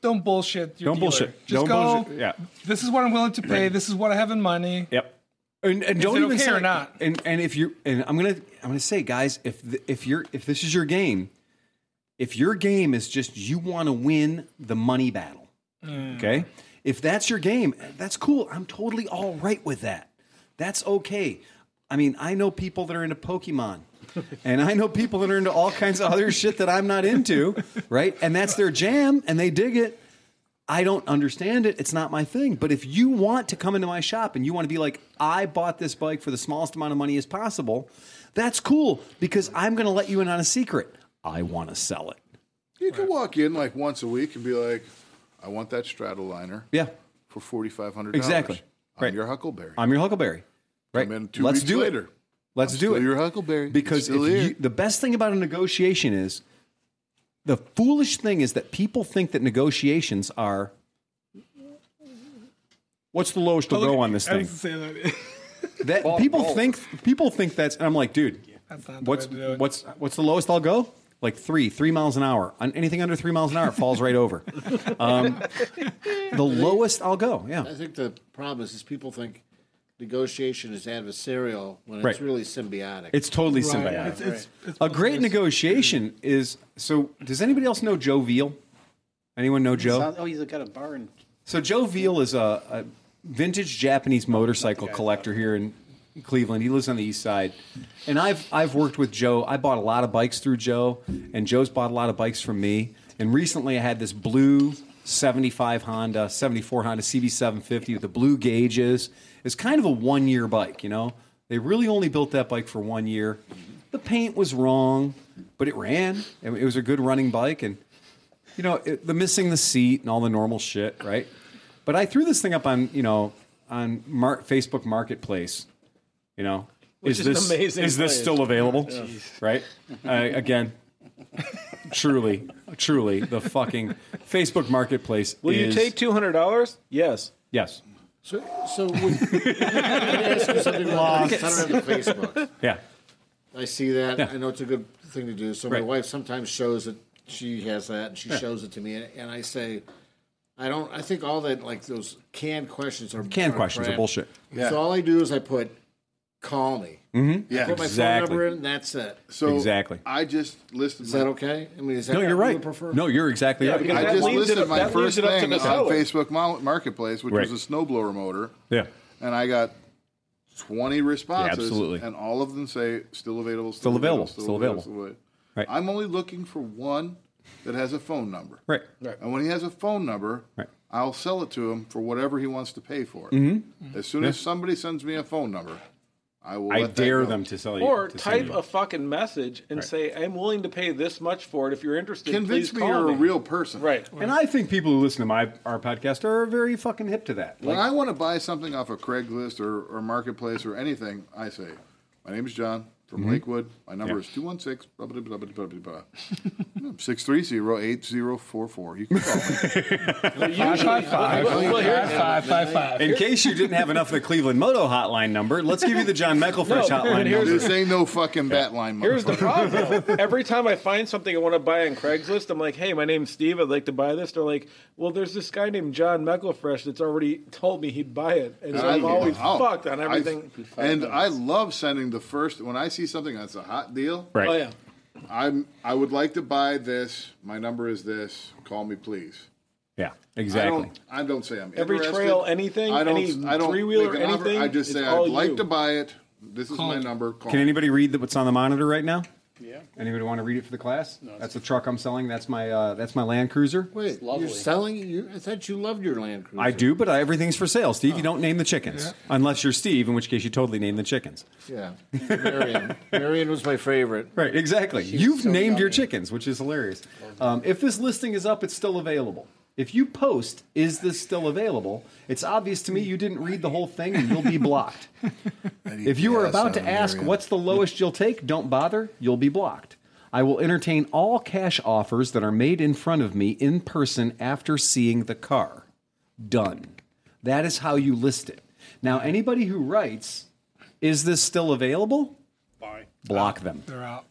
Don't bullshit. Your Don't dealer. bullshit. Just Don't go. bullshit. Yeah. This is what I'm willing to pay. This is what I have in money. Yep. And, and don't it even okay say or not? And and if you and I'm gonna I'm gonna say, guys, if th- if you're if this is your game, if your game is just you want to win the money battle, okay? If that's your game, that's cool. I'm totally all right with that. That's okay. I mean, I know people that are into Pokemon, and I know people that are into all kinds of other shit that I'm not into, right? And that's their jam, and they dig it. I don't understand it. It's not my thing. But if you want to come into my shop and you want to be like, I bought this bike for the smallest amount of money as possible, that's cool because I'm going to let you in on a secret. I want to sell it. You could walk in like once a week and be like, "I want that Stratoliner Yeah, for forty five hundred dollars." exactly. I'm Right. your Huckleberry. I'm your Huckleberry. Right. And then two Let's weeks do later, it. Let's do still it. your Huckleberry. It's because still if here. you, the best thing about a negotiation is the foolish thing is that people think that negotiations are What's the lowest to Look, go on this I thing? was saying that. That Ball- people ball. think people think that's. And I'm like, dude, That's not the what's way to do it. what's what's the lowest I'll go? Like three, three miles an hour. On anything under three miles an hour falls right over. Um, the lowest I'll go. Yeah. I think the problem is, is people think negotiation is adversarial when it's Right. really symbiotic. It's totally symbiotic. a great negotiation is. So, does anybody else know Joe Veal? Anyone know Joe? Sounds- Oh, he's got a bar in So Joe Veal is a, a vintage Japanese motorcycle collector here in Cleveland. He lives on the east side, and I've I've worked with Joe. I bought a lot of bikes through Joe, and Joe's bought a lot of bikes from me. And recently, I had this blue '75 Honda, '74 Honda CB750 with the blue gauges. It's kind of a one-year bike, you know. They really only built that bike for one year. The paint was wrong, but it ran. and It was a good running bike, and you know it, the missing the seat and all the normal shit right but i threw this thing up on you know on mar- facebook marketplace you know Which is an this amazing is this place. still available Yeah. right I, again truly truly the fucking facebook marketplace Will you is- take two hundred dollars? Yes. yes So, so would, can I ask you something about Lost. this? I don't have the Facebook. yeah I see that. I know it's a good thing to do. So my wife sometimes shows it. She has that, and she Yeah. shows it to me, and, and I say, I don't. I think all that like those canned questions are Canned questions are crap. bullshit. Yeah. So all I do is I put, call me. Mhm. I Yeah. put my Exactly. phone number in. That's it. So Exactly. I just listed. Is my- that okay? I mean, is that no what you're you right would prefer? no you're exactly Yeah, right because I that just leaves it listed up- my that leaves first it up to thing the on seller. Facebook Mo- Marketplace, which Right. was a snowblower motor. yeah and I got 20 responses. Yeah, absolutely. And all of them say still available, Still available, still available. Right. I'm only looking for one that has a phone number. Right. Right. And when he has a phone number, Right. I'll sell it to him for whatever he wants to pay for it. Mhm. As soon Yeah. as somebody sends me a phone number, I will. I let that dare go. them to sell Or to type you. a fucking message and Right. say, "I'm willing to pay this much for it. If you're interested, Convince please me call you're a me." real person. Right. and i think people who listen to my our podcast are very fucking hip to that When I want to buy something off of Craigslist or, or Marketplace or anything, I say, My name is John from Mhm. Mm-hmm. Lakewood. My number Yeah. is 216 blah, blah, blah, blah, blah, blah, blah. 630 8044. You can call me. Five, five, five. Well, here- In case you didn't have enough of the Cleveland Moto hotline number, let's give you the John Meckelfish No, hotline and here's- number. This ain't no fucking bat line, Here's the motherfucker. problem. though. Every time I find something I want to buy on Craigslist, I'm like, "Hey, my name's Steve. I'd like to buy this." They're like, "Well, there's this guy named John Mecklefresh that's already told me he'd buy it," and so I'm I- always oh, fucked on I- everything. and I love sending the first, when I see something that's a hot deal, Right. Oh yeah. I'm, I would like to buy this. My number is this. Call me, please. Yeah, I exactly. don't, I don't say I'm Every interested. trail, anything, I don't, any I don't three-wheeler, make an offer. anything, I just say it's I'd all like you. to buy it. This is my number. Call Can anybody read the, what's on the monitor right now? Yeah. Anybody want to read it for the class? that's the truck I'm selling. That's my uh, that's my Land Cruiser. Wait, lovely. you're selling? You, I thought you loved your Land Cruiser. I do, but I, everything's for sale. Steve, you don't name the chickens unless you're Steve, in which case you totally name the chickens. Yeah, Marion. Marion was my favorite. Right, exactly. She was You've so named your yummy. chickens, which is hilarious. Um, if this listing is up, it's still available. If you post, is this still available? It's obvious to me you didn't read the whole thing and you'll be blocked. If you are about to ask what's the lowest you'll take, don't bother. You'll be blocked. I will entertain all cash offers that are made in front of me in person after seeing the car. Done. That is how you list it. Now, anybody who writes, is this still available? Bye. Block them. They're out.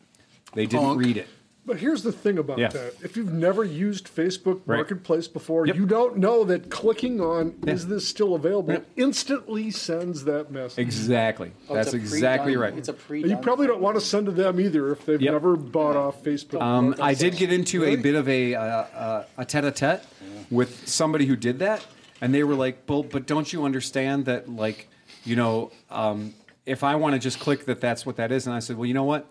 They didn't Punk. read it. But here's the thing about Yeah. that. If you've never used Facebook Right. Marketplace before, you don't know that clicking on is this still available instantly sends that message. Exactly. Oh, That's exactly right. pre You probably don't want to send to them either if they've never bought off Facebook. Um, I did get into a bit of a uh, uh, a tete-a-tete with somebody who did that, and they were like, "Well, but don't you understand that, like, you know, um, if I want to just click that, that's what that is." And I said, "Well, you know what?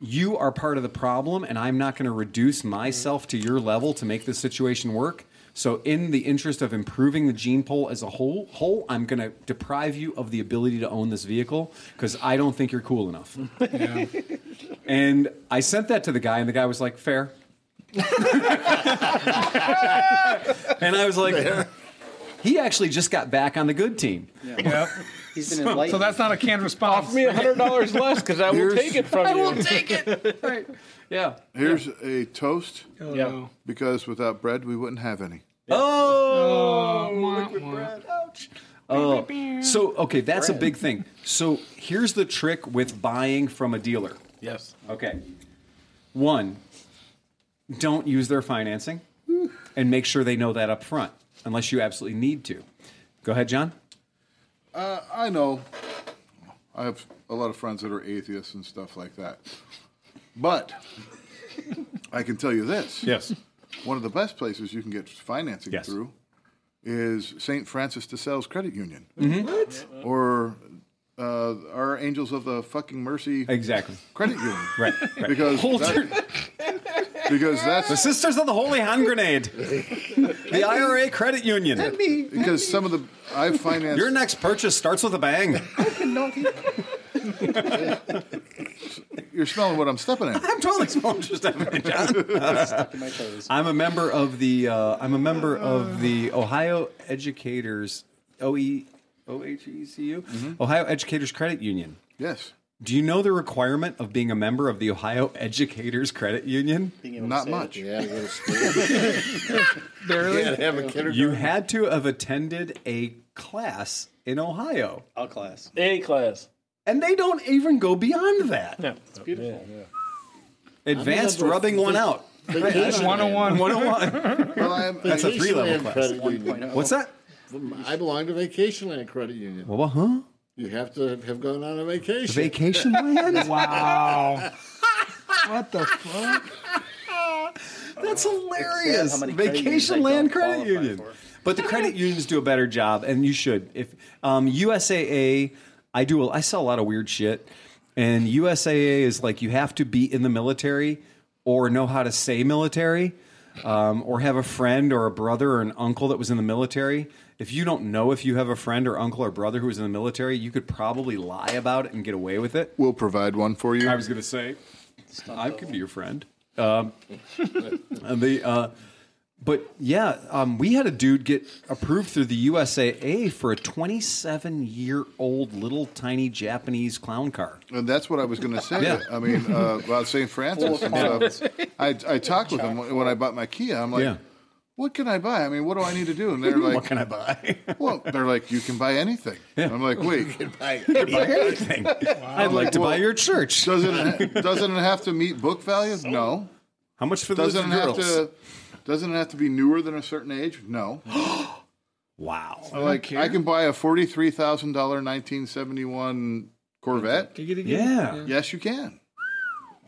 You are part of the problem, and I'm not going to reduce myself to your level to make this situation work." So, in the interest of improving the gene pool as a whole, whole, I'm going to deprive you of the ability to own this vehicle because I don't think you're cool enough. And I sent that to the guy, and the guy was like, "Fair." and I was like, "He actually just got back on the good team." Yep. He's been enlightened. So that's not a canned response. Offer me hundred dollars less because I will Here's- take it from you. take it. Right? Yeah. Here's a toast. Oh, Yeah. no. Because without bread, we wouldn't have any. Oh, wah, wah. Oh, so okay, that's a big thing. So here's the trick with buying from a dealer. Yes. Okay. One, don't use their financing, and make sure they know that up front, unless you absolutely need to. Go ahead, John. Uh, I know. I have a lot of friends that are atheists and stuff like that. But I can tell you this. Yes. One of the best places you can get financing through is St. Francis de Sales Credit Union. What? Or uh, our Angels of the Fucking Mercy Exactly. Credit Union. Right. right. Because Hold that- your- because that's the Sisters of the Holy Hand Grenade, the IRA Credit Union. Because some of the I financed your next purchase starts with a bang. You're smelling what I'm stepping in. I'm totally smelling just everything, John. I'm a member of the uh, I'm a member of the Ohio Educators E, OE OHECU Ohio Educators Credit Union. Yes. Do you know the requirement of being a member of the Ohio Educators Credit Union? Not much. Yeah, to go to school. Barely. Yeah, they have a kindergarten. You had to have attended a class in Ohio. A class. A class. And they don't even go beyond that. No. It's beautiful. Advanced I remember rubbing one vac- out. vacation. 101. 101. Well, I'm, That's a Vacation three level Land class. Credit oh. Union. What's that? I belong to Vacation Land Credit Union. Well, well, huh? You have to have gone on a vacation. Vacation land? Wow. what the fuck? That's It's sad hilarious. how many credit unions I Vacation land don't credit qualify union. for. But the credit unions do a better job, and you should. If um, USAA, I do. A, I sell a lot of weird shit, and USAA is like you have to be in the military or know how to say military, um, or have a friend or a brother or an uncle that was in the military. If you don't know if you have a friend or uncle or brother who was in the military, you could probably lie about it and get away with it. We'll provide one for you. I was going to say, I could be your friend. Um, and the, uh, but yeah, um, we had a dude get approved through the USAA for a 27 year old little tiny Japanese clown car. And that's what I was going to say. Yeah. I mean, uh, about St. Francis. Full and of stuff. I, I talked with them when when I bought my Kia. I'm like, Yeah. what can I buy? I mean, what do I need to do? And they're like, What can I buy? Well, they're like, you can buy anything. I'm like, wait, Anything. I'd like to buy your church. doesn't it, doesn't it have to meet book value? No. How much for those Doesn't it have girls? to? Doesn't it have to be newer than a certain age? No. Wow. I'm like, I can buy a forty-three thousand dollar 1971 Corvette. Do you get it again? Yeah. Yes, you can.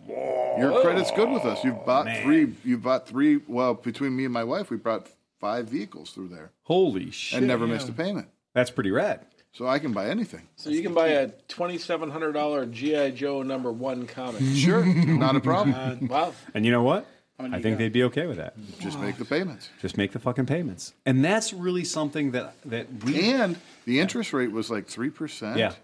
Your credit's good with us. You've bought three. You bought three. Well, between me and my wife, we brought five vehicles through there Holy and shit. never missed a payment. That's pretty rad. So I can buy anything. So you can buy a twenty-seven hundred dollar GI Joe number one comic. Sure, not a problem. wow. And you know what? many I you think got? they'd be okay with that. Just make the payments. Just make the fucking payments. And that's really something that, that we. And the interest rate was like three percent. Yeah.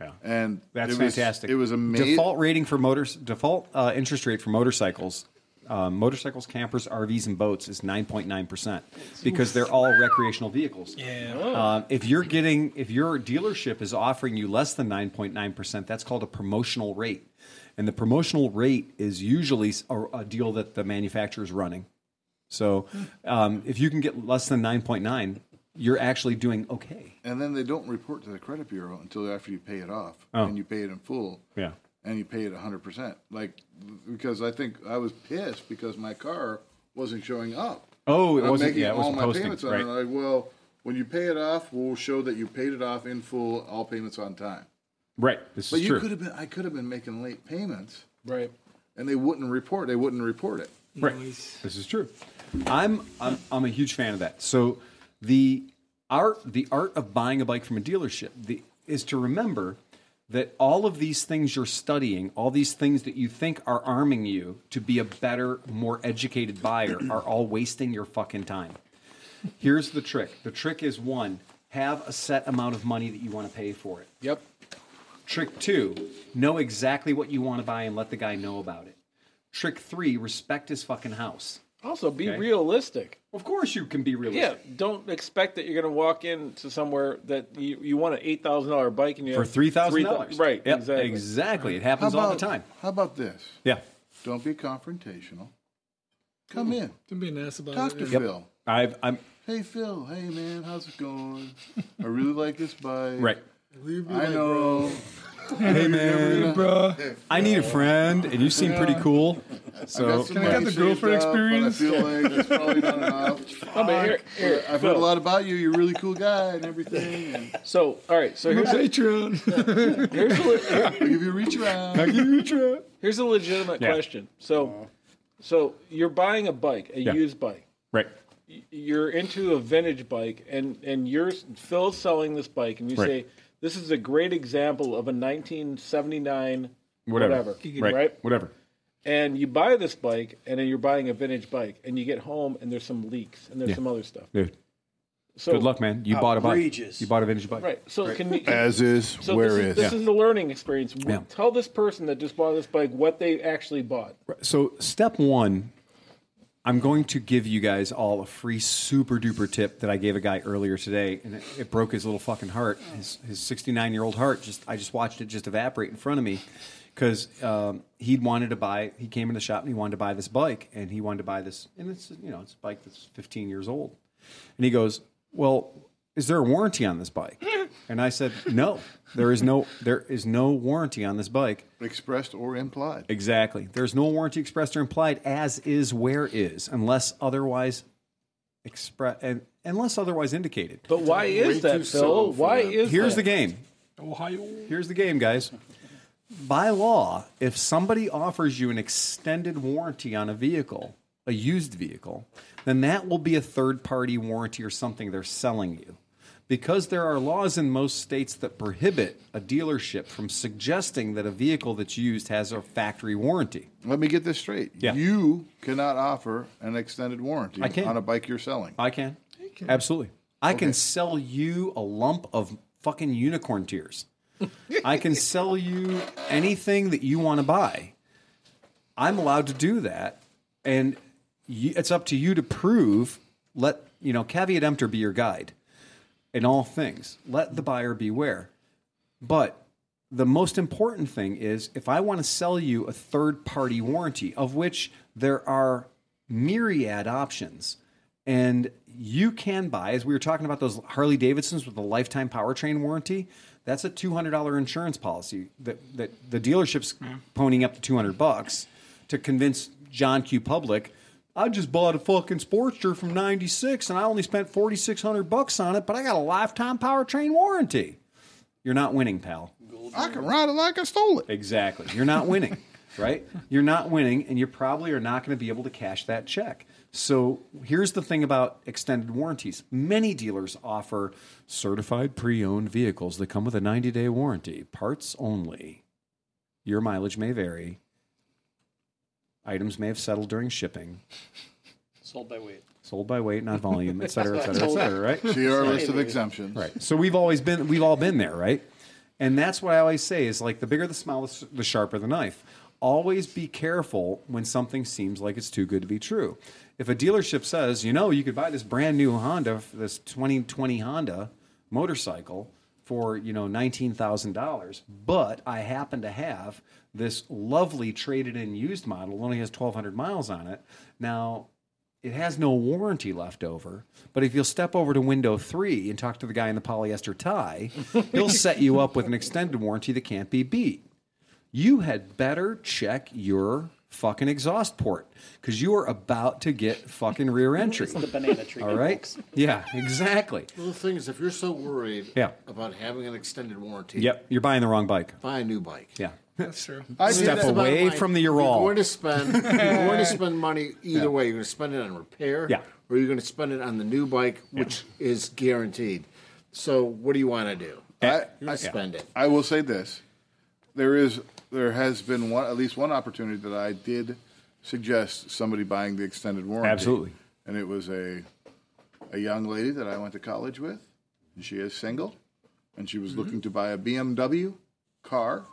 Yeah. and That's it was- fantastic. It was amazing. Default rating for motors, default uh, interest rate for motorcycles, uh, motorcycles, campers, RVs, and boats is nine point nine percent because they're all recreational vehicles. Yeah. Uh, if you're getting, if your dealership is offering you less than nine point nine percent, that's called a promotional rate, and the promotional rate is usually s- a, a deal that the manufacturer is running. So, um, if you can get less than nine point nine, you're actually doing okay. And then they don't report to the credit bureau until after you pay it off Oh. and you pay it in full. Yeah. And you pay it 100%. Like, because I think I was pissed because my car wasn't showing up. Oh, it And I'm wasn't- making yeah, it wasn't all my posting, payments on right. it. And I'm like, well, when you pay it off, we'll show that you paid it off in full, all payments on time. Right. This But is you true. could have been, I could have been making late payments Right. and they wouldn't report, they wouldn't report it. Right. This is true. I'm, I'm I'm a huge fan of that. So the art the art of buying a bike from a dealership the, is to remember that all of these things you're studying, all these things that you think are arming you to be a better, more educated buyer are all wasting your fucking time. Here's the trick. The trick is one, have a set amount of money that you want to pay for it. Yep. Trick two, know exactly what you want to buy and let the guy know about it. Trick three, respect his fucking house. Also, be Okay. realistic. Of course, you can be Yeah, realistic. don't expect that you're going to walk into somewhere that you, you want an eight thousand dollar bike and you For have three thousand dollars, $3,000 Right, Yep, exactly. Exactly. It happens all the time. How about this? Yeah. Don't be confrontational. Come in, Don't be an ass about talk it. to yeah. Phil. I've, I'm Hey Phil, hey man, how's it going? I really like this bike. Right. I know. Hey man, bro. I need a friend, and you seem pretty cool. So Can I get the girlfriend experience? I feel like that's probably not enough. here- here, I've Phil. heard a lot about you. You're a really cool guy and everything. And So, all right. So here's a, Patreon. here's a le- I'll give you a reach around. here's a legitimate Yeah. question. So, so you're buying a bike, a Yeah. used bike. right, Y- You're into a vintage bike, and and you're Phil's selling this bike, and you Right. say this is a great example of a 1979 whatever, right? right, whatever. And you buy this bike, and then you're buying a vintage bike, and you get home, and there's some leaks, and there's Yeah. some other stuff. Dude, So good luck, man. You bought a bike. Outrageous. You bought a vintage bike. Right. So can you As is, so where this is. is, this is the learning experience. Yeah. Tell this person that just bought this bike what they actually bought. So, step one, I'm going to give you guys all a free super duper tip that I gave a guy earlier today, and it, it broke his little fucking heart, his his 69 year old heart. Just I just watched it just evaporate in front of me because um, he'd wanted to buy. He came in the shop and he wanted to buy this bike, and he wanted to buy this, and it's you know it's a bike that's 15 years old, and he goes, well. Is there a warranty on this bike? And I said, "No, there is no there is no warranty on this bike. Expressed or implied. Exactly. There's no warranty expressed or implied as is where is unless otherwise express and unless otherwise indicated. But why Way is too that, Phil? subtle for Why them. is Here's that? the game. Ohio. Here's the game, guys. By law, if somebody offers you an extended warranty on a vehicle, a used vehicle, then that will be a third party warranty or something they're selling you. Because there are laws in most states that prohibit a dealership from suggesting that a vehicle that's used has a factory warranty. Let me get this straight. Yeah. You cannot offer an extended warranty I can. on a bike you're selling. I can. Absolutely. I can sell you a lump of fucking unicorn tears. I can sell you anything that you want to buy. I'm allowed to do that. And you, it's up to you to prove, let, you know, caveat emptor be your guide in all things. Let the buyer beware. But the most important thing is if I want to sell you a third party warranty, of which there are myriad options, and you can buy, as we were talking about those Harley Davidsons with the lifetime powertrain warranty, that's a $200 insurance policy that, that the dealership's ponying up to 200 bucks to convince John Q. Public. I just bought a fucking Sportster from 96 and I only spent 4600 bucks on it, but I got a lifetime powertrain warranty. You're not winning, pal. I can ride it like I stole it. Exactly. You're not winning, right? You're not winning, and you probably are not going to be able to cash that check. So here's the thing about extended warranties. Many dealers offer certified pre owned vehicles that come with a 90 day warranty, parts only. Your mileage may vary. Items may have settled during shipping, Sold by weight. sold by weight, not volume, et cetera, et cetera, et cetera, right? See our list of exemptions. Right. So we've always been, we've all been there, right? And that's what I always say is like the bigger the smile, the sharper the knife. Always be careful when something seems like it's too good to be true. If a dealership says, you know, you could buy this brand new Honda, this 2020 Honda motorcycle for, you know, $19,000, but I happen to have this lovely traded in used model, only has 1,200 miles on it. Now, it has no warranty left over. But if you'll step over to window three and talk to the guy in the polyester tie, he'll set you up with an extended warranty that can't be beat. You had better check your fucking exhaust port because you are about to get fucking rear entry. The banana tree. All right? Yeah, exactly. Well, the thing is, if you're so worried Yeah. about having an extended warranty, Yep, you're buying the wrong bike. buy a new bike. Yeah. That's true. I did Step that- Bottom away line, from the You're going Ural. to spend. You're going to spend money either way. You're going to spend it on repair, Yeah. or you're going to spend it on the new bike, which is guaranteed. So, what do you want to do? I- I spend it. I will say this: there is, there has been one, at least one opportunity that I did suggest somebody buying the extended warranty. Absolutely. And it was a, a young lady that I went to college with, and she is single, and she was looking to buy a BMW car.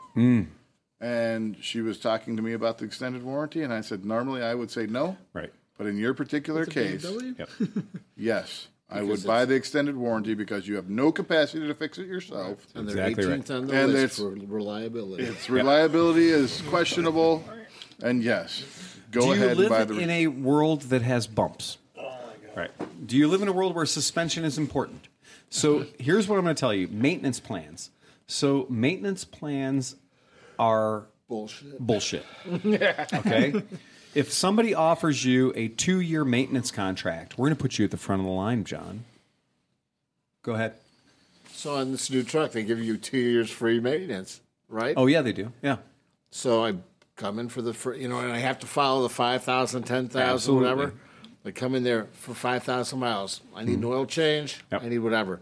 And she was talking to me about the extended warranty, and I said, normally I would say no, Right. but in your particular case, Yep. yes, I would buy the extended warranty because you have no capacity to fix it yourself. And they're Exactly right. 18th on the And list for it's- reliability. Its reliability is questionable, and yes, go Do you ahead and buy live the. in a world that has bumps? Right. Do you live in a world where suspension is important? So here's what I'm going to tell you: maintenance plans. So maintenance plans are bullshit. Bullshit. Okay. if somebody offers you a two-year maintenance contract, we're going to put you at the front of the line, John. Go ahead. So on this new truck, they give you two years free maintenance, right? Oh yeah, they do. Yeah. So I come in for the fr you know, and I have to follow the 5,000, 10,000, whatever. I come in there for 5,000 miles. I need an Mm-hmm. oil change. I need whatever.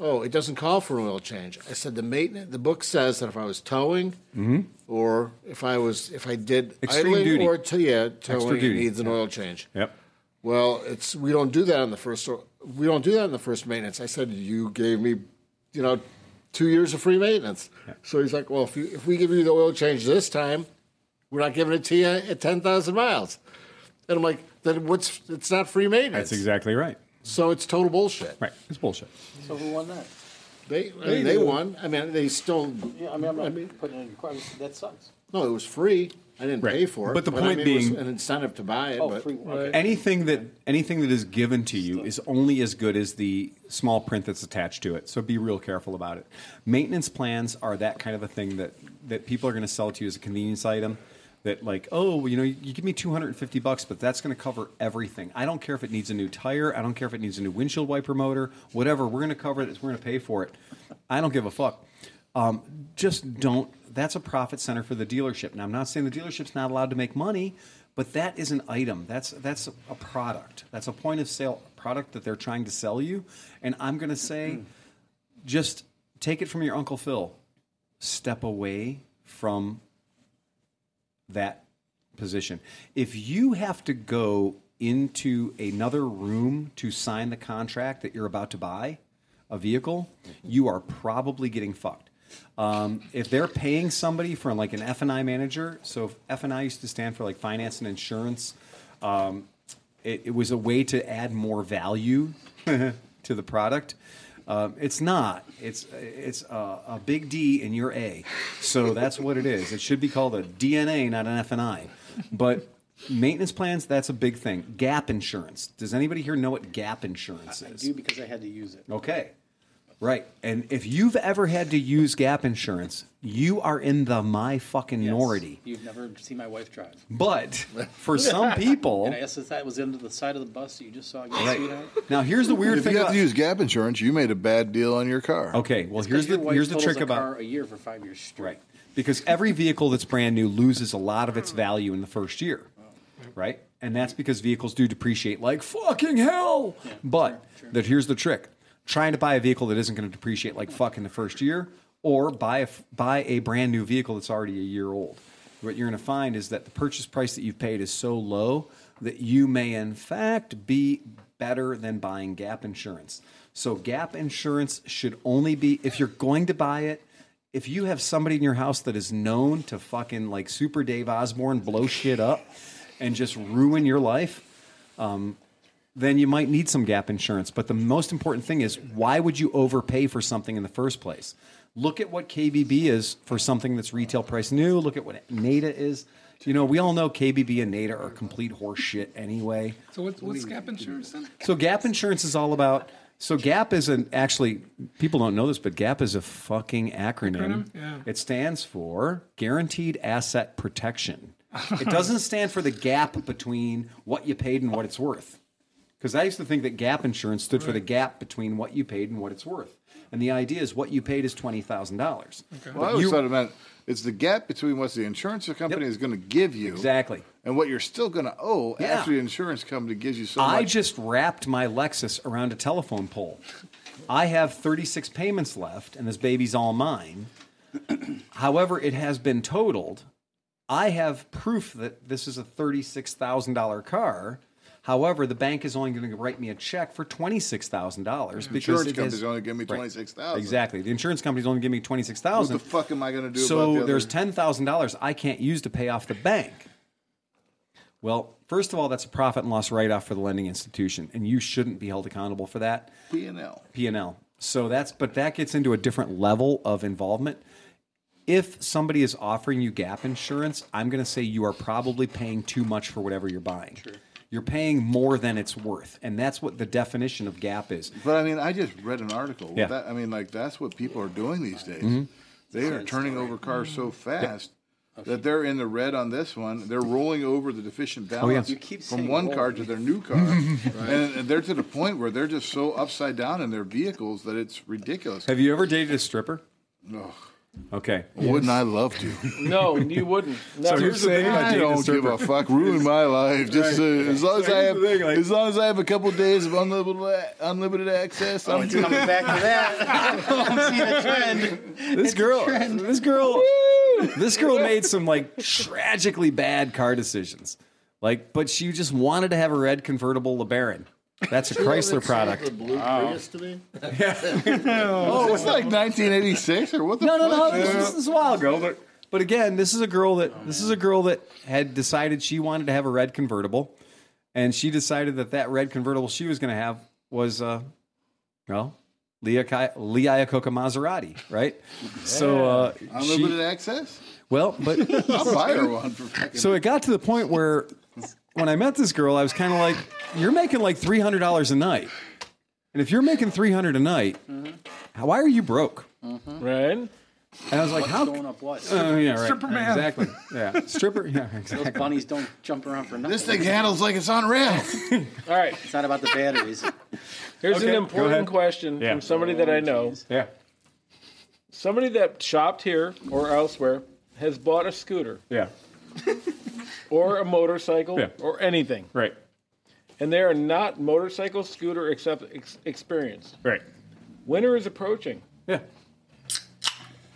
Oh, it doesn't call for an oil change. I said the maintenance. The book says that if I was towing, Mhm. or if I was if I did Extreme idling duty. or to, yeah, towing, it duty. needs an Yeah. oil change. Yep. Well, it's we don't do that on the first. We don't do that on the first maintenance. I said you gave me, you know, two years of free maintenance. So he's like, well, if you, if we give you the oil change this time, we're not giving it to you at ten thousand miles. And I'm like, then what's? It's not free maintenance. That's exactly right. So it's total bullshit. Right. It's bullshit. So who won that? They I They mean, they do. won. I mean, they still. Yeah, I mean, I'm not putting it in question. That sucks. No, it was free. I didn't Right. pay for it. But the I point mean, it was being- an incentive to buy it. Oh, but free- okay. Anything that anything that is given to you is only as good as the small print that's attached to it. So be real careful about it. Maintenance plans are that kind of a thing that that people are going to sell to you as a convenience item. That like, oh, well, you know, you give me two hundred and fifty bucks, but that's going to cover everything. I don't care if it needs a new tire. I don't care if it needs a new windshield wiper motor. Whatever, we're going to cover it. We're going to pay for it. I don't give a fuck. Um, just don't. That's a profit center for the dealership. Now, I'm not saying the dealership's not allowed to make money, but that is an item. That's that's a product. That's a point of sale product that they're trying to sell you. And I'm going to say, just take it from your uncle Phil. Step away from that position. If you have to go into another room to sign the contract that you're about to buy a vehicle, you are probably getting fucked. Um, if they're paying somebody for like an F and I manager, so F and I used to stand for like finance and insurance. Um, it, it was a way to add more value to the product. Um, it's not. It's it's a, a big D in your A, so that's what it is. It should be called a DNA, not an F and I. But maintenance plans, that's a big thing. Gap insurance. Does anybody here know what gap insurance I is? do because I had to use it. Okay. Right. And if you've ever had to use gap insurance, you are in the my fucking nority. You've never seen my wife drive. But for some people, and I guess if that was into the side of the bus that you just saw. Again, Oh. Right. sweetheart. now here's the weird if thing you have about- to use gap insurance, you made a bad deal on your car. Okay, well It's 'cause here's the your wife here's the totals trick a about car a year for five years straight. Right. Because every vehicle that's brand new loses a lot of its value in the first year. Right? And that's because vehicles do depreciate like fucking hell. but that here's the trick. Trying to buy a vehicle that isn't going to depreciate like fuck in the first year or buy a, f- buy a brand new vehicle that's already a year old. What you're going to find is that the purchase price that you've paid is so low that you may in fact be better than buying gap insurance. So gap insurance should only be if you're going to buy it if you have somebody in your house that is known to fucking like super Dave Osborne blow shit up and just ruin your life, um, then you might need some gap insurance. But the most important thing is why would you overpay for something in the first place? Look at what KBB is for something that's retail price new. Look at what NADA is. You know, we all know KBB and NADA are complete horse shit anyway. So what's what's gap insurance then? So gap insurance is all about. So gap is an actually people don't know this, but gap is a fucking acronym. Acronym? Yeah. It stands for Guaranteed Asset Protection. it doesn't stand for the gap between what you paid and what it's worth. Because I used to think that gap insurance stood for the gap between what you paid and what it's worth. And the idea is what you paid is twenty thousand dollars. Well, I always thought it meant it's the gap between what the insurance company is going to give you Exactly. and what you're still going to owe Yeah. after the insurance company gives you so I much. just wrapped my Lexus around a telephone pole. I have 36 payments left, and this baby's all mine. However, it has been totaled. I have proof that this is a $36,000 car. However, the bank is only going to write me a check for $26,000 because insurance it company's is- only give me Right. twenty six thousand. Exactly. The insurance company's only giving me twenty six What thousand. the fuck am I going to do? So about the other- there's ten thousand dollars I can't use to pay off the bank. Well, first of all, that's a profit and loss write off for the lending institution, and you shouldn't be held accountable for that. P and L. P and L. So that's but that gets into a different level of involvement. If somebody is offering you gap insurance, I'm going to say you are probably paying too much for whatever you're buying. You're paying more than it's worth, and that's what the definition of gap is. But I mean, I just read an article. Yeah. That, I mean, like that's what people are doing these days. Mhm. They are turning over cars so Mm-hmm. fast that they're in the red on this one. They're rolling over the deficient Oh, yeah. balance You keep from saying one car roll. to their new car, and, and they're to the point where they're just so upside down in their vehicles that it's ridiculous. Have you ever dated a stripper? No. Okay. Wouldn't I love to? No, you wouldn't. So here's the thing I don't give a fuck. Ruin my life. Just uh, Right. as long as So I here's have, the thing, like- as long as I have a couple days of unlimited unlimited access, Oh, I'm good. coming back to that. I'm seeing a trend. This girl, this girl, this girl made some like tragically bad car decisions. Like, but she just wanted to have a red convertible LeBaron. That's a Chrysler product. The blue Wow. Prius to me. oh, it's like 1986 or what the no, no, no. fuck? This, was- this is a while ago. But, but again, this is a girl that this is a girl that had decided she wanted to have a red convertible, and she decided that that red convertible she was going to have was, uh, well, Leah Ki- Leah Iacocca Maserati, right? So uh, she, unlimited access. well, but I'll buy her one for fucking. so it got to the point where when I met this girl, I was kind of like, "You're making like three hundred dollars a night, and if you're making three hundred a night, how why are you broke?" Right? And I was like, What's "How?" going up what? Oh, yeah, right. Stripper man. Exactly. Yeah, stripper. Yeah, exactly. Those bunnies don't jump around for nothing. This thing handles like it's on rails. All right. It's not about the batteries. Here's Okay, an go important ahead. question Yeah. from somebody that I know. Yeah. Somebody that shopped here or elsewhere has bought a scooter Yeah. or a motorcycle Yeah. or anything. Right. And they are not motorcycle, scooter, except ex- experienced. Right. Winter is approaching. Yeah.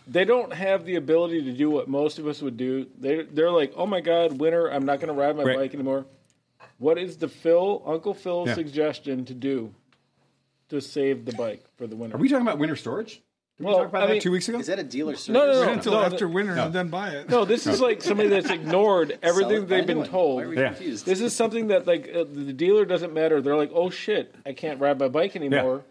They don't have the ability to do what most of us would do. They they're like, oh my god, winter! I'm not going to ride my Right. bike anymore. What is the Phil Uncle Phil's Yeah. suggestion to do to save the bike for the winter? Are we talking about winter storage? Did Well, we talk about I that mean- two weeks ago? Is that a dealer service? No, no, Wait no. until no, after the- winter and then buy it. No, this is like somebody that's ignored everything it they've been anyway. told. Why are we Yeah. confused? This is something that like uh, the dealer doesn't matter. They're like, oh shit, I can't ride my bike anymore.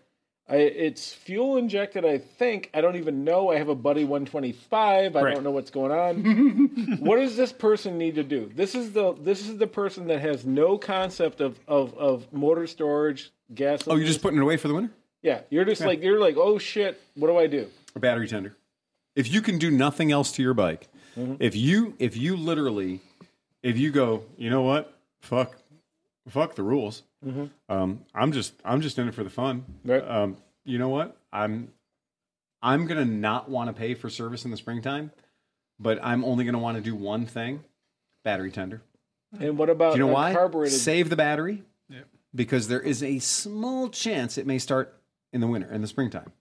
I, it's fuel injected, I think. I don't even know. I have a buddy 125. I Right. don't know what's going on. what does this person need to do? This is the this is the person that has no concept of of, of motor storage, gas. Oh, you're just putting it away for the winter? yeah. You're just Yeah. like you're like, oh shit, what do I do? A battery tender. If you can do nothing else to your bike, Mm-hmm. if you if you literally if you go, you know what? Fuck, fuck the rules. Mm-hmm. Mhm. Um, I'm just I'm just in it for the fun. Right. Um, you know what? I'm I'm gonna not want to pay for service in the springtime, but I'm only gonna want to do one thing: battery tender. And what about Do you know a why? carbureted? Save the battery because there is a small chance it may start in the winter, in the springtime.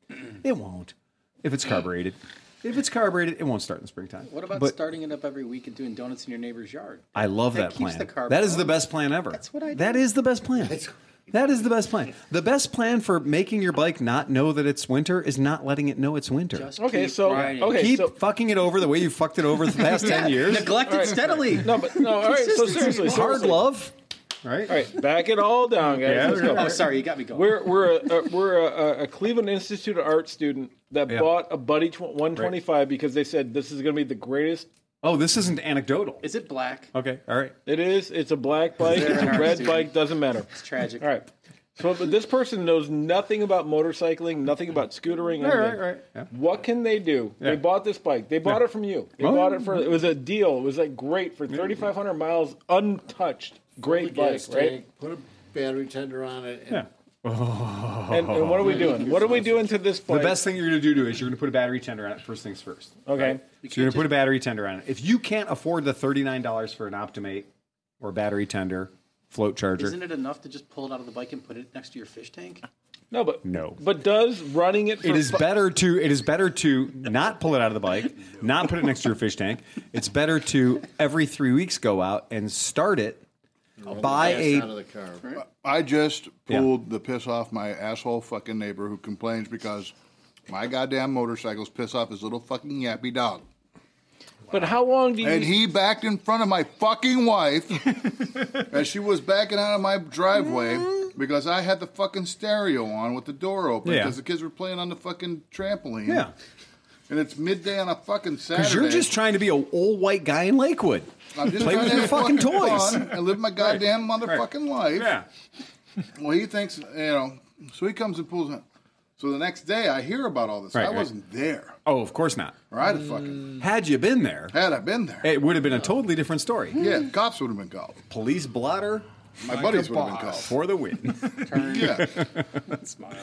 It won't if it's carbureted. If it's carbureted, it won't start in the springtime. What about But starting it up every week and doing donuts in your neighbor's yard? I love that, That keeps plan. the carb that is the going. best plan ever. That's what I That do. is the best plan. That is the best plan. The best plan for making your bike not know that it's winter is not letting it know it's winter. Okay, so okay, keep so fucking it over the way you fucked it over the past ten years. Neglect it All right. steadily. No, but no. All right. So Consistency. seriously, Hard seriously. love. Right. All right. Back it all down, guys. Yeah. Let's go. Oh, sorry, you got me going. We're we're a, a, we're a, a Cleveland Institute of Art student that Yeah. bought a Buddy tw- 125 because they said this is going to be the greatest. Oh, this isn't anecdotal. Is it black? Okay. All right. It is. It's a black bike. They're It's an a art red student. bike. Doesn't matter. It's tragic. All right. So but this person knows nothing about motorcycling, nothing about scootering. Right, right, anything. right. Yeah. What can they do? Yeah. They bought this bike. They bought Yeah. it from you. They Well- bought it for it was a deal. It was like great for 3,500 miles, untouched. Great Fill the bike, gas right? tank, Put a battery tender on it. And Yeah. Oh. And, and what are we doing? What are we doing to this bike? The best thing you're going to do is you're going to put a battery tender on it first things first. Okay. So you're going to put a battery tender on it. If you can't afford the $39 for an Optimate or battery tender, float charger, Isn't it enough to just pull it out of the bike and put it next to your fish tank? No, but no. but does running it? For It is fu- better to it is better to not pull it out of the bike, not put it next to your fish tank. It's better to every 3 weeks go out and start it. buy a of the car. I just pulled the piss off my asshole fucking neighbor who complains because my goddamn motorcycles piss off his little fucking yappy dog. But how long do you? And he backed in front of my fucking wife as she was backing out of my driveway because I had the fucking stereo on with the door open Mm. Yeah. because the kids were playing on the fucking trampoline. Yeah. and it's midday on a fucking Saturday. Because you're just trying to be an old white guy in Lakewood. I'm just Play trying with to your have fucking toys. fun and live my goddamn motherfucking life. Yeah. Well, he thinks you know, so he comes and pulls. Up. So the next day, I hear about all this. Right, I right. wasn't there, Oh, of course not. or I'd have fucking Mm. Had you been there, had I been there. it would have been a totally different story. Yeah, cops would have been called. Police blotter. My buddies would have been called. for the win. Yeah.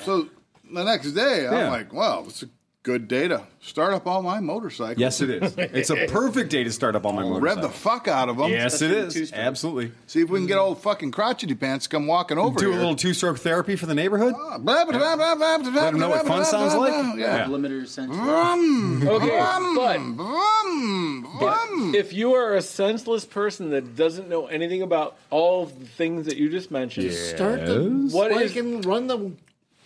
So the next day, Yeah. I'm like, wow, it's a good day to start up all my motorcycles. yes, it is. It's a perfect day to start up on my Rev motorcycle. the fuck out of them. Yes, it is. Absolutely. See if we can get old fucking crotchety pants to come walking over Do a here. little two-stroke therapy for the neighborhood. Blah, blah, blah, blah, blah, blah, Let 'em know what fun blah, blah, sounds blah, like. blah. Yeah. Limiter sense. Vroom, Okay, vroom, but- vroom, But vroom. if you are a senseless person that doesn't know anything about all of the things that you just mentioned, Start the What what is- can run the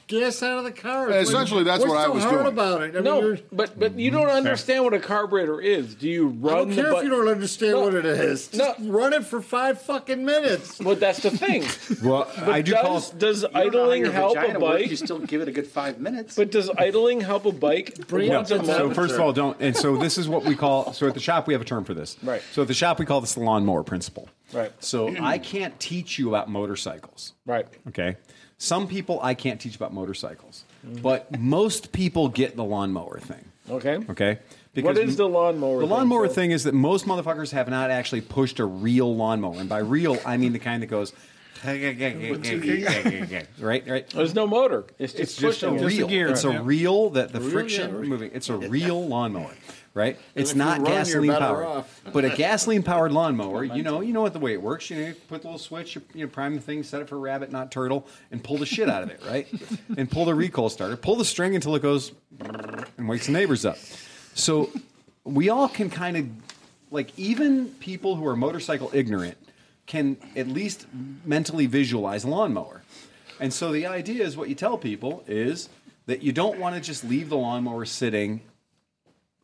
gas out of the car. Yeah, It's like, essentially, that's what's what I so was hard doing. about it. I mean, no, you're, but but you don't understand what a carburetor is. Do you I run? don't care the if but- you don't understand No, what it is. No, Just run it for five fucking minutes. but that's the thing. Well, But I do does, call. does You don't know how idling your help a vagina works, bike? You still give it a good five minutes. But does idling help a bike? Bring No. up the So first of all, don't. And so this is what we call. So at the shop, we have a term for this. Right. So at the shop, we call this the lawnmower principle. Right. So I can't teach you about motorcycles. Right. Okay. Some people I can't teach about motorcycles, but most people get the lawnmower thing. Okay. Okay. What is the lawnmower? The lawnmower Phil? thing is that most motherfuckers have not actually pushed a real lawnmower, and by real I mean the kind that goes. right, right. There's no motor. It's just, It's just a pushing it. real. it's a real that the Real, friction yeah. moving. It's a real lawnmower, right? It's if you not run, you're gasoline better powered, off. but a gasoline powered lawnmower. You know, you know what the way it works. You know, you put the little switch, you, you know, prime the thing, set it for rabbit, not turtle, and pull the shit out of it, right? and pull the recoil starter, pull the string until it goes and wakes the neighbors up. So we all can kind of like even people who are motorcycle ignorant can at least mentally visualize a lawnmower. And so the idea is what you tell people is that you don't want to just leave the lawnmower sitting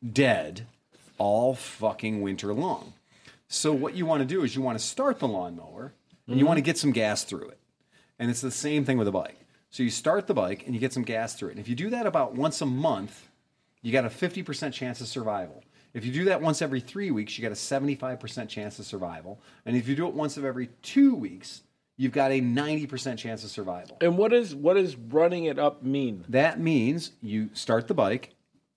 dead all fucking winter long. So what you want to do is you want to start the lawnmower and you want to get some gas through it. And it's the same thing with a bike. So you start the bike and you get some gas through it. And if you do that about once a month, you got a 50% chance of survival. If you do that once every three weeks, you got a 75% chance of survival. And if you do it once of every two weeks, you've got a 90% chance of survival. And what is what is running it up mean? That means you start the bike.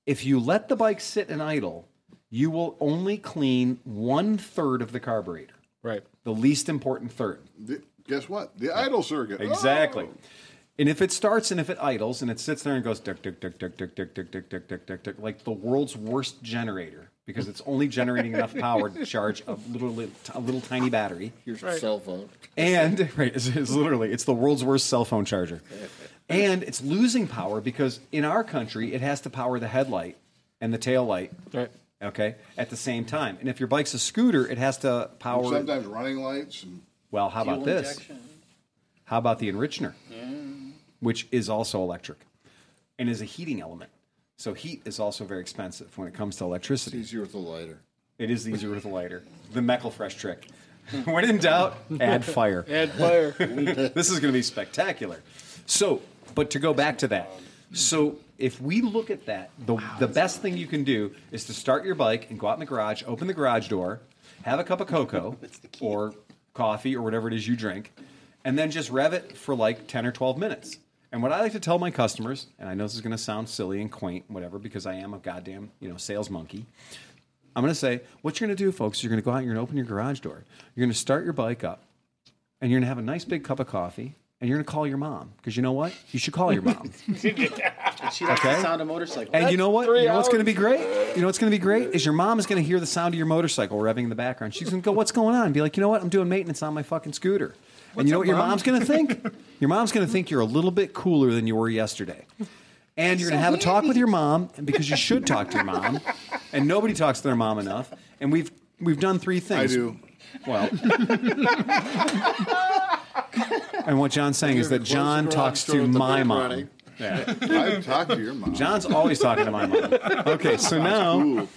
If you let the bike sit and idle, you will only clean one third of the carburetor, Right. the least important third. The- Guess what? The idle circuit. Exactly. And if it starts and if it idles and it sits there and goes duck duck duck duck duck duck duck duck duck duck duck duck like the world's worst generator because it's only generating enough power to charge a little a little tiny battery. Your cell phone. And right, it's, it's literally it's the world's worst cell phone charger, and it's losing power because in our country it has to power the headlight and the tail light. Right. Okay, at the same time, and if your bike's a scooter, it has to Oh. power. Sometimes running lights. And well, how about Fuel this? injection. How about the enrichner, which is also electric, and is a heating element. So heat is also very expensive when it comes to It's electricity. easier with a lighter. It is easier with a lighter. The Meckel Fresh trick. when in doubt, add fire. Add fire. this is going to be spectacular. So, but to go back to that, so if we look at that, the, the best thing you can do is to start your bike and go out in the garage, open the garage door, have a cup of cocoa or coffee or whatever it is you drink, and then just rev it for like 10 or 12 minutes. And what I like to tell my customers, and I know this is going to sound silly and quaint, whatever, because I am a goddamn you know sales monkey. I'm going to say, what you're going to do, folks, you're going to go out and you're going to open your garage door. You're going to start your bike up and you're gonna have a nice big cup of coffee and you're gonna call your mom because you know what you should call your mom She likes Okay. the sound of motorcycle. and you know what three you know what's gonna hours. be great you know what's gonna be great is your mom is gonna hear the sound of your motorcycle revving in the background she's gonna go what's going on and be like you know what i'm doing maintenance on my fucking scooter and you know what your mom's gonna think your mom's gonna think you're a little bit cooler than you were yesterday and you're gonna have a talk with your mom and because you should talk to your mom and nobody talks to their mom enough and we've we've done three I things do. well, and what John's saying is that Close the John garage talks door to with the my brake mom. running. I've talked to your mom. John's always talking to my mom. Okay, so now, Ooh.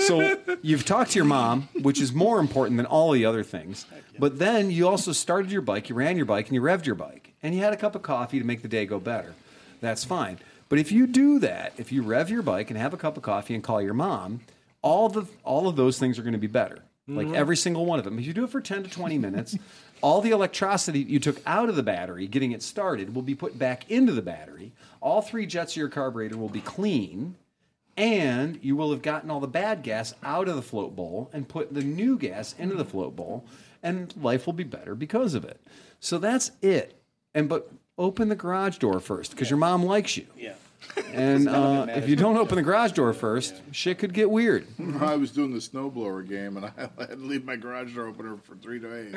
so you've talked to your mom, which is more important than all the other things. But then you also started your bike, you ran your bike, and you revved your bike, and you had a cup of coffee to make the day go better. That's fine. But if you do that, if you rev your bike and have a cup of coffee and call your mom, all the all of those things are going to be better. Like Mhm. every single one of them. If you do it for 10 to 20 minutes, all the electricity you took out of the battery getting it started will be put back into the battery. All three jets of your carburetor will be clean, and you will have gotten all the bad gas out of the float bowl and put the new gas into the float bowl, and life will be better because of it. So that's it. And but open the garage door first because your mom likes you. Yeah. And None of it uh, matters. if you don't open the garage door first, shit could get weird. I was doing the snowblower game and I had to leave my garage door open for three days.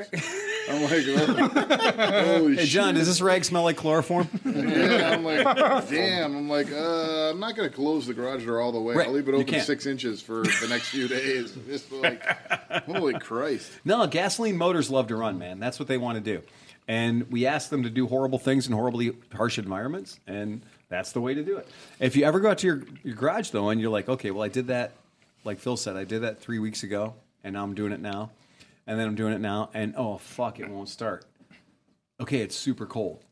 I'm like, oh, holy hey, John, shit. does this rag smell like chloroform? Yeah, I'm like, damn. I'm like, uh, I'm not gonna close the garage door all the way. Right, I'll leave it you open can't. six inches for the next few days. Just like, holy Christ! No, gasoline motors love to run, man. That's what they want to do. And we ask them to do horrible things in horribly harsh environments, and that's the way to do it. If you ever go out to your, your garage, though, and you're like, okay, well, I did that, like Phil said, I did that three weeks ago, and now I'm doing it now, and then I'm doing it now, and oh, fuck, it won't start. Okay, it's super cold.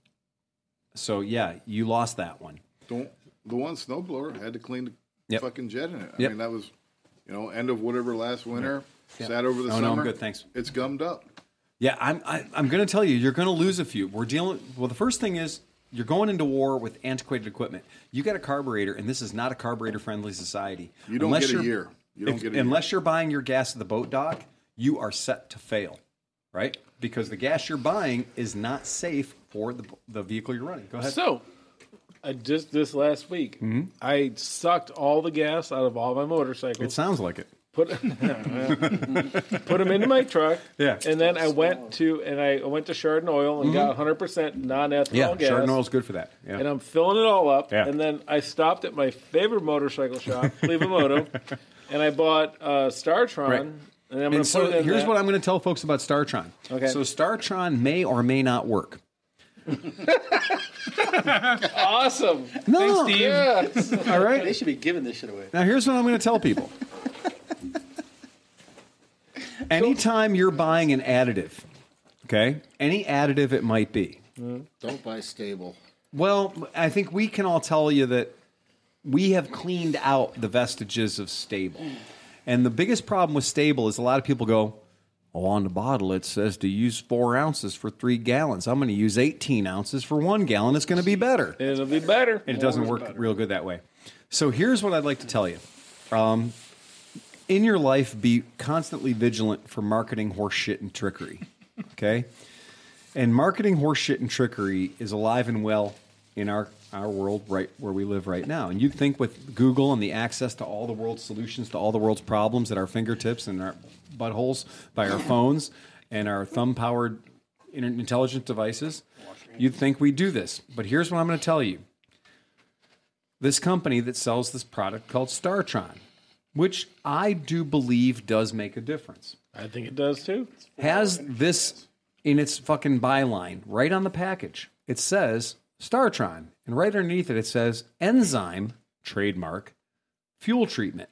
So, yeah, you lost that one. Don't the one snowblower had to clean the Yep. fucking jet in it. I Yep. mean, that was, you know, end of whatever last winter. Yeah. Sat over the Oh, No, summer. no, I'm good, thanks. It's gummed up. Yeah, I'm. I, I'm going to tell you, you're going to lose a few. We're dealing. Well, the first thing is you're going into war with antiquated equipment. You got a carburetor, and this is not a carburetor-friendly society. You don't get a you're- year. You don't if- get a year. unless you're buying your gas at the boat dock. You are set to fail, right? Because the gas you're buying is not safe for the the vehicle you're running. Go ahead. So, I just this last week, Mhm. I sucked all the gas out of all my motorcycles. it sounds like it. put put them into my truck. Yeah. Mm-hmm. and then I went to and I went to Chardon Oil and got 100 percent non-ethanol Yeah, gas. Chardon oil's good for that. Yeah. And I'm filling it all up. Yeah. And then I stopped at my favorite motorcycle shop, Cleveland and I bought uh, Startron. Right. And I'm And going to put so it in here's that. what I'm going to tell folks about StarTron. Okay. So StarTron may or may not work. awesome. No. Thanks, Steve. All right. They should be giving this shit away. Now, here's what I'm going to tell people. Anytime you're buying an additive, okay, any additive it might be, Don't buy stable. well, I think we can all tell you that we have cleaned out the vestiges of stable. And the biggest problem with stable is a lot of people go, Oh, on the bottle it says to use four ounces for three gallons. I'm going to use 18 ounces for one gallon. It's going to be better. It'll be better. And it doesn't work real good that way. So here's what I'd like to tell you. Um, in your life, be constantly vigilant for marketing horseshit and trickery. Okay? And marketing horseshit and trickery is alive and well in our, our world right where we live right now. And you'd think with Google and the access to all the world's solutions to all the world's problems at our fingertips and our buttholes by our phones and our thumb powered intelligent devices, you'd think we do this. But here's what I'm going to tell you this company that sells this product called StarTron, which I do believe does make a difference I think it does too. has this in its fucking byline right on the package. It says Startron, and right underneath it, it says enzyme trademark fuel treatment.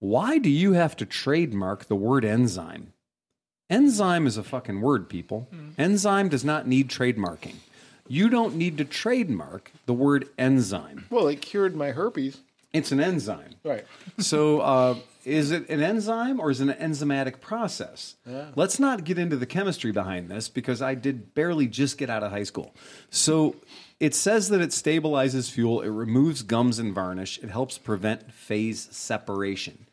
Why do you have to trademark the word enzyme? Enzyme is a fucking word, people. Enzyme does not need trademarking. You don't need to trademark the word enzyme. Well, it cured my herpes. It's an enzyme. Right. So, uh, is it an enzyme or is it an enzymatic process? Yeah. Let's not get into the chemistry behind this because I did barely just get out of high school. So, it says that it stabilizes fuel, it removes gums and varnish, it helps prevent phase separation.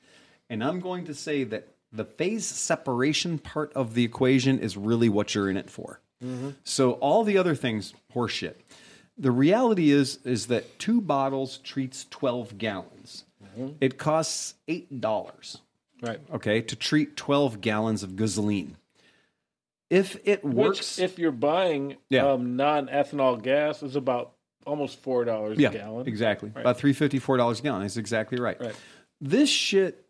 And I'm going to say that the phase separation part of the equation is really what you're in it for. Mm-hmm. So all the other things, horseshit. The reality is is that two bottles treats twelve gallons. It costs eight dollars. Mm-hmm. Right. Okay, to treat twelve gallons of gasoline. If it works, Which, if you're buying Yeah. um, non-ethanol gas, is about almost four dollars yeah, a gallallon. exactly. Right. About three fifty four dollars a gallon. That's exactly right. Right. This shit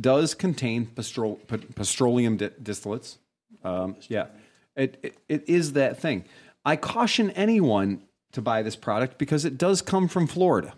does contain pistro- pet- petroleum di- distillates. Um, yeah, it, it it is that thing. I caution anyone to buy this product because it does come from Florida.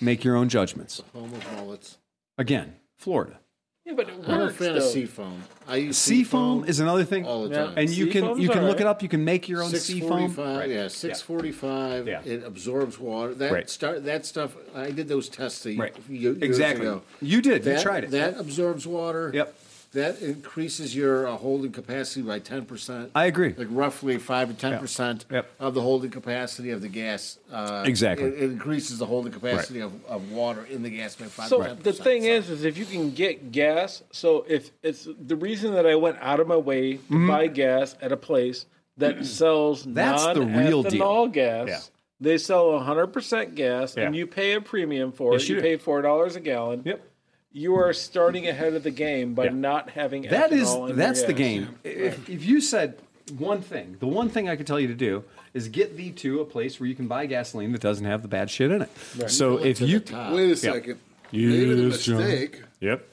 Make your own judgments. Home of mullets. Again, Florida. Yeah, but it works. I'm a fan of though. seafoam. I use Seafoam is another thing, all the time. and you can Seafoam's you can all look it right. up. You can make your own seafoam. 645, Yeah, six forty-five. It absorbs water. That Right. start that stuff. I did those tests a Right. year- years Exactly. ago. You did. You That- tried it. That absorbs water. Yep. That increases your uh, holding capacity by ten percent. I agree. Like roughly five to ten percent of the holding capacity of the gas. Uh, Exactly. It, it increases the holding capacity of, of water in the gas by five. So to 10%. the thing is, is if you can get gas, so if it's the reason that I went out of my way to Mhm. buy gas at a place that sells That's the real deal. non-ethanol gas, Yeah. they sell 100% gas, and Yeah. you pay a premium for Yes, it. you You, do. pay four dollars a gallon. Yep. You are starting ahead of the game by not having That is ethanol in your that's the gas. game. If, if you said one thing, the one thing I could tell you to do is get thee to a place where you can buy gasoline that doesn't have the bad shit in it. So if you Wait a Yeah. second. Maybe the Yes, John. mistake Yep.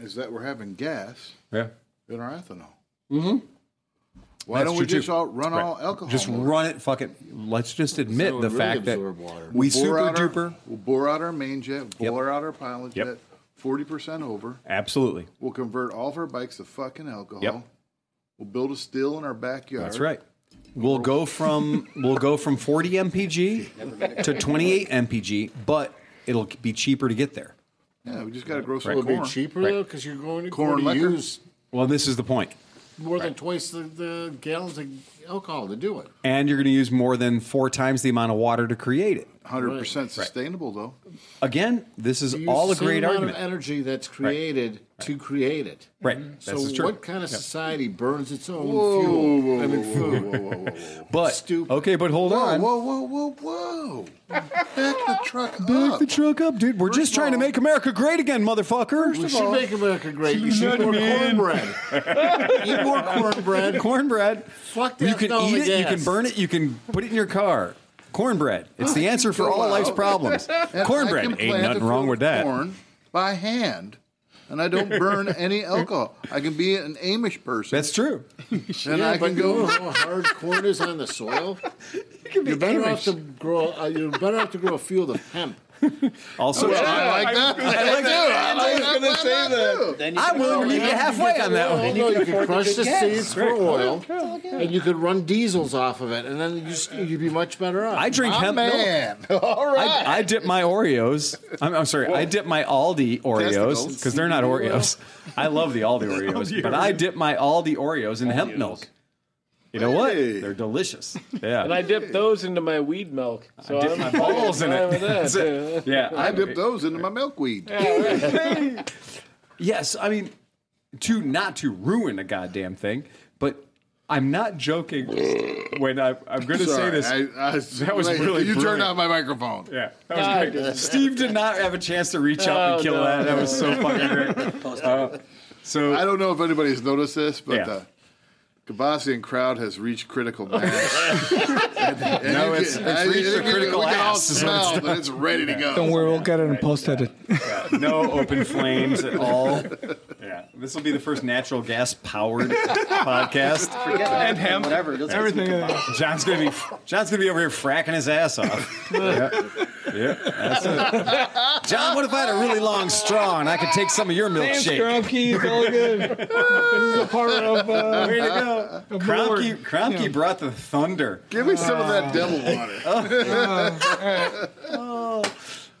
is that we're having gas Yeah. in our ethanol. Mm-hmm. Why don't we just all run all alcohol? Just mode? run it. Fuck it. Let's just admit Oh, So the it really fact that absorb water. we We'll bore super out our- duper. We'll bore out our main jet, bore out our pilot Yep. jet, forty percent over. Absolutely. We'll convert all of our bikes to fucking alcohol. Yep. We'll build a still in our backyard. That's right. We'll go from we'll go from 40 mpg to 28 mpg, but it'll be cheaper to get there. Yeah, we just got to grow some It'll corn. be cheaper though because you're going to, Corn corn to liquor. use Well, this is the point. more than twice the, the gallons of alcohol to do it. And you're going to use more than four times the amount of water to create it. 100% sustainable though. Again, this is You use all the a same great amount argument. Of energy that's created to create it. Right. Mhm. So This is true. what kind of society burns its own Whoa, fuel? whoa, I mean, whoa, food. But okay, but hold on. Whoa, whoa, whoa, whoa! Back the truck Back up. the truck up, dude. We're just trying to make America great again, motherfucker. We should make America great. You know should eat what more I mean? cornbread. eat more cornbread. Cornbread. Fuck that. You can all eat the it, you gas. can burn it, you can put it in your car. Cornbread. It's the answer for all Wow. life's problems. And I can Cornbread. Ain't plant nothing a wrong field with that. Corn by hand, and I don't burn any alcohol. I can be an Amish person. That's true. And yeah, I but can you know go. how hard corn is on the soil. You are better off to grow. Uh, you're better off to grow a field of hemp. Also, Well, I like that. I like that. I like gonna say that. Then you I'm can willing to afford meet you it. halfway on that Well, one. no, you could afford to crush get the gas. seeds for oil, and you could run diesels off of it, and then you just, you'd be much better off. I drink My hemp milk. man. All right. I, I dip my Oreos. I'm, I'm sorry. I dip my Aldi Oreos Testicles. because they're not Oreos. I love the Aldi Oreos, but I dip my Aldi Oreos in hemp milk. You know what? They're delicious. Yeah. And I dip those into my weed milk. So dip I'm my fucking balls in fine it. with that, That's it. too. Yeah. I dip those into my milkweed. Yes, I mean, to not to ruin a goddamn thing, but I'm not joking when I, I'm going to say Sorry, this. I- I- that was really You turned brilliant. off my microphone. Yeah, that was great. Steve did not have a chance to reach out and Oh, kill no, that. That no. was so fucking great. Uh, so I don't know if anybody's noticed this, but Yeah. the Gabassian crowd has reached critical mass. No, it's- it's reached a critical we can all mass is what it's smell that done. it's ready to go. Don't worry, we'll get it and post it. Uh, no open flames at all. Yeah, this will be the first natural gas powered podcast. Forget that. And hemp. Whatever. Just Everything. in it. John's gonna be John's gonna be over here fracking his ass off. yeah, yeah, that's it. John, what if I had a really long straw and I could take some of your Thanks, milkshake? Grumpy. It's all good. this is a part of. Uh, Way to go. of Kromke, more- Kromke brought the thunder. Give me some of Uh, that devil water.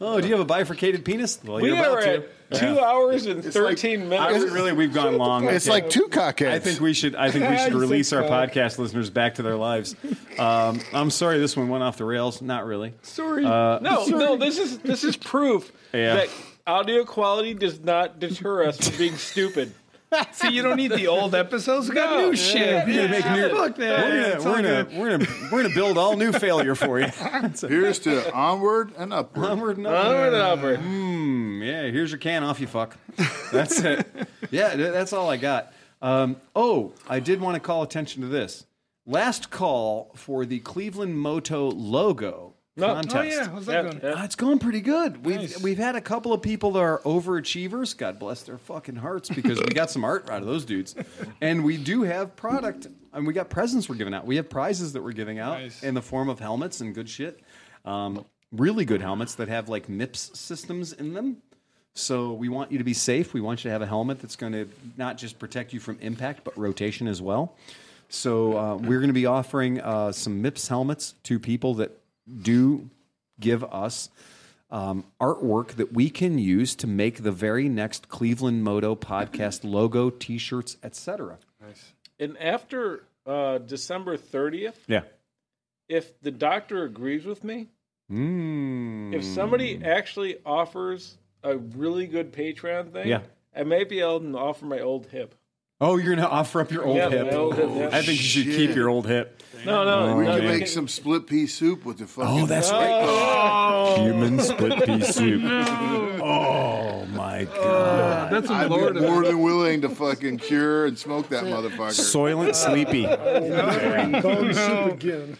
Oh, do you have a bifurcated penis? Well, We you're about are to. at two hours and thirteen I minutes. would really, we've gone long. It's like two cockheads. I think we should. I think we should You release our sick fuck. podcast listeners back to their lives. Um, I'm sorry, this one went off the rails. Not really. Sorry. no, no. This is this is proof uh, Yeah. that audio quality does not deter us from being stupid. See, you don't need the old episodes. We got No. new shit. We're gonna make new. Fuck that. We're It's gonna, all we're gonna, good. we're gonna, we're gonna build all new failure for you. Here's to onward and upward. Onward and Onward upward. and upward. Mm, yeah, here's your can off you fuck. That's it. yeah, th- that's all I got. Um, oh, I did want to call attention to this. Last call for the Cleveland Moto logo contest. Oh yeah, how's that Yeah, going? yeah. Uh, it's going pretty good. We've Nice. we've had a couple of people that are overachievers. God bless their fucking hearts because we got some art out of those dudes, and we do have product and we got presents we're giving out. We have prizes that we're giving out Nice. in the form of helmets and good shit. Um, really good helmets that have like MIPS systems in them. So we want you to be safe. We want you to have a helmet that's going to not just protect you from impact, but rotation as well. So uh, we're going to be offering uh, some MIPS helmets to people that do give us um, artwork that we can use to make the very next Cleveland Moto podcast logo, T-shirts, etc. Nice. And after uh, December 30th, Yeah. if the doctor agrees with me, Mm. if somebody actually offers a really good Patreon thing, Yeah. I may be able to offer my old hip. Oh, you're going to offer up your old Yeah, my hip. old hip, yeah. I think you should keep Shit. your old hip. No, no, Oh, we no, can you make can- some split pea soup with the fucking. Oh, Oh, that's right. Human split pea soup. Oh my god. that's I'd be more than willing to fucking cure and smoke that motherfucker. Soylent Sleepy. Bone soup again.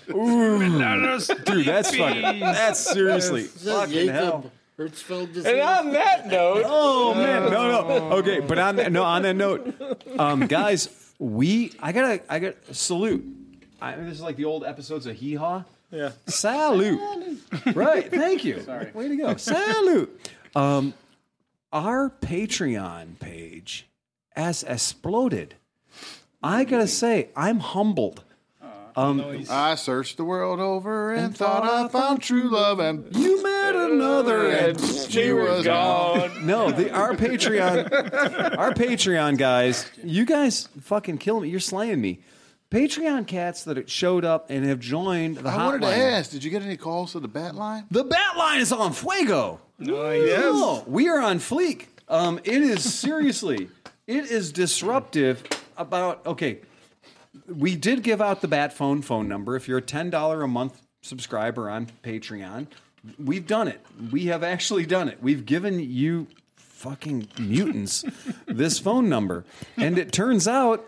Dude, that's fucking. That's seriously fucking hell. Hertzfeld disease. And on that note, Oh man, no, no. Okay, but on that, no, on that note, um, guys, we I gotta I gotta salute. I, this is like the old episodes of Hee Haw. Yeah. Salute. right. Thank you. Sorry. Way to go. Salute. Um, our Patreon page has exploded. I gotta say, I'm humbled. Um, I searched the world over and, thought I found true love, and you met another, and she was gone. No, the, our Patreon, our Patreon guys, you guys fucking kill me. You're slaying me. Patreon cats that showed up and have joined the I wanted to hotline. ask, did you get any calls to the bat line? The bat line is on fuego. No, we are on fleek. Um, it is seriously, it is disruptive. About okay, we did give out the bat phone phone number. If you're a ten dollar a month subscriber on Patreon, we've done it. We have actually done it. We've given you fucking mutants this phone number, and it turns out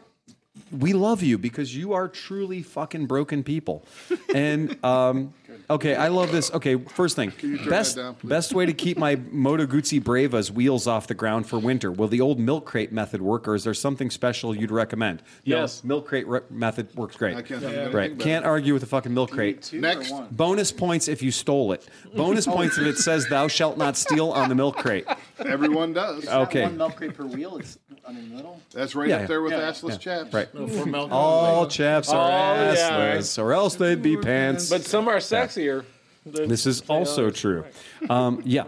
we love you because you are truly fucking broken people. And um, okay, I love this. Okay, first thing, turn best that down, please? best way to keep my Moto Guzzi Breva's wheels off the ground for winter. Will the old milk crate method work, or is there something special you'd recommend? No, Yes. milk crate re- method works great. I can't think of anything right, better. can't argue with the fucking milk crate. Two or Next. one? Bonus points if you stole it. Bonus points if it says "Thou shalt not steal" on the milk crate. Everyone does. Not Okay. One milk crate per wheel. It's I mean little. That's right Yeah, yeah. up there with Yeah. assless chaps. Right. For Oh, milk. All chaps are Oh, yeah. assless, or else they'd be pants. But some are sexier. than- This is also true. Um, yeah,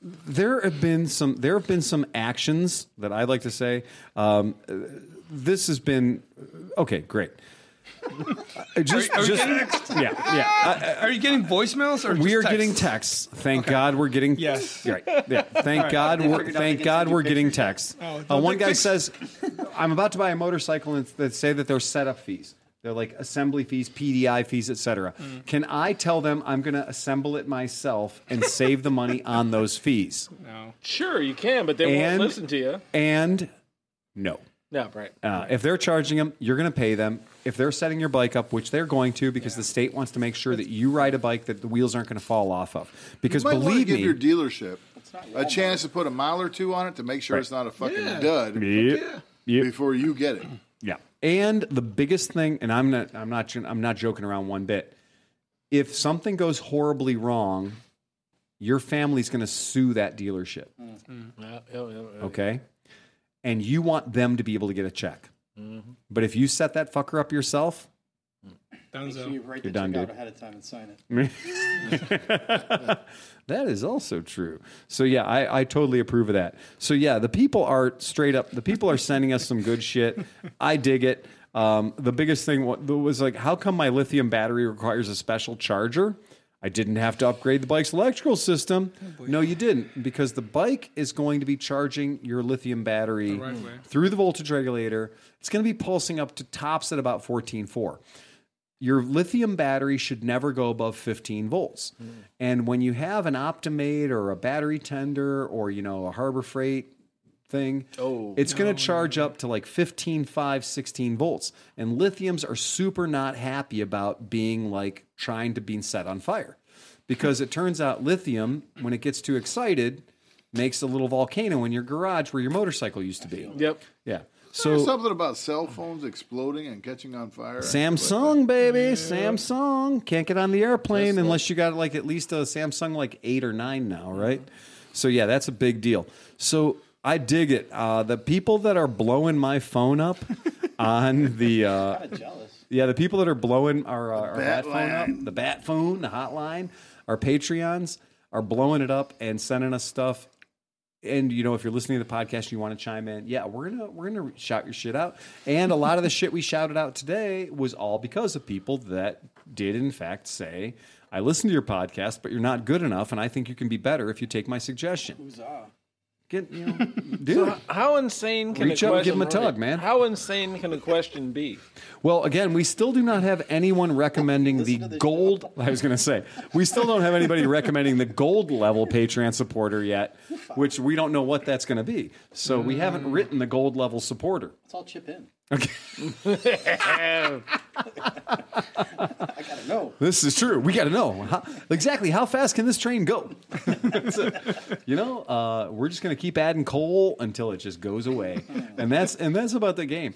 there have been some. There have been some actions that I'd like to say. Um, uh, this has been okay. Great. Uh, just, are we just, getting yeah, yeah. I- Are you getting voicemails or we just are texts? getting texts. Thank God we're getting Yes. Right. Yeah. Thank God. They We're, figured out they thank can God send you we're getting pictures. texts. Oh, Uh, don't one they guy fix- says, "I'm about to buy a motorcycle," and they say that there's setup fees. They're like assembly fees, PDI fees, etc. Can I tell them I'm going to assemble it myself and save the money on those fees? No. Sure, you can, but they And- won't listen to you. And no. No, right. Uh, if they're charging them, you're going to pay them. If they're setting your bike up, which they're going to, because the state wants to make sure that you ride a bike that the wheels aren't going to fall off of. Because You might want to believe give me, your dealership not a Walmart. chance to put a mile or two on it to make sure it's not a fucking dud Yep. Yep. before you get it. Yeah. And the biggest thing, and I'm not, I'm not, I'm not joking around one bit. If something goes horribly wrong, your family's going to sue that dealership. Mm. Yeah, yeah, yeah, yeah. Okay. And you want them to be able to get a check. But if you set that fucker up yourself, So Dunzo. you write You're the done, check out dude. ahead of time and sign it. That is also true. So yeah, I, I totally approve of that. So yeah, the people are straight up. The people are sending us some good shit. I dig it. Um, the biggest thing wa- was like, how come my lithium battery requires a special charger? I didn't have to upgrade the bike's electrical system. Oh, no, you didn't, because the bike is going to be charging your lithium battery right way. through the voltage regulator. It's going to be pulsing up to tops at about fourteen four your lithium battery should never go above 15 volts. And when you have an Optimate or a battery tender or you know a Harbor Freight thing, oh, it's going to charge up to like 15, 5, 16 volts. And lithiums are super not happy about being like trying to be set on fire. Because it turns out lithium, when it gets too excited, makes a little volcano in your garage where your motorcycle used to be. Yep. Yeah. There's So something about cell phones exploding and catching on fire. Samsung, baby, Samsung. Can't get on the airplane unless you got like at least a Samsung like eight or nine now, right? So yeah, that's a big deal. So I dig it. Uh, the people that are blowing my phone up on the uh, yeah, the people that are blowing our, uh, our bat bat phone up, the bat phone, the hotline, our Patreons are blowing it up and sending us stuff. And you know, if you're listening to the podcast, and you want to chime in. Yeah, we're gonna we're gonna shout your shit out. And a lot of the shit we shouted out today was all because of people that did in fact say, "I listened to your podcast, but you're not good enough, and I think you can be better if you take my suggestion." Get you know, dude. how insane can Reach a out question and give 'em a tug, man. How insane can a question be? Well, again, we still do not have anyone recommending the gold. I was going to say, we still don't have anybody recommending the gold level Patreon supporter yet, which we don't know what that's going to be. So we haven't written the gold level supporter. Let's all chip in. Okay. I gotta know. This is true. We got to know how, exactly how fast can this train go. So, you know, uh, we're just going to keep adding coal until it just goes away, and that's and that's about the game.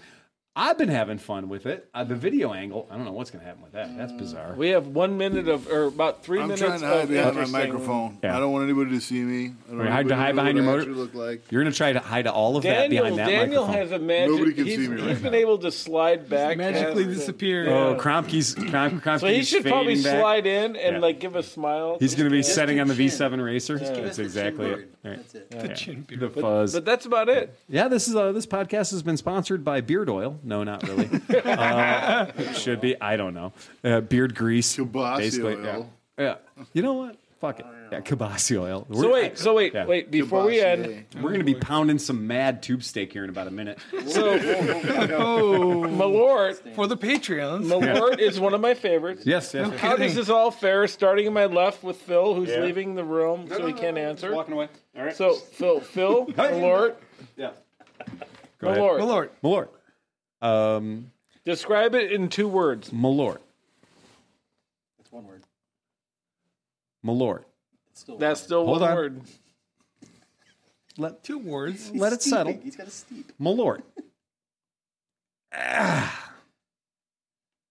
I've been having fun with it. Uh, the video angle, I don't know what's going to happen with that. That's bizarre. We have one minute of, or about 3 I'm minutes. trying to hide of behind my interesting- microphone. Yeah. I don't want anybody to see me. I don't Or hide, want anybody hide to know behind your what I motor. actually Look like. You're going to try to hide all of that Daniel, behind that Daniel microphone. has a magic. Nobody can he's, see me right He's been able to slide back, magically past the- disappeared. Oh, Kromke's Krom, Kromke's So he should probably fading back. slide in and Yeah. like give a smile. He's going to be Just setting give on the us chin. V7 racer. Just give That's us the chin exactly beard. it. Right. That's it. The chin The fuzz. But that's about it. Yeah, this is uh, this podcast has been sponsored by Beard Oil. No, not really. uh, it should be. I don't know. Uh, beard grease, Kielbasa Yeah. oil. yeah. You know what? Fuck it. Yeah, kielbasa oil. So wait, so wait, Yeah. wait. Before we Kielbasa. end, We're going to be pounding some mad tube steak here in about a minute. so Malort Oh. for the Patreons. Malort is one of my favorites. Yes, yes, yes. How does this all fare? Starting in my left with Phil, who's Yeah. leaving the room, so he can't answer. walking away. All right. So Phil, Phil, Malort, Yeah. Malort. Malort. Malort. Um, describe it in two words. Malort. That's one word. Malort. That's still Hold one on. word. Let two words. Let it settle. He's got a steep. Malort.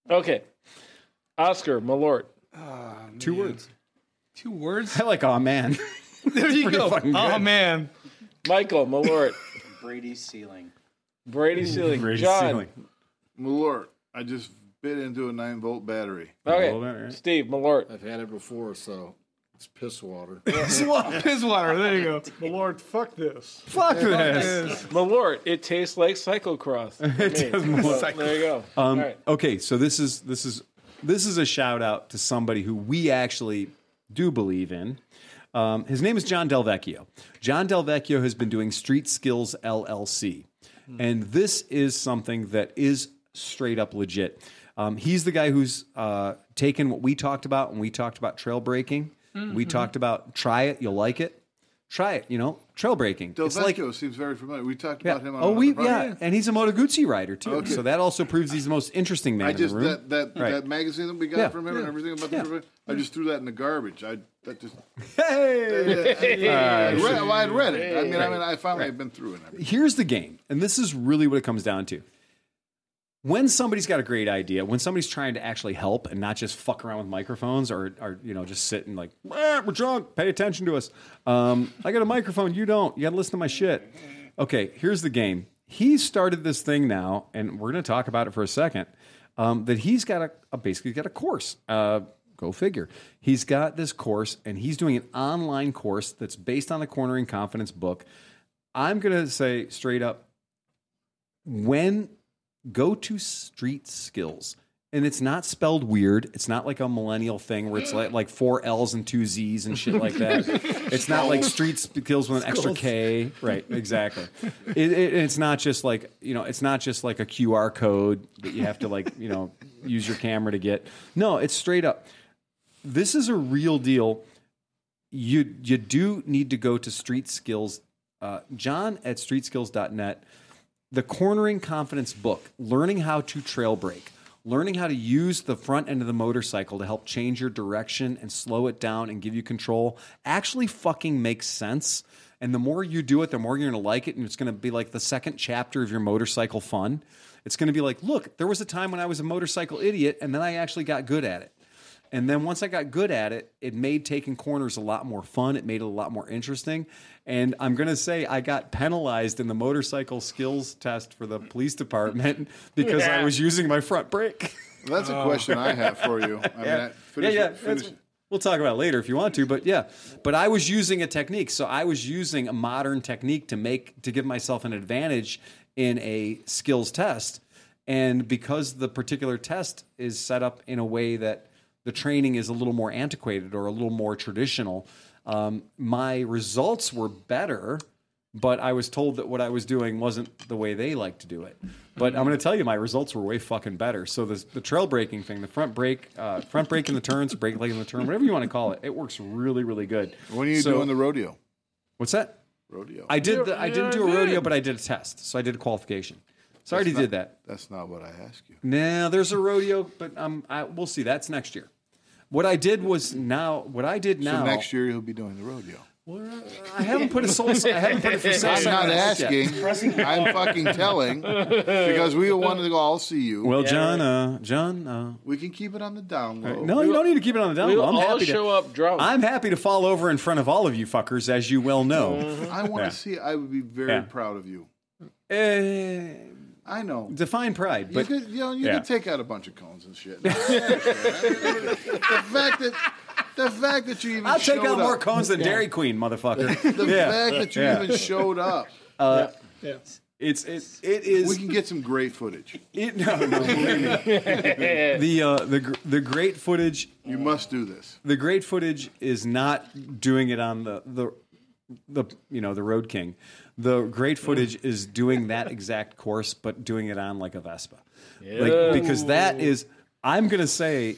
Okay, Oscar Malort. Two words. Two words. I like. Oh man. There you Pretty go. fucking Oh good. man. Michael Malort. Brady ceiling. Brady Sealing. Brady John. Sealing. Malort, I just bit into a nine volt battery. Okay. Steve Malort. I've had it before, so it's piss water. Piss water. There you go. Malort, fuck this. Fuck this. Malort. It tastes like cyclocross. It does, Malort. There you go. Um, All right. Okay, so this is this is this is a shout out to somebody who we actually do believe in. Um, his name is John Delvecchio. John Delvecchio has been doing Street Skills LLC, and this is something that is straight up legit. Um, he's the guy who's uh, taken what we talked about when we talked about trail breaking. We Mhm. talked about try it, you'll like it. Try it, you know, trail breaking. Del it's like Vecchio seems very familiar. We talked yeah. about him on oh, we another yeah, and he's a Moto Guzzi rider too. Okay. So that also proves he's the most interesting man I just in the room. that that, Right. that magazine that we got Yeah. from him and everything about the river, I just threw that in the garbage. I that just Hey! I, Uh, read, well, I read it. I mean, I Right. mean, I finally have been through it. Here's the game, and this is really what it comes down to. When somebody's got a great idea, when somebody's trying to actually help and not just fuck around with microphones or, or you know, just sit and like, "Ah, we're drunk, pay attention to us. Um, I got a microphone, you don't. You got to listen to my shit. Okay, here's the game. He started this thing now, and we're going to talk about it for a second. Um, that he's got a, a basically got a course. Uh, go figure. He's got this course, and he's doing an online course that's based on the Cornering Confidence book. I'm going to say straight up when go to street skills and it's not spelled weird it's not like a millennial thing where it's like, like four l's and two z's and shit like that it's not like street skills with an extra Skills. k right exactly it, it, it's not just like you know it's not just like a qr code that you have to like you know use your camera to get no it's straight up this is a real deal you you do need to go to street skills uh, john at streetskills.net the cornering confidence book learning how to trail brake learning how to use the front end of the motorcycle to help change your direction and slow it down and give you control actually fucking makes sense and the more you do it the more you're going to like it and it's going to be like the second chapter of your motorcycle fun it's going to be like look there was a time when i was a motorcycle idiot and then i actually got good at it And then once I got good at it, it made taking corners a lot more fun. It made it a lot more interesting. And I'm going to say I got penalized in the motorcycle skills test for the police department because I Yeah. was using my front brake. Well, that's a question I have for you. I mean, I- finish it- finish that's- We'll talk about it later if you want to, but yeah, but I was using a technique. So I was using a modern technique to make to give myself an advantage in a skills test. And because the particular test is set up in a way that the training is a little more antiquated or a little more traditional, um, my results were better. But I was told that what I was doing wasn't the way they like to do it. But I'm going to tell you, my results were way fucking better. So the, the trail braking thing, the front brake, uh, front brake in the turns, brake leg in the turn, whatever you want to call it, it works really, really good. When are you doing the rodeo? What's that? Rodeo. I did. The, I Yeah, didn't do a I did. rodeo, but I did a test. So I did a qualification. So I already That's not- did that. That's not what I asked you. Nah, there's a rodeo, but um, I, we'll see. That's next year. What I did was now. What I did now. So next year he'll be doing the rodeo. I haven't put a soul. I haven't put it for sale. I'm not asking. yet. I'm fucking telling because we wanted to all see you. Well, John, uh, John, uh, we can keep it on the down low. no, you don't need to keep it on the down we low. will I'm all happy to show up drunk. I'm happy to fall over in front of all of you fuckers, as you well know. I want to Yeah. see. I would be very Yeah. proud of you. Mm-hmm. I know. Uh, Define pride, You but could, you know, you yeah. could take out a bunch of cones and shit. the fact that the fact that you even I'll take showed out up- more cones than Dairy Queen, motherfucker. The fact that you even showed up. Uh, It's it it is. We can get some great footage. It, no, no, believe me. the uh, the gr- the great footage. You must do this. The great footage is not doing it on the the the you know the Road King. The great footage is doing that exact course, but doing it on like a Vespa, Yeah. like because that is. I'm gonna say,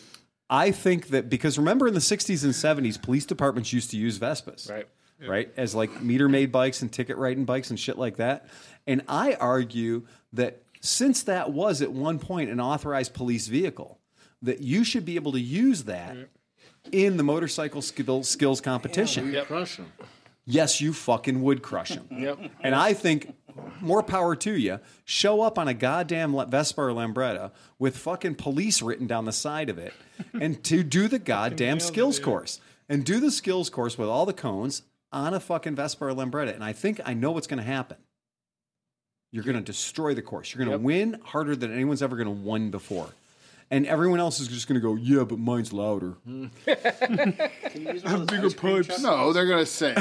I think that because remember in the 60s and 70s, police departments used to use Vespas, right? Right, as like meter made bikes and ticket writing bikes and shit like that. And I argue that since that was at one point an authorized police vehicle, that you should be able to use that in the motorcycle skill, skills competition. Crush him. Yes, you fucking would crush him. Yep. And I think more power to you. Show up on a goddamn Le- Vespa or Lambretta with fucking police written down the side of it and to do the goddamn skills course and do the skills course with all the cones on a fucking Vespa or Lambretta. And I think I know what's going to happen. You're going to destroy the course. You're going to win harder than anyone's ever going to win before. And everyone else is just going to go, yeah, but mine's louder. Bigger pipes. No, they're gonna say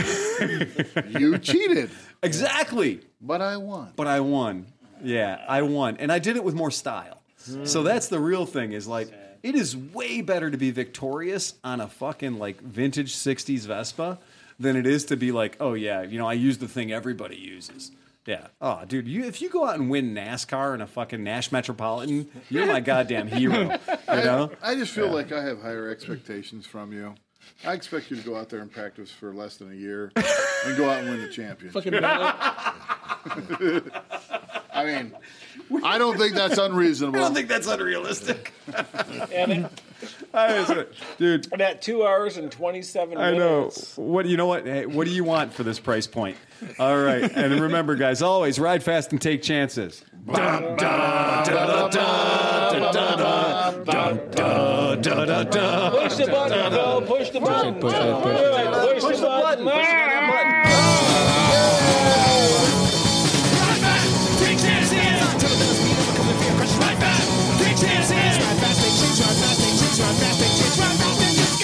you cheated. Exactly. But I won. But I won. Yeah, I won. And I did it with more style. So that's the real thing is like it is way better to be victorious on a fucking like vintage 60s Vespa than it is to be like, "Oh yeah, you know, I use the thing everybody uses." Yeah. Oh, dude, you if you go out and win NASCAR in a fucking Nash Metropolitan, you're my goddamn hero, you know? I just feel like I have higher expectations from you. I expect you to go out there and practice for less than a year and go out and win the championship. Fucking bad. I mean, I don't think that's unreasonable. I don't think that's unrealistic. And dude, it, at two hours and twenty-seven I minutes. know. What you know? What hey, what do you want for this price point? All right, and remember, guys, always ride fast and take chances. Push the button, Phil. Push the button. Push the button. Push the button.